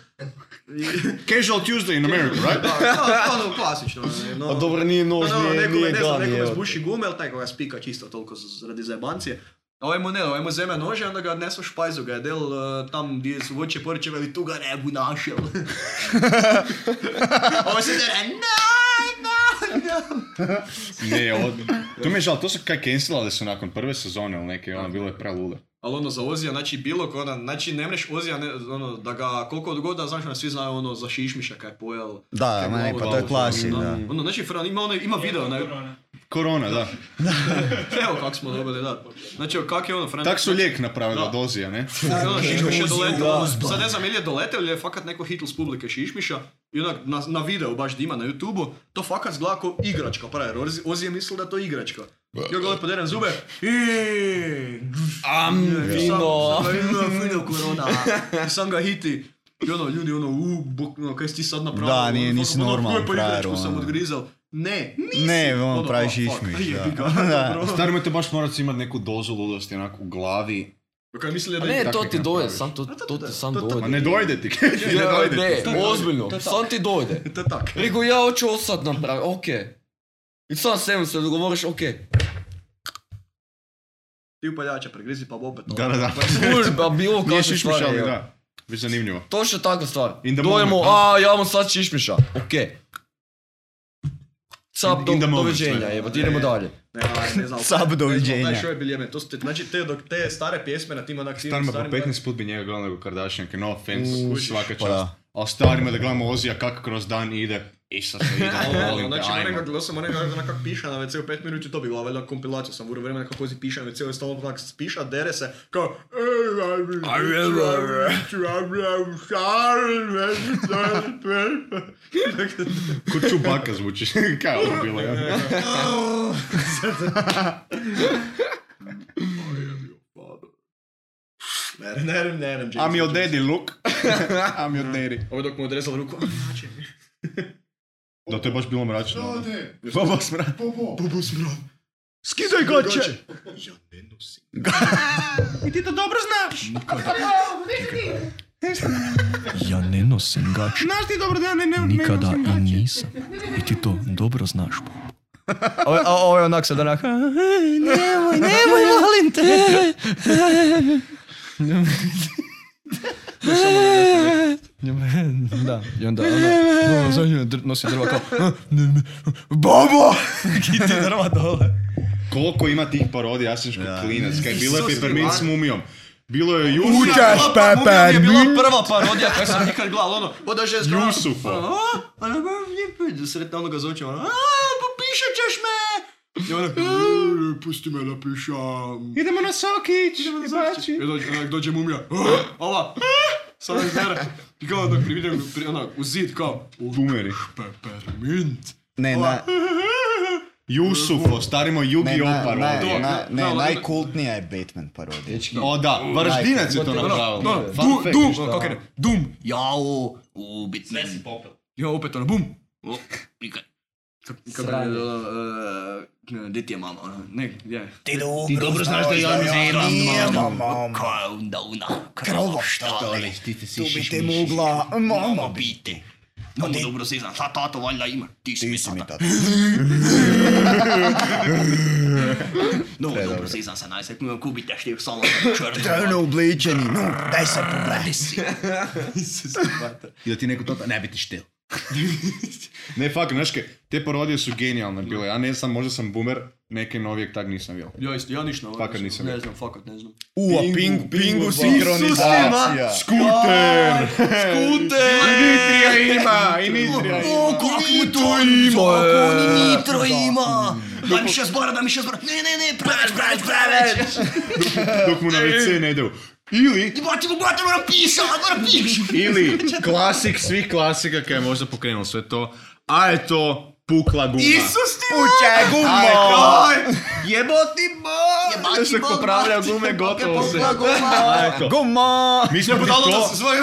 [SPEAKER 1] Casual Tuesday in America, right?
[SPEAKER 2] da, ono, klasično. ono, No,
[SPEAKER 4] A dobro, nije nož,
[SPEAKER 2] No,
[SPEAKER 4] nije,
[SPEAKER 2] nekome,
[SPEAKER 4] nije
[SPEAKER 2] Ono, ne znam,
[SPEAKER 4] dan,
[SPEAKER 2] nekome
[SPEAKER 4] evo.
[SPEAKER 2] zbuši gume, ali taj koga spika čisto toliko z- zaradi zajebancije. A ovaj mu ne, ovaj mu zeme nože, onda ga odnesu u špajzu, ga je del eh, tam gdje su voće porče, veli tu ga ne bu našel. A Ovo se zere, no, no, no.
[SPEAKER 1] ne, od... To mi je žal, to su kaj cancelali su nakon prve sezone ili neke, ono, bilo je prelude.
[SPEAKER 2] Ali ono za Ozija, znači bilo ko, ona, znači ne mreš Ozija, ne, ono, da ga koliko god da znaš, ono, svi znaju ono za šišmiša kaj je pojel.
[SPEAKER 3] Da,
[SPEAKER 2] Kaj
[SPEAKER 3] ma ne,
[SPEAKER 2] glavu
[SPEAKER 3] pa to
[SPEAKER 2] dao,
[SPEAKER 3] je klasik,
[SPEAKER 2] ono,
[SPEAKER 3] da.
[SPEAKER 2] Ono, znači, Fran, ima, ono, ima video, na,
[SPEAKER 1] Korona, da.
[SPEAKER 2] evo kak smo dobili, da. Znači, evo, kak je ono, Fran,
[SPEAKER 1] Tak su lijek napravila
[SPEAKER 2] Da.
[SPEAKER 1] dozija, ne?
[SPEAKER 2] I onda Šišmiš je
[SPEAKER 6] Ozio,
[SPEAKER 2] doletao,
[SPEAKER 6] Ozban.
[SPEAKER 2] sad ne znam ili je doletao ili je fakat neko hitl s publike Šišmiša i onak na, na videu baš dima na youtube to fakat zgleda ko igračka pravi, Ozi, Ozi je mislil da je to igračka. Ja ga lepo derem zube, i
[SPEAKER 4] Am, vino.
[SPEAKER 2] sam, sam ga vidio, vidio korona, i sam ga hiti. I ono, ljudi ono, u, bok, ono, kaj si ti sad napravio?
[SPEAKER 3] Da, nije,
[SPEAKER 2] Ono,
[SPEAKER 3] nisi
[SPEAKER 2] fakat, ono,
[SPEAKER 3] normalan
[SPEAKER 2] "Koje Pa
[SPEAKER 3] frajer,
[SPEAKER 2] igračku sam
[SPEAKER 3] ono."
[SPEAKER 2] odgrizao. Ne, nisi.
[SPEAKER 3] Ne, on pravi
[SPEAKER 2] "A, Ono, fuck,
[SPEAKER 3] šišmiš,
[SPEAKER 2] jebi
[SPEAKER 3] da.
[SPEAKER 2] ga, ono, dobro.
[SPEAKER 1] Stari me te baš moraš imati neku dozu ludosti onako u glavi.
[SPEAKER 2] Kaj mislili
[SPEAKER 4] A
[SPEAKER 2] da je
[SPEAKER 4] ne, to
[SPEAKER 1] takvih
[SPEAKER 4] ti
[SPEAKER 1] ne
[SPEAKER 4] dojde,
[SPEAKER 1] praviš.
[SPEAKER 4] sam No, to, to ti sam
[SPEAKER 2] to- to-
[SPEAKER 1] Ma
[SPEAKER 4] dojde.
[SPEAKER 1] Pa ne dojde ti, kaj ti ne
[SPEAKER 4] Ja,
[SPEAKER 1] dojde ti.
[SPEAKER 4] Ne, ozbiljno, sam ti dojde.
[SPEAKER 2] To je tak.
[SPEAKER 4] Rekao, ja hoću ovo sad napraviti, okej. I sam sebi se dogovoriš, okej.
[SPEAKER 2] Ti upaljača pregrizi pa opet. ono.
[SPEAKER 1] Da, da, da.
[SPEAKER 4] Služba, bilo
[SPEAKER 1] Nije
[SPEAKER 4] kakve
[SPEAKER 1] šišmiš,
[SPEAKER 4] stvari, ja.
[SPEAKER 1] ali
[SPEAKER 4] evo.
[SPEAKER 1] da. Biš zanimljivo.
[SPEAKER 4] Točno takva stvar.
[SPEAKER 1] In the
[SPEAKER 4] Dojemo,
[SPEAKER 1] moment,
[SPEAKER 4] a ja vam sad šišmiša, okej. Cap,
[SPEAKER 1] In-
[SPEAKER 4] do,
[SPEAKER 1] in the moment,
[SPEAKER 4] doviđenja,
[SPEAKER 1] sve.
[SPEAKER 4] evo,
[SPEAKER 2] E.
[SPEAKER 4] idemo dalje.
[SPEAKER 2] Ne, aj, ne znam.
[SPEAKER 3] Sab
[SPEAKER 2] taj- taj-
[SPEAKER 3] doviđenja.
[SPEAKER 2] Taj show je bil jemen. To su te, znači te, dok te stare pjesme na tim onak tim
[SPEAKER 1] Stari me po
[SPEAKER 2] starim-
[SPEAKER 1] 15 put bi njega gledao nego Kardashianke, no offense, svaka
[SPEAKER 3] pa
[SPEAKER 1] čast.
[SPEAKER 3] da.
[SPEAKER 1] Ali stari me da gledamo Ozija kako kroz dan ide. Isa se ide,
[SPEAKER 2] Ono,
[SPEAKER 1] molim te,
[SPEAKER 2] Znači,
[SPEAKER 1] ajmo.
[SPEAKER 2] onega sam onega onak kak piša na WC-u 5 minuti, to bi gledao, valjda kompilaciju sam vuro vremena kako si piša na WC-u i stalno onak spiša, dere se, kao Dakle,
[SPEAKER 1] Ko čubaka zvučiš, kaj je ovo bilo? ja?
[SPEAKER 2] Ne, ne, ne, ne, ne,
[SPEAKER 1] I'm your daddy, look. I'm your daddy.
[SPEAKER 2] Ovo dok mu odrezal ruku.
[SPEAKER 1] Da, to je baš bilo mračno. ono.
[SPEAKER 3] Bobo smrad.
[SPEAKER 2] Bubu smrad.
[SPEAKER 3] Skidaj gače!
[SPEAKER 2] Ja ne nosim. Ja ne nosim gače.
[SPEAKER 1] Znaš ti dobro da ne, ne,
[SPEAKER 2] Nikada i nisam. I ti to dobro znaš, Bob. Ovo, a ovo je onak sad onak... "Ah, Nemoj, nemoj, volim te! da, i onda ono, ono, nosi drva kao Bobo! I ti drva dole.
[SPEAKER 1] Koliko ima tih parodija, ja sam još kao klinac, kaj bilo je
[SPEAKER 2] Isus
[SPEAKER 1] Peppermint s
[SPEAKER 2] Ivan.
[SPEAKER 1] mumijom. Bilo je Jusu,
[SPEAKER 2] Pepe! je bila prva parodija koja sam ikad gledal, ono, voda ženska. ono,
[SPEAKER 1] Jusufo.
[SPEAKER 2] A, a ne bom lijepo, sretna onoga zvuča, ono, a, popišat ćeš me! I ono, "E, pusti me da pišam.
[SPEAKER 1] Idemo na Sokić, znači.
[SPEAKER 2] I dođe, onak, dođe mumija, "A, ova, sada izgleda. I kao onak prividio, pri, onak, u zid, kao,
[SPEAKER 1] Bumeri.
[SPEAKER 2] peppermint.
[SPEAKER 3] Ne,
[SPEAKER 2] Ova,
[SPEAKER 3] na,
[SPEAKER 1] Jusufo, starimo
[SPEAKER 3] ne,
[SPEAKER 1] Yu-Gi-Oh
[SPEAKER 3] na,
[SPEAKER 1] parodija.
[SPEAKER 3] na, na,
[SPEAKER 2] Da,
[SPEAKER 3] ne,
[SPEAKER 2] da,
[SPEAKER 3] najkultnija je Batman parodija.
[SPEAKER 1] O da, Varaždinac je to napravilo.
[SPEAKER 2] ono,
[SPEAKER 1] Fun
[SPEAKER 2] dum,
[SPEAKER 1] fact,
[SPEAKER 2] dum,
[SPEAKER 1] ništa.
[SPEAKER 2] ono, kako je, dum, jao,
[SPEAKER 5] Sve si popel.
[SPEAKER 2] i ono opet ono, bum.
[SPEAKER 6] O, pika.
[SPEAKER 2] Kako je, ono, e, gdje ti je mama, ono, ne, gdje
[SPEAKER 6] Ti dobro znaš da ja
[SPEAKER 3] Nije,
[SPEAKER 6] miram,
[SPEAKER 3] mama.
[SPEAKER 6] Kao onda una
[SPEAKER 3] Krova
[SPEAKER 6] krvoštale.
[SPEAKER 3] Ti bi te mogla, mama bi.
[SPEAKER 6] Biti. No, dobro si znam, sad tato valjda ima. Ti si mi
[SPEAKER 3] Ti si mi
[SPEAKER 6] tata.
[SPEAKER 3] tata.
[SPEAKER 6] No, dobro si znam, se najseknujem kubite štih samo črno.
[SPEAKER 3] Trno obličeni, no, daj se pogledaj.
[SPEAKER 1] I da ti neko to ne bi ti štel. ne, fak, znaš kaj, te parodije su genijalne bile. Ja ne znam, možda sam boomer, neke novijeg tag nisam vidio.
[SPEAKER 2] Ja isto, ja ništa.
[SPEAKER 1] Fakat nisam
[SPEAKER 2] Ne
[SPEAKER 1] vidio.
[SPEAKER 2] znam, fakat ne znam.
[SPEAKER 1] U, a
[SPEAKER 3] Pingu,
[SPEAKER 1] Pingu,
[SPEAKER 3] Pingu
[SPEAKER 1] Pingu
[SPEAKER 3] sinkronizacija.
[SPEAKER 1] sinkronizacija. Skuter! Skuter! Initrija ima, Initrija
[SPEAKER 6] O,
[SPEAKER 1] ima.
[SPEAKER 6] kako mu to ima? Kako ni nitro ima? Daj mi šest bara, daj mi šest bara. Ne, ne, ne, praveć, praveć, praveć.
[SPEAKER 1] Dok mu na WC ne ide. Ili,
[SPEAKER 6] Ti bati mu bati, moram pišat, moram pišat.
[SPEAKER 1] ili, klasik svih klasika koja je možda pokrenulo sve to, a je to pukla guma.
[SPEAKER 3] Puća gumbo!
[SPEAKER 1] Ajko! Jeboti bol!
[SPEAKER 6] Jebati
[SPEAKER 1] Znaš, dok
[SPEAKER 6] bol,
[SPEAKER 1] popravlja gume, gotovo se. Ajko.
[SPEAKER 3] Gumbo!
[SPEAKER 1] Mi smo ti to...
[SPEAKER 2] svoj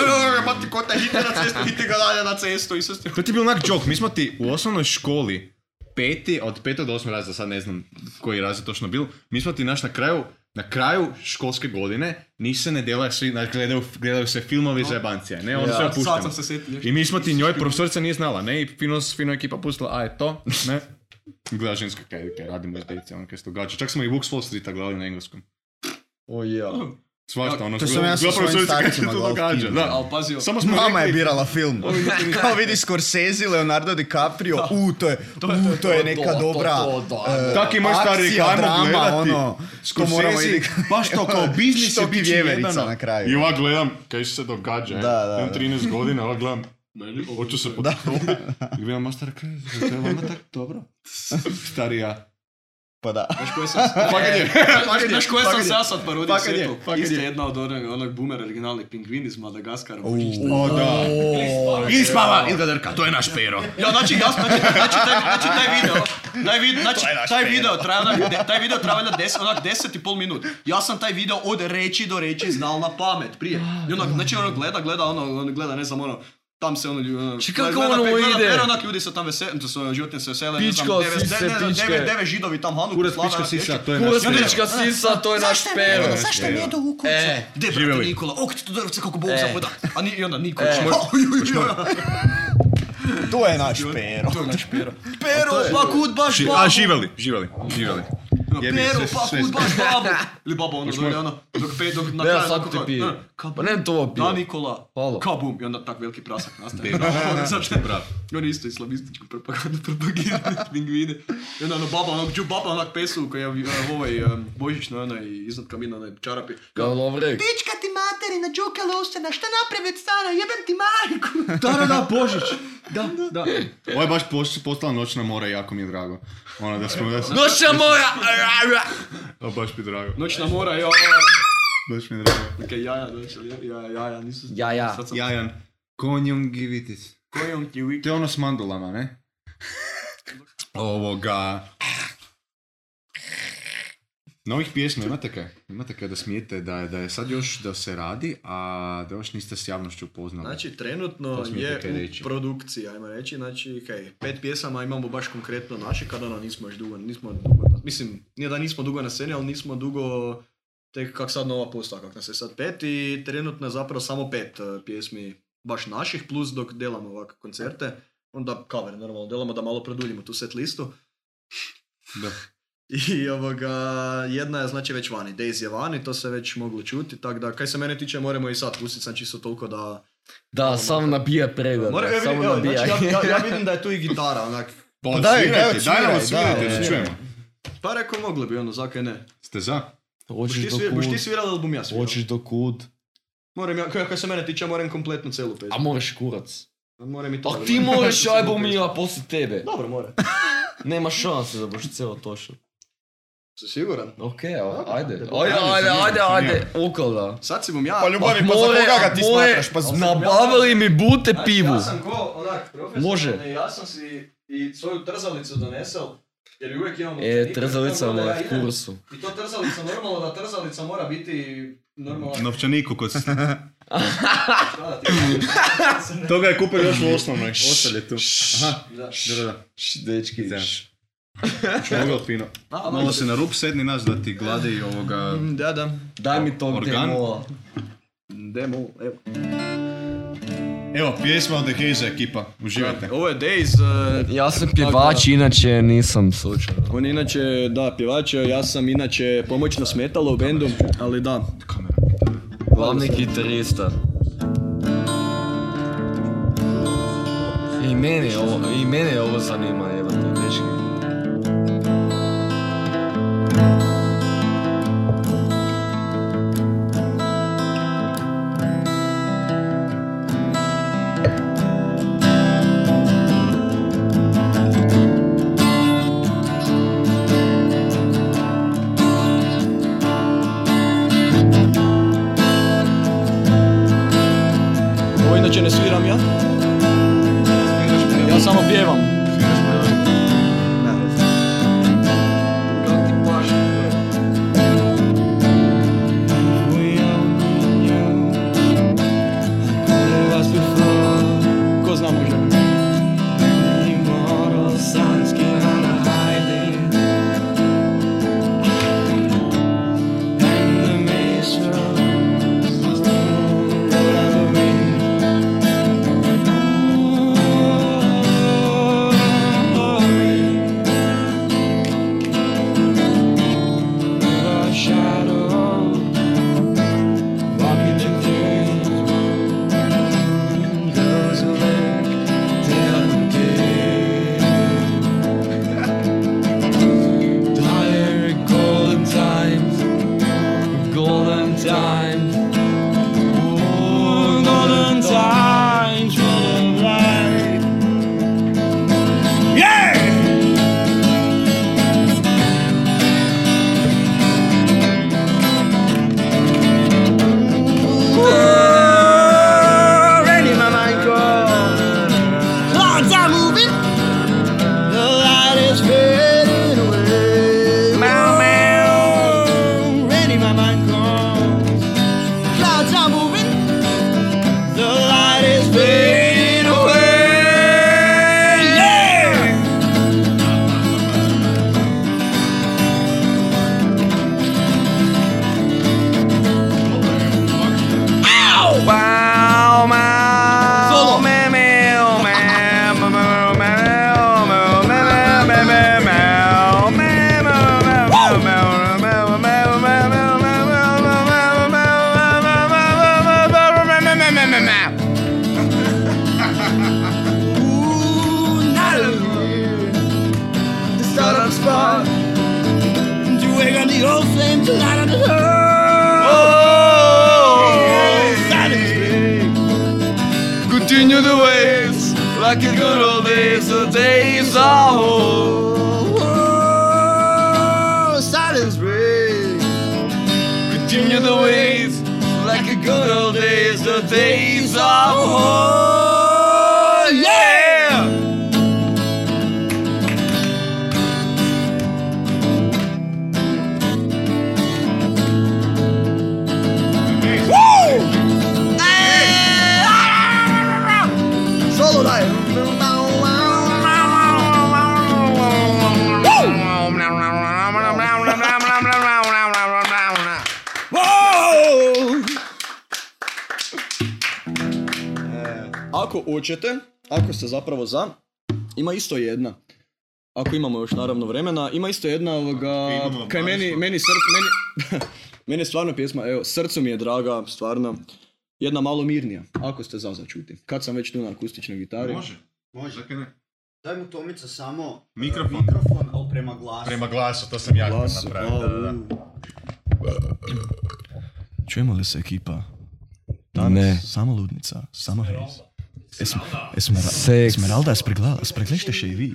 [SPEAKER 2] mati kota hiti na cestu, hiti ga dalje na cestu i sve ste...
[SPEAKER 1] To ti je bio onak joke. Mi smo ti u osnovnoj školi, peti, od petog do osmog razreda, sad ne znam koji razred točno bil, mi smo ti naš na kraju, na kraju školske godine, niš se ne dela svi, znači, gledaju, gledaju se filmovi za jebancija, ne, ono sve
[SPEAKER 2] Sad
[SPEAKER 1] opušteno.
[SPEAKER 2] sam se setio.
[SPEAKER 1] I mi smo ti njoj, profesorica nije znala, ne, i fino, fino je ekipa pustila, a je to, ne. Gleda ženska kaj, kaj radimo s deci, ono kaj se događa. Čak smo i Books Wall Streeta gledali na engleskom.
[SPEAKER 4] O ja.
[SPEAKER 1] Svašta, ono,
[SPEAKER 3] To sam ja sa
[SPEAKER 1] gleda
[SPEAKER 3] svojim
[SPEAKER 1] profesorica kaj se
[SPEAKER 3] starcima
[SPEAKER 1] to
[SPEAKER 3] gledao
[SPEAKER 1] događa.
[SPEAKER 3] film,
[SPEAKER 1] Da,
[SPEAKER 2] Ali pazio,
[SPEAKER 1] samo smo
[SPEAKER 3] Mama je
[SPEAKER 1] rekli,
[SPEAKER 3] birala film. Kao vidi Scorsese, Leonardo DiCaprio, u, to je, u, to je neka dobra
[SPEAKER 4] to, da,
[SPEAKER 3] eh,
[SPEAKER 1] Tako i moj stari
[SPEAKER 3] akcija,
[SPEAKER 1] rekao, ajmo
[SPEAKER 3] drama,
[SPEAKER 1] gledati.
[SPEAKER 3] ono, što moramo
[SPEAKER 1] Scorsese,
[SPEAKER 3] ide...
[SPEAKER 1] baš to kao biznis
[SPEAKER 3] Što
[SPEAKER 1] je bit
[SPEAKER 3] kiči vjeverica
[SPEAKER 1] jebeno.
[SPEAKER 3] na kraju.
[SPEAKER 1] I ovak gledam, kaj se događa, da,
[SPEAKER 3] da,
[SPEAKER 1] imam
[SPEAKER 3] da.
[SPEAKER 1] 13 godina, ovak gledam, hoću se potopit. I gledam, ma stari, kaj, zar to je vama tako dobro? Stari ja.
[SPEAKER 3] Pa da.
[SPEAKER 2] znaš koje sam...
[SPEAKER 1] Fakat je, fakat je,
[SPEAKER 2] Znaš koje
[SPEAKER 1] fakat
[SPEAKER 2] sam
[SPEAKER 1] je.
[SPEAKER 2] se ja sad parodio
[SPEAKER 1] Fakat je,
[SPEAKER 2] sjetio?
[SPEAKER 1] fakat
[SPEAKER 2] Isto
[SPEAKER 1] je.
[SPEAKER 2] jedna od onog, onog boomer originalni pingvin iz Madagaskara.
[SPEAKER 1] O, da. Ili spava, ili ga drka, to je naš pero.
[SPEAKER 2] Ja, znači, ja, znači, znači, taj, znači, taj video, taj, vid, znači, taj video traja, onak, de- taj video traja valjda des, onak 10 i pol minut. Ja sam taj video od reći do reći znal na pamet prije. I onak, znači, ono gleda, gleda, ono, ono gleda, ne znam, ono, tam se ono, ljudi, ono,
[SPEAKER 4] Čekaj, kako
[SPEAKER 2] gleda- gleda
[SPEAKER 4] ono
[SPEAKER 2] pe- gleda
[SPEAKER 4] ide?
[SPEAKER 2] pero, onak, ljudi se tam vesele, to su ono, životinje se vesele, ne znam,
[SPEAKER 4] Pičkao
[SPEAKER 2] deve-
[SPEAKER 4] si se,
[SPEAKER 2] de- ne znam,
[SPEAKER 4] pičke.
[SPEAKER 2] deve, deve židovi tam Hanu,
[SPEAKER 1] Kurac,
[SPEAKER 2] slava,
[SPEAKER 1] pička
[SPEAKER 2] natječe.
[SPEAKER 1] sisa, to je naš
[SPEAKER 4] Kurasnička
[SPEAKER 1] pero.
[SPEAKER 4] sisa, to je naš pero.
[SPEAKER 1] Pero.
[SPEAKER 6] Zašto mi je do
[SPEAKER 4] E,
[SPEAKER 6] De, brate,
[SPEAKER 1] Živjeli.
[SPEAKER 6] Nikola, ok ti to dorovce, kako Bog
[SPEAKER 4] E.
[SPEAKER 6] zapoda.
[SPEAKER 2] A ni, i onda niko.
[SPEAKER 3] To je naš pero.
[SPEAKER 2] Pero, pa kud baš
[SPEAKER 1] Ži- A,
[SPEAKER 2] babu.
[SPEAKER 1] živeli, živeli, živeli. Jebi ga,
[SPEAKER 2] Pero,
[SPEAKER 1] sve-
[SPEAKER 2] pa
[SPEAKER 1] sve-
[SPEAKER 2] kud baš babu. Ili baba ono,
[SPEAKER 1] moj-
[SPEAKER 2] dolje ono, dok pe, dok na
[SPEAKER 4] Ne,
[SPEAKER 2] kraju.
[SPEAKER 4] sad
[SPEAKER 2] onako
[SPEAKER 4] ti
[SPEAKER 2] kao,
[SPEAKER 4] pije.
[SPEAKER 2] e, kabum.
[SPEAKER 4] Pa ne to
[SPEAKER 2] Da,
[SPEAKER 4] pio.
[SPEAKER 2] Nikola.
[SPEAKER 4] Halo.
[SPEAKER 2] Kabum. I onda tak veliki prasak nastaje.
[SPEAKER 1] Pero.
[SPEAKER 2] Znači, oni isto islamističku propagandu propagiraju pingvine. I onda ono baba, onog džu baba, onak pesu koji je uh, ovaj um, božićno onaj iznad kamina, onaj čarapi.
[SPEAKER 4] Kao Lovrek.
[SPEAKER 7] Pička ti materina, džuka losena, šta napravit stara, jebem ti majku.
[SPEAKER 2] Da, da, da, božić. Da, da.
[SPEAKER 1] Ovo je baš post- postala noćna mora i jako mi je drago. Ono da smo, da smo,
[SPEAKER 4] Noća mora!
[SPEAKER 1] a, baš mi je drago,
[SPEAKER 2] Noćna mora, jo.
[SPEAKER 1] baš mi je drago.
[SPEAKER 2] Neke jaja, znači, jaja, jaja, nisu...
[SPEAKER 4] Ja, ja.
[SPEAKER 2] Sad sam...
[SPEAKER 1] Jajan, konjungivitis.
[SPEAKER 2] Kojom ti uvijek?
[SPEAKER 1] To je ono s mandulama, ne? Ovoga... Novih pjesma, imate kaj? Imate kaj da smijete da je, da je sad još da se radi, a da još niste s javnošću upoznali.
[SPEAKER 2] Znači, trenutno
[SPEAKER 1] To smijete
[SPEAKER 2] je
[SPEAKER 1] kaj reći.
[SPEAKER 2] u produkciji, ajmo reći, znači, hej, pet pjesama imamo baš konkretno naše, kada ono nismo još dugo, nismo dugo, na- mislim, nije da nismo dugo na sceni, ali nismo dugo, tek kak sad nova posta, kak nas je sad pet i trenutno je zapravo samo pet eh, pjesmi baš naših, plus dok delamo ovakve koncerte, onda cover normalno delamo da malo produljimo tu set listu.
[SPEAKER 1] Da.
[SPEAKER 2] I ovoga, jedna je znači već vani, Daisy je vani, to se već moglo čuti, tako da kaj se mene tiče moramo i sad pustit sam čisto toliko da
[SPEAKER 4] Da, samo nabija pregled.
[SPEAKER 2] Mora, ja, vidim,
[SPEAKER 4] Samo
[SPEAKER 2] evo,
[SPEAKER 4] nabija.
[SPEAKER 2] znači, ja, ja, ja vidim da je tu i gitara, onak.
[SPEAKER 1] Pa,
[SPEAKER 3] daj, daj,
[SPEAKER 1] odsvirajte,
[SPEAKER 3] odsviraj,
[SPEAKER 1] daj nam
[SPEAKER 3] da,
[SPEAKER 1] odsvirajte, da
[SPEAKER 3] da,
[SPEAKER 1] se
[SPEAKER 3] da.
[SPEAKER 1] čujemo.
[SPEAKER 2] Pa rekao, mogli bi, ono, zakaj ne.
[SPEAKER 1] Ste za?
[SPEAKER 2] Boš
[SPEAKER 4] Hoćeš
[SPEAKER 2] ti,
[SPEAKER 4] do
[SPEAKER 2] svir, boš ti
[SPEAKER 4] kud?
[SPEAKER 2] svirao album, ja svirao.
[SPEAKER 4] Hoćeš do kud?
[SPEAKER 2] Moram ja, kako se mene tiče, moram kompletnu celu
[SPEAKER 4] A
[SPEAKER 2] pesmu.
[SPEAKER 4] moraš kurac.
[SPEAKER 2] Moram i to.
[SPEAKER 4] A ti moraš album i ja poslije tebe.
[SPEAKER 2] Dobro, mora.
[SPEAKER 4] Nema šanse da boš cijelo tošao.
[SPEAKER 2] Si siguran?
[SPEAKER 4] Okej, evo, ajde. Ajde,
[SPEAKER 1] ajde,
[SPEAKER 4] ajde,
[SPEAKER 1] sam
[SPEAKER 4] ajde,
[SPEAKER 1] ja, sam
[SPEAKER 4] ajde. Ukala.
[SPEAKER 2] Sad si bom ja...
[SPEAKER 3] Pa ljubavi, pa za
[SPEAKER 4] More,
[SPEAKER 3] koga ga ti
[SPEAKER 4] more,
[SPEAKER 3] smatraš? Pa z-
[SPEAKER 4] Nabavili mi bute
[SPEAKER 2] Znači,
[SPEAKER 4] Pa, pivu.
[SPEAKER 2] Ja sam ko, onak, profesionalni,
[SPEAKER 4] Može.
[SPEAKER 2] ja sam si i svoju trzalicu donesel, jer ju uvijek imam...
[SPEAKER 4] E,
[SPEAKER 2] učenika,
[SPEAKER 4] trzalica
[SPEAKER 2] tako da
[SPEAKER 4] na
[SPEAKER 2] ja idem-
[SPEAKER 4] kursu.
[SPEAKER 2] I to trzalica, normalno da trzalica mora biti normalna.
[SPEAKER 1] Novčaniku kod...
[SPEAKER 2] šta da ti kažem.
[SPEAKER 1] Toga je kupio još u osnovnoj, ostali tu. Aha,
[SPEAKER 2] Da.
[SPEAKER 1] da, da, da.
[SPEAKER 4] Dečki,
[SPEAKER 1] Da. Mogao fino.
[SPEAKER 2] A,
[SPEAKER 1] Malo se na rup sedni nas da ti glade i ovoga...
[SPEAKER 2] Da, da.
[SPEAKER 4] daj mi tog
[SPEAKER 1] Organ?
[SPEAKER 4] demola.
[SPEAKER 2] Demo, evo.
[SPEAKER 1] Evo, pjesma od The Haze ekipa, uživajte.
[SPEAKER 2] Ovo je Days, eh,
[SPEAKER 4] Ja sam pjevač, inače nisam slučajno.
[SPEAKER 2] on je inače, da, pjevač, ja sam inače pomoćno smetalo u bendu, ali da.
[SPEAKER 4] Glavni gitarista. I mene je ovo, i mene je ovo zanima, evo te dečki.
[SPEAKER 2] Ovo inače ne sviram ja. Ja samo pjevam. Ko zna može.
[SPEAKER 4] Continue the ways, like a good old days, the days are old. Oh, silence breaks. Continue the ways, like a good old days, the days are old. Yeah!
[SPEAKER 2] Ako hoćete, ako ste zapravo za, ima isto jedna. Ako imamo još naravno vremena, ima isto jedna ovoga,
[SPEAKER 1] Imamo,
[SPEAKER 2] kaj meni,
[SPEAKER 1] Marislav.
[SPEAKER 2] meni, src- meni, meni je stvarno pjesma, evo, srcu mi je draga, stvarno, jedna malo mirnija, ako ste za začuti. Kad sam već tu na akustičnoj gitari.
[SPEAKER 1] Može, može. Zakaj ne?
[SPEAKER 6] Daj mu Tomica samo
[SPEAKER 1] Mikrofon.
[SPEAKER 6] mikrofon, ali prema glasu.
[SPEAKER 1] Prema glasu, to sam ja htio
[SPEAKER 2] Glasu,
[SPEAKER 1] napraviti. Da, da, da.
[SPEAKER 3] Čujemo li se ekipa? Danas ne. Samo ludnica, samo hejs. Esm, esmera,
[SPEAKER 4] Seks.
[SPEAKER 3] Esmeralda, spregla, spreglište še i vi.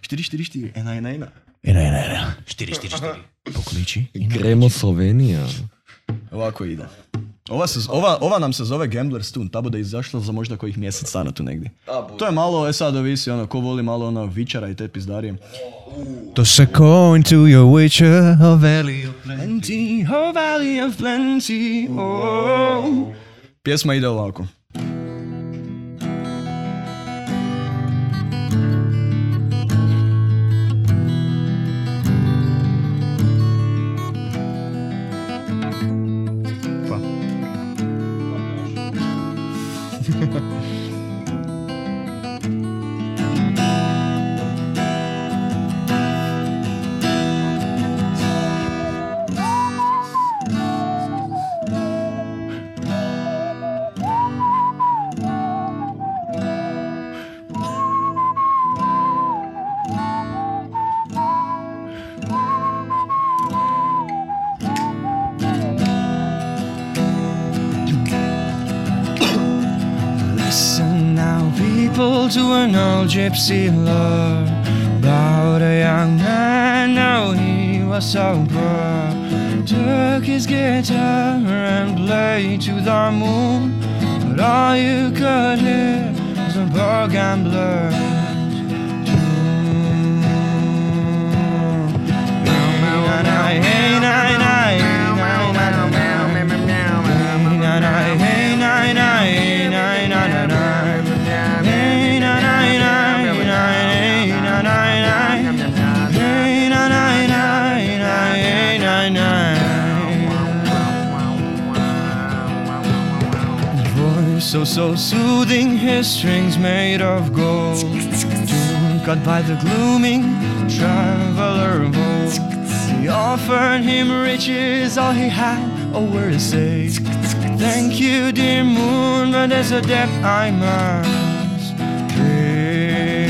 [SPEAKER 3] 4-4-4, ena, ena, ena.
[SPEAKER 6] Ena, ena, ena.
[SPEAKER 3] Pokliči. in
[SPEAKER 4] Gremo Slovenija.
[SPEAKER 3] Ovako ide. Ova, se, z- ova, ova nam se zove Gambler's Tune, ta bude izašla za možda kojih mjesec dana tu negdje. To je malo, e sad ovisi, ono, ko voli malo ono vičara i te pizdarije.
[SPEAKER 8] To se go into your witcher, a valley of
[SPEAKER 3] Plenty, oh valley of plenty, oh. Pjesma ide ovako.
[SPEAKER 8] Wow.
[SPEAKER 4] people to an old gypsy lore about a young man. Now he was sober, took his guitar and played to the moon. But all you could hear was a poor gambler's tune. And I hate, I hate, I hate, so so soothing, his strings made of gold. Doomed, Cut by the glooming traveler of old. He offered him riches, all he had, or were to say. Thank you, dear moon, but there's a debt I must pay.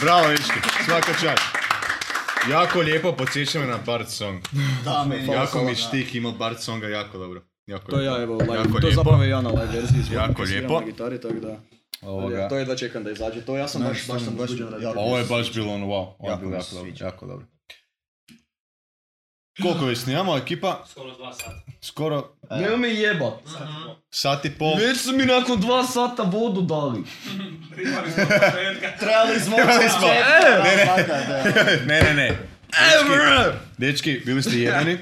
[SPEAKER 1] Bravo, Miški, svaka čast. Jako lijepo podsjeća me na Bart song.
[SPEAKER 3] Da, meni je
[SPEAKER 1] jako
[SPEAKER 3] ovo,
[SPEAKER 1] mi
[SPEAKER 3] da.
[SPEAKER 1] štik ima Bart songa, jako dobro. Jako
[SPEAKER 2] To
[SPEAKER 1] lijepo.
[SPEAKER 2] ja evo, live,
[SPEAKER 1] jako
[SPEAKER 2] to
[SPEAKER 1] lijepo.
[SPEAKER 2] zapravo je ja na live verziji zvukom
[SPEAKER 1] Jako
[SPEAKER 2] koji sviram
[SPEAKER 1] lijepo.
[SPEAKER 2] na gitari, tako da. Ali
[SPEAKER 1] Ovoga.
[SPEAKER 2] ja, to jedva čekam da izađe, to ja sam
[SPEAKER 3] Ne,
[SPEAKER 2] baš, baš
[SPEAKER 3] stvarno,
[SPEAKER 2] sam
[SPEAKER 3] baš
[SPEAKER 2] uzbuđen
[SPEAKER 3] jako
[SPEAKER 2] radi.
[SPEAKER 1] Pa Ovo je baš bilo ono wow, ovo je
[SPEAKER 3] Jako
[SPEAKER 1] bilo
[SPEAKER 3] mi
[SPEAKER 1] jako
[SPEAKER 3] se
[SPEAKER 1] dobro,
[SPEAKER 3] sviđa.
[SPEAKER 1] jako dobro. Koliko već snimamo ekipa?
[SPEAKER 9] Skoro dva sata.
[SPEAKER 1] Skoro
[SPEAKER 6] Ne me jebat.
[SPEAKER 1] sat i pol.
[SPEAKER 6] Već su mi nakon dva sata vodu dali.
[SPEAKER 9] Primali smo od početka.
[SPEAKER 3] Trebali smo
[SPEAKER 1] Trebali smo.
[SPEAKER 4] E,
[SPEAKER 1] Ne, ne.
[SPEAKER 3] fakat, da.
[SPEAKER 1] ne, ne, ne. Dečki, dečki, bili ste jedini.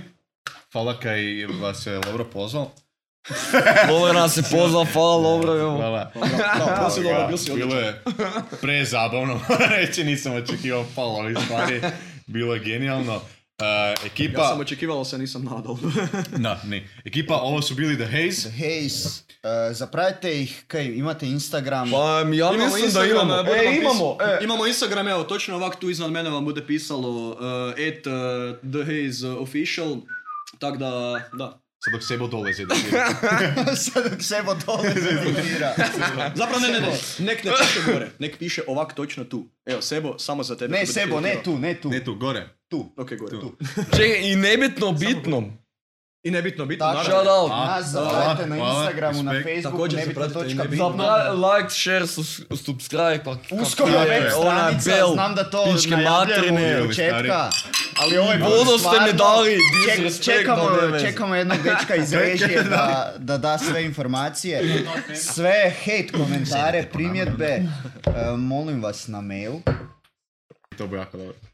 [SPEAKER 1] Hvala kaj vas je Lovro pozvao.
[SPEAKER 6] Lovre nas je pozvao, hvala Lovre. evo.
[SPEAKER 1] Hvala.
[SPEAKER 2] Prosim, dobro, bil si
[SPEAKER 1] Bilo je prezabavno, moram reći, nisam očekivao palo ovih stvari. Bilo je genijalno. Uh, ekipa,
[SPEAKER 2] Ja sam očekivao, ali se nisam nadal.
[SPEAKER 1] na, ne. Ekipa, ovo su bili The Haze.
[SPEAKER 3] Hej, s- e, zapravite ih, kaj, imate Instagram.
[SPEAKER 4] E,
[SPEAKER 6] Pa em, ja mislim da imamo.
[SPEAKER 2] evo, nam
[SPEAKER 6] E,
[SPEAKER 2] pis-
[SPEAKER 6] imamo. E.
[SPEAKER 2] Imamo Instagram, evo, točno ovak tu iznad mene vam bude pisalo uh, at uh, the Haze official, tak da, da.
[SPEAKER 1] Sad dok sebo dolazi. da vidim.
[SPEAKER 3] Sad dok sebo dole definira.
[SPEAKER 2] Zapravo ne, ne, ne, nek ne piše gore, nek piše ovak točno tu. Evo, Sebo, samo za tebe.
[SPEAKER 3] Ne,
[SPEAKER 2] to bude
[SPEAKER 3] sebo, ne
[SPEAKER 2] filtrirao.
[SPEAKER 3] tu, ne tu.
[SPEAKER 1] Ne tu, gore.
[SPEAKER 3] tu.
[SPEAKER 2] Ok, gore, tu.
[SPEAKER 6] Čekaj, i nebitno bitnom.
[SPEAKER 2] I nebitno, bitno,
[SPEAKER 3] Tako.
[SPEAKER 2] naravno.
[SPEAKER 6] Shout out.
[SPEAKER 3] Nas
[SPEAKER 1] Hvala,
[SPEAKER 3] zapravite na
[SPEAKER 1] hvala,
[SPEAKER 3] Instagramu, na
[SPEAKER 1] respekt.
[SPEAKER 3] Facebooku,
[SPEAKER 2] Također
[SPEAKER 3] nebitna
[SPEAKER 2] zapratite i
[SPEAKER 3] točka.
[SPEAKER 2] nebitna.
[SPEAKER 6] Zapra- like, share, sus- subscribe, pa
[SPEAKER 3] Uskoro
[SPEAKER 1] Tako je.
[SPEAKER 3] web
[SPEAKER 6] Ona je
[SPEAKER 3] stranica,
[SPEAKER 6] bel,
[SPEAKER 3] znam da to
[SPEAKER 6] pičke
[SPEAKER 3] najavljujemo
[SPEAKER 6] materine,
[SPEAKER 3] od početka, ali ovaj put
[SPEAKER 6] Bodo ste
[SPEAKER 3] stvarno
[SPEAKER 6] mi dali
[SPEAKER 3] ček-
[SPEAKER 6] disrespekt,
[SPEAKER 3] čekamo,
[SPEAKER 6] ali nema veze.
[SPEAKER 3] čekamo jednog dečka iz režije da, da da sve informacije, sve hate komentare, primjedbe, e, molim vas na mail.
[SPEAKER 1] To bi jako dobro.